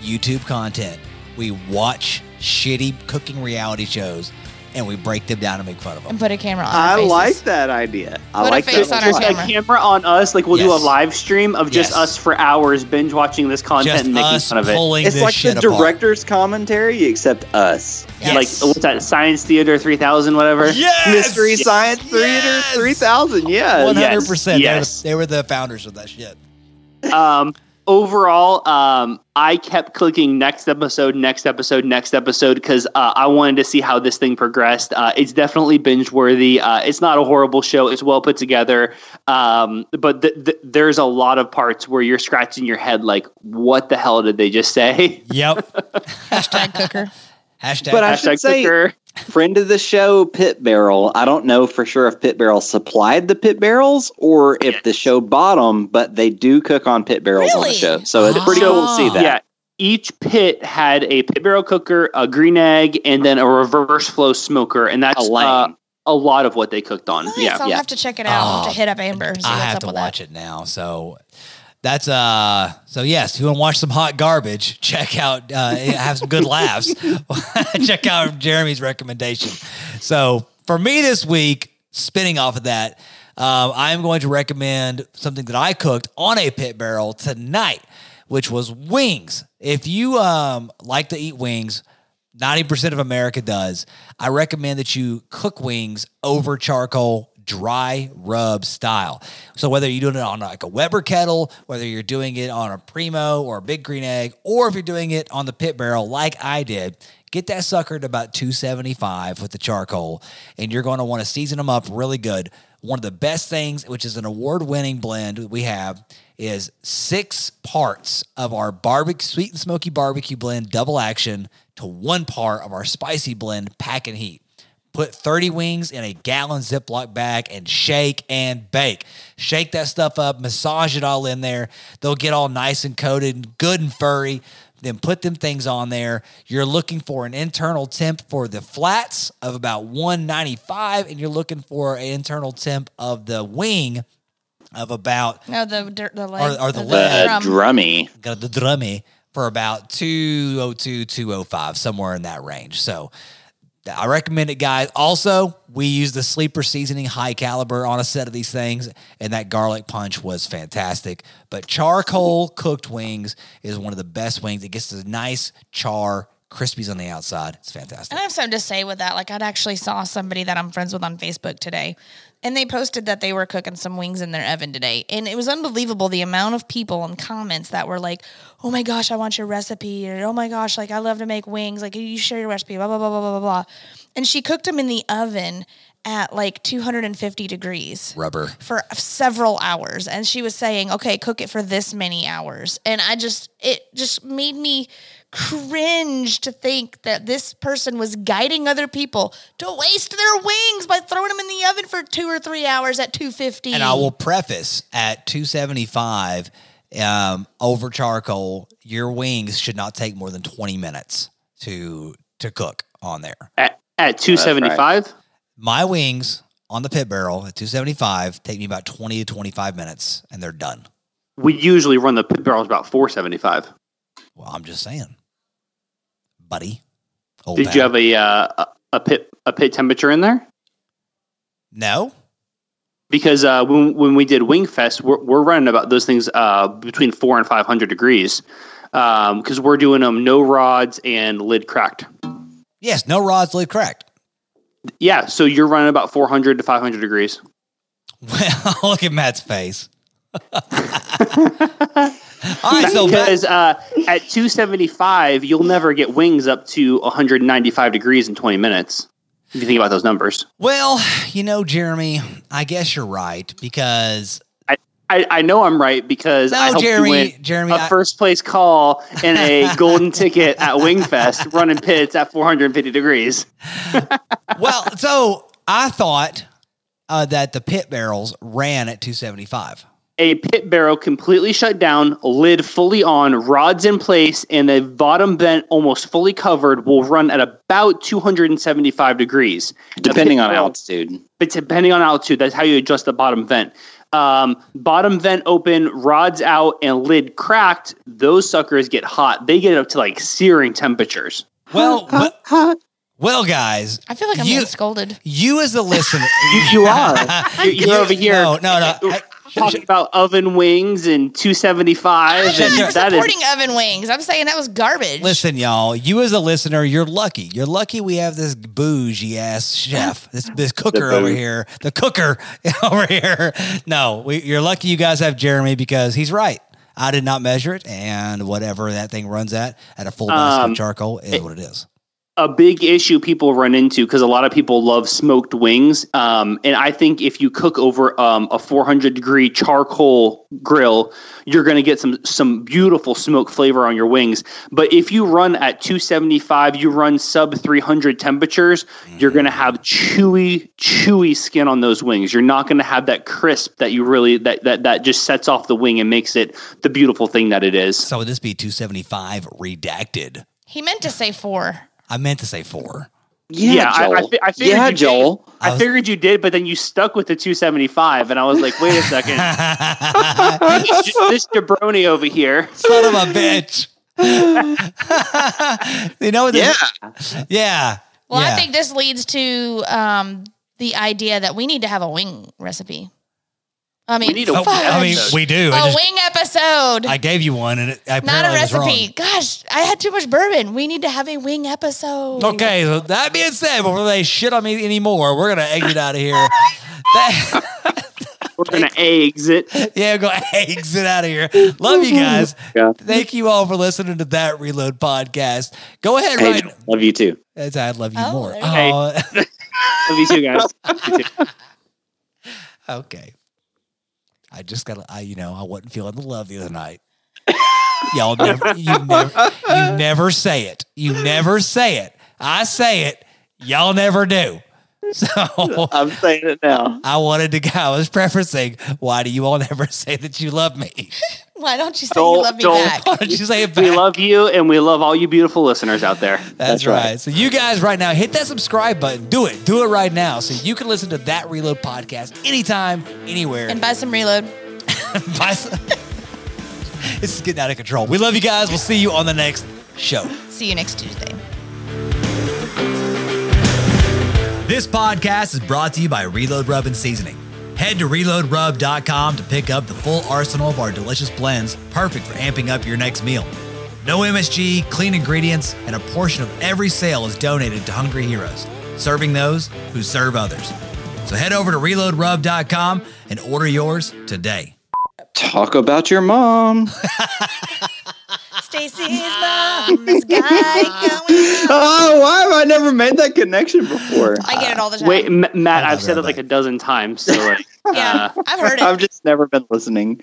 Speaker 4: YouTube content. We watch shitty cooking reality shows and we break them down and make fun of them.
Speaker 3: And put a camera on.
Speaker 2: I
Speaker 3: our faces.
Speaker 2: like that idea. I
Speaker 3: Put a
Speaker 2: like
Speaker 3: face
Speaker 2: that.
Speaker 3: on our
Speaker 2: idea.
Speaker 5: A
Speaker 3: camera.
Speaker 5: camera on us, like we'll do
Speaker 4: Yes.
Speaker 5: a live stream of just
Speaker 4: Yes.
Speaker 5: us for hours binge watching this content
Speaker 4: Just
Speaker 5: and making
Speaker 4: us
Speaker 5: fun of it.
Speaker 4: pulling
Speaker 2: It's
Speaker 4: this
Speaker 2: like
Speaker 4: shit
Speaker 2: the
Speaker 4: apart.
Speaker 2: director's commentary, except us.
Speaker 3: Yes.
Speaker 5: Like what's that? Science Theater three thousand, whatever.
Speaker 4: Yes!
Speaker 2: Mystery Science
Speaker 4: Yes!
Speaker 2: Theater 3000. Yeah.
Speaker 4: One
Speaker 5: Yes,
Speaker 4: hundred percent.
Speaker 5: yes.
Speaker 4: They were the founders of that shit.
Speaker 5: um, overall, um, I kept clicking next episode, next episode, next episode because uh, I wanted to see how this thing progressed. Uh, it's definitely binge worthy. Uh, it's not a horrible show. It's well put together, um, but th- th- there's a lot of parts where you're scratching your head, like, what the hell did they just say?
Speaker 4: Yep.
Speaker 3: Hashtag cooker.
Speaker 4: Hashtag.
Speaker 2: But I should
Speaker 5: Hashtag
Speaker 2: say,
Speaker 5: cooker.
Speaker 2: friend of the show, Pit Barrel. I don't know for sure if Pit Barrel supplied the pit barrels or if the show bought them, but they do cook on pit barrels on
Speaker 3: Really?
Speaker 2: the show. So it's pretty
Speaker 5: So-
Speaker 2: cool to see that.
Speaker 5: Ah. Yeah. Each pit had a pit barrel cooker, a green egg, and then a reverse flow smoker, and that's
Speaker 2: A
Speaker 5: a,
Speaker 2: lane.
Speaker 5: uh, a lot of what they cooked on.
Speaker 3: Nice.
Speaker 5: Yeah,
Speaker 3: I'll
Speaker 2: yeah.
Speaker 3: have to check it out. I'll have
Speaker 4: Oh,
Speaker 3: to hit up Amber. and See
Speaker 4: I
Speaker 3: what's
Speaker 4: have
Speaker 3: up
Speaker 4: to
Speaker 3: with
Speaker 4: watch it now. So That's uh. So yes, if you want to watch some hot garbage, check out uh, have some good laughs. check out Jeremy's recommendation. So for me this week, spinning off of that, um, I am going to recommend something that I cooked on a pit barrel tonight, which was wings. If you um like to eat wings, 90% of America does. I recommend that you cook wings over charcoal, dry rub style. So, whether you're doing it on like a Weber kettle, whether you're doing it on a Primo or a Big Green Egg, or if you're doing it on the pit barrel like I did, get that sucker to about 275 with the charcoal, and you're going to want to season them up really good. One of the best things, which is an award winning blend that we have, is six parts of our barbecue sweet and smoky barbecue blend double action to one part of our spicy blend pack and heat. Put 30 wings in a gallon Ziploc bag and shake and bake. Shake that stuff up, massage it all in there. They'll get all nice and coated and good and furry. Then put them things on there. You're looking for an internal temp for the flats of about 195, and you're looking for an internal temp of the wing of about
Speaker 3: No, the dirt, the leg,
Speaker 4: or the leg.
Speaker 3: the
Speaker 1: Uh,
Speaker 3: drum.
Speaker 1: drummy.
Speaker 4: got the drummy for about 202 205 somewhere in that range so i recommend it guys also we use the sleeper seasoning high caliber on a set of these things and that garlic punch was fantastic but charcoal cooked wings is one of the best wings it gets the nice char crispies on the outside it's fantastic
Speaker 3: And I have something to say with that. Like I'd actually saw somebody that I'm friends with on Facebook today, and they posted that they were cooking some wings in their oven today, and it was unbelievable the amount of people and comments that were like, "Oh my gosh, I want your recipe," or "Oh my gosh, like I love to make wings, like you share your recipe," blah blah blah blah blah blah. And she cooked them in the oven at like 250 degrees
Speaker 4: rubber
Speaker 3: for several hours and she was saying okay cook it for this many hours and i just it just made me cringe to think that this person was guiding other people to waste their wings by throwing them in the oven for two or three hours at 250
Speaker 4: And I will preface at 275 um, over charcoal, your wings should not take more than 20 minutes to to cook on there.
Speaker 5: At, at 275?
Speaker 4: My wings on the pit barrel at 275 take me about 20 to 25 minutes and they're done.
Speaker 5: We usually run the pit barrels about 475.
Speaker 4: Well, I'm just saying. Buddy. Old
Speaker 5: Did
Speaker 4: pal.
Speaker 5: you have a, uh, a a pit a pit temperature in there?
Speaker 4: No?
Speaker 5: Because uh, when when we did Wing Fest, we're, we're running about those things uh, between four and five hundred degrees because we're doing them no rods and lid cracked.
Speaker 4: Yes, no rods lid cracked.
Speaker 5: Yeah, so you're running about four hundred to five hundred degrees.
Speaker 4: Well, look at Matt's face. All right, so Matt,
Speaker 5: because uh, at 275 you'll never get wings up to 195 degrees in 20 minutes if you think about those numbers
Speaker 4: Well, you know, Jeremy, I guess you're right because
Speaker 5: i, I know i'm right because i
Speaker 4: no,
Speaker 5: helped
Speaker 4: Jeremy,
Speaker 5: you win
Speaker 4: Jeremy, I-
Speaker 5: a first place call and a golden ticket at wingfest running pits at 450 degrees
Speaker 4: well, so I thought uh, that the pit barrels ran at 275.
Speaker 5: a pit barrel completely shut down lid fully on rods in place and the bottom bent almost fully covered will run at about 275 degrees
Speaker 1: Depending on
Speaker 5: how.
Speaker 1: altitude.
Speaker 5: but depending on altitude, that's how you adjust the bottom vent. Um, bottom vent open, rods out, and lid cracked. Those suckers get hot. They get up to like searing temperatures.
Speaker 4: Well, we- well, guys,
Speaker 3: i feel like i'm
Speaker 4: You-
Speaker 3: getting scolded
Speaker 4: you as the listener,
Speaker 5: You are. You're, you're over here
Speaker 4: No, no, no. I-
Speaker 5: talking about oven wings and 275.
Speaker 3: i'm
Speaker 5: and
Speaker 4: sure.
Speaker 5: that is-
Speaker 3: supporting oven wings i'm saying that was garbage
Speaker 4: Listen, y'all. You as a listener, you're lucky. You're lucky we have this bougie ass chef, this this cooker over
Speaker 1: bouge.
Speaker 4: here, the cooker over here. No, we, you're lucky you guys have Jeremy because he's right. I did not measure it, and whatever that thing runs at at a full basket
Speaker 5: Um,
Speaker 4: of charcoal is what it is.
Speaker 5: a big issue people run into because a lot of people love smoked wings. Um, and I think if you cook over um, a 400 degree charcoal grill, you're going to get some some beautiful smoke flavor on your wings. But if you run at 275, you run sub 300 temperatures, you're going to have chewy, chewy skin on those wings. You're not going to have that crisp that you really that that that just sets off the wing and makes it the beautiful thing that it is.
Speaker 4: So would this be 275 redacted?
Speaker 3: he meant to say four
Speaker 4: I meant to say four.
Speaker 2: Yeah,
Speaker 5: I,
Speaker 2: Joel.
Speaker 5: I, fi- I figured
Speaker 2: yeah,
Speaker 5: you
Speaker 2: Joel.
Speaker 5: Did. I,
Speaker 4: I was-
Speaker 5: figured you did, but then you stuck with the 275, and I was like, wait a second, this, this jabroni over here.
Speaker 4: Son of a bitch. you know what?
Speaker 2: Yeah.
Speaker 4: this- Yeah.
Speaker 3: Well,
Speaker 4: yeah.
Speaker 3: I think this leads to um, the idea that we need to have a wing recipe. I mean,
Speaker 5: need a
Speaker 4: Oh,
Speaker 3: fuck.
Speaker 4: I mean, we do.
Speaker 3: a
Speaker 4: I, just,
Speaker 3: wing episode,
Speaker 4: I gave you one, and it I
Speaker 3: not a
Speaker 4: apparently was
Speaker 3: recipe.
Speaker 4: wrong.
Speaker 3: Gosh, I had too much bourbon. We need to have a wing episode.
Speaker 4: Okay, so that being said, before they shit on me anymore, we're gonna exit out of here. That-
Speaker 5: We're gonna exit.
Speaker 4: yeah, go exit out of here. Love you guys. Thank you all for listening to that Reload podcast. Go ahead,
Speaker 2: Hey,
Speaker 4: Ryan.
Speaker 2: Joel, love you too.
Speaker 4: That's I love you
Speaker 3: Oh,
Speaker 4: more.
Speaker 3: there you
Speaker 4: Oh,
Speaker 5: Love you too, guys. You too.
Speaker 4: okay. I just gotta. I you know I wasn't feeling the love the other night. Y'all never you never you never say it. You never say it. I say it. Y'all never do. So
Speaker 1: I'm saying it now.
Speaker 4: I wanted to go. I was prefacing, why do you all never say that you love me?
Speaker 3: Why don't you say
Speaker 5: Joel-
Speaker 3: you love me
Speaker 5: Joel-
Speaker 3: back?
Speaker 4: Why don't you say it back?
Speaker 5: We love you, and we love all you beautiful listeners out there.
Speaker 4: That's,
Speaker 1: That's
Speaker 4: right.
Speaker 1: right.
Speaker 4: So you guys right now hit that subscribe button. Do it. Do it right now so you can listen to that Reload podcast anytime, anywhere.
Speaker 3: And buy some reload.
Speaker 4: Bye. this is getting out of control. We love you guys. We'll see you on the next show.
Speaker 3: See you next Tuesday.
Speaker 4: This podcast is brought to you by Reload Rub and Seasoning. Head to reloadrub.com to pick up the full arsenal of our delicious blends, perfect for amping up your next meal. No MSG, clean ingredients, and a portion of every sale is donated to Hungry Heroes, serving those who serve others. So head over to reloadrub.com and order yours today.
Speaker 2: Talk about your mom.
Speaker 3: Stacy's mom, this guy going out.
Speaker 2: oh, why have I never made that connection before?
Speaker 3: I get it all the time.
Speaker 5: Wait, M- Matt,
Speaker 4: I
Speaker 5: I've
Speaker 4: love
Speaker 5: said
Speaker 4: that.
Speaker 5: it like a dozen times. So like,
Speaker 3: yeah, I've heard it.
Speaker 2: I've just never been listening.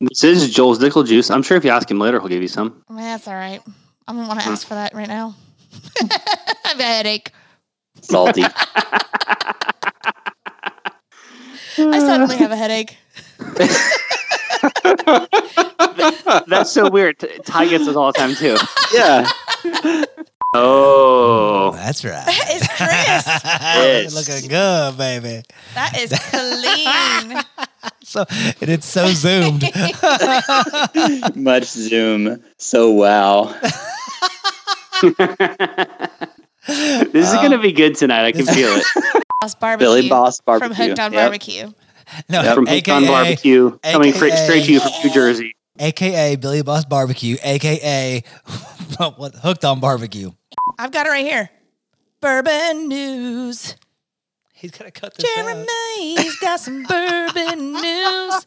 Speaker 5: this is Joel's Nickel Juice. I'm sure if you ask him later, he'll give you some.
Speaker 3: Well, That's all right. I don't want to ask for that right now. I have a headache.
Speaker 2: Salty.
Speaker 3: I suddenly have a headache.
Speaker 5: That's so weird. T- Ty gets this all the time too.
Speaker 2: yeah.
Speaker 5: Oh,
Speaker 4: That's right.
Speaker 3: That is crisp.
Speaker 5: Yes.
Speaker 4: Looking good, baby.
Speaker 3: That is clean.
Speaker 4: So and it's so zoomed.
Speaker 2: Much Zoom. So wow.
Speaker 5: this is gonna be good tonight. I can feel it.
Speaker 3: Boss barbecue.
Speaker 2: Billy Boss Barbecue.
Speaker 3: From Hooked on
Speaker 2: Yep.
Speaker 3: Barbecue.
Speaker 4: No,
Speaker 5: From Hicon Barbecue, coming straight, straight to you from New Jersey.
Speaker 4: aka Billy Boss Barbecue, aka what hooked on barbecue.
Speaker 3: I've got it right here. Bourbon news.
Speaker 4: He's gonna cut this
Speaker 3: Jeremy's got some bourbon news.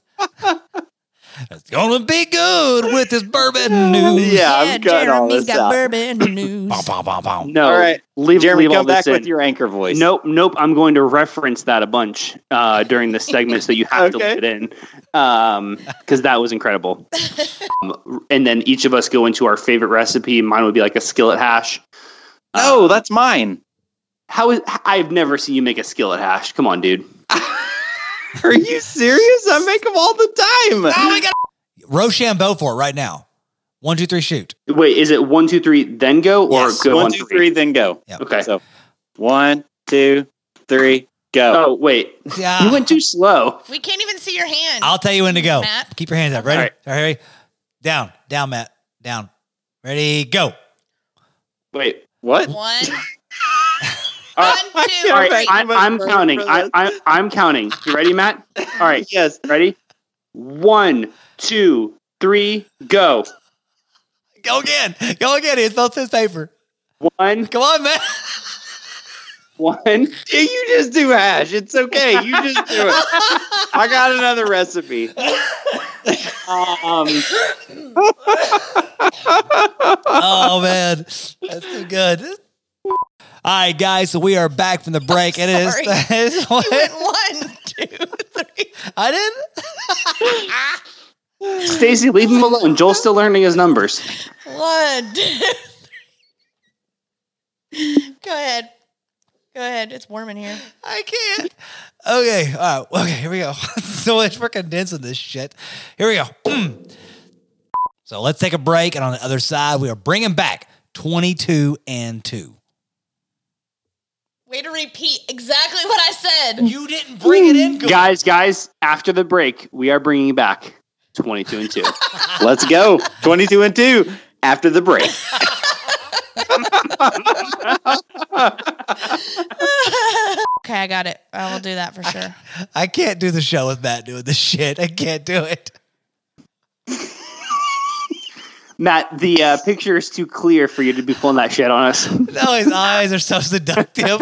Speaker 4: It's gonna be good with this bourbon news.
Speaker 2: Yeah, I'm cutting all
Speaker 3: Jeremy's
Speaker 2: this
Speaker 3: got
Speaker 2: out.
Speaker 3: bourbon news.
Speaker 4: Bow, bow, bow, bow.
Speaker 5: No,
Speaker 2: All right.
Speaker 5: leave,
Speaker 2: Jeremy,
Speaker 5: leave all
Speaker 2: come
Speaker 5: this
Speaker 2: back
Speaker 5: in.
Speaker 2: with your anchor voice.
Speaker 5: Nope, nope. I'm going to reference that a bunch uh, during the segments that you have
Speaker 2: Okay.
Speaker 5: to leave it in because that was incredible. um, and then each of us go into our favorite recipe. Mine would be like a skillet hash. Um,
Speaker 2: No, that's mine.
Speaker 5: How is I've never seen you make a skillet hash. Come on, dude.
Speaker 2: Are you serious? I make them all the
Speaker 3: Oh,
Speaker 2: time.
Speaker 4: Rochambeau for it right now. One, two, three, shoot.
Speaker 5: Wait, is it one, two, three, then go, or
Speaker 4: Yes.
Speaker 5: go
Speaker 2: One, two, three, then go.
Speaker 5: Okay.
Speaker 2: So one, two, three, go.
Speaker 5: Oh wait, you
Speaker 4: Yeah,
Speaker 5: went too slow.
Speaker 3: We can't even see your hand.
Speaker 4: I'll tell you when to go.
Speaker 3: Matt?
Speaker 4: Keep your hands up. Ready?
Speaker 5: All
Speaker 4: All
Speaker 5: right.
Speaker 4: right, ready? Down, down, Matt. Down. Ready? Go.
Speaker 5: Wait.
Speaker 2: What?
Speaker 3: One,
Speaker 5: All
Speaker 3: one,
Speaker 5: right.
Speaker 3: two, three.
Speaker 5: All right,
Speaker 2: Thank
Speaker 5: I,
Speaker 2: you much
Speaker 5: I'm
Speaker 2: for-
Speaker 5: counting.
Speaker 2: for
Speaker 5: I,
Speaker 2: this.
Speaker 5: I, I'm counting. You ready, Matt? All right,
Speaker 2: Yes.
Speaker 5: ready? One, two, three, go.
Speaker 4: Go again. Go again. It's both his paper.
Speaker 5: One,
Speaker 4: Come on, Matt.
Speaker 5: one.
Speaker 2: Yeah, You just do hash. It's okay. You just do it. I got another recipe.
Speaker 5: Um,
Speaker 4: oh man, that's too good. All right, guys. So we are back from the break, and it is.
Speaker 3: sorry.
Speaker 4: it is- what?
Speaker 3: One, two, three.
Speaker 4: I didn't.
Speaker 5: Stacy, leave him alone. Joel's still learning his numbers.
Speaker 3: One, two, three. Go ahead. Go ahead. It's warm in here.
Speaker 4: I can't. Okay. All right. Okay. Here we go. so much for condensing this shit. Here we go. Mm. So let's take a break, and on the other side, we are bringing back twenty-two and two.
Speaker 3: Way to repeat exactly what I said.
Speaker 4: You didn't bring it in, good.
Speaker 5: guys, guys. After the break, we are bringing back twenty-two and two.
Speaker 1: Let's go. 22 and 2 after the break.
Speaker 3: Okay, I got it. I will do that for sure.
Speaker 4: I can't do the show with Matt doing this shit. I can't do it.
Speaker 5: Matt, the uh, picture is too clear for you to be pulling that shit on us.
Speaker 4: No, his eyes are so seductive.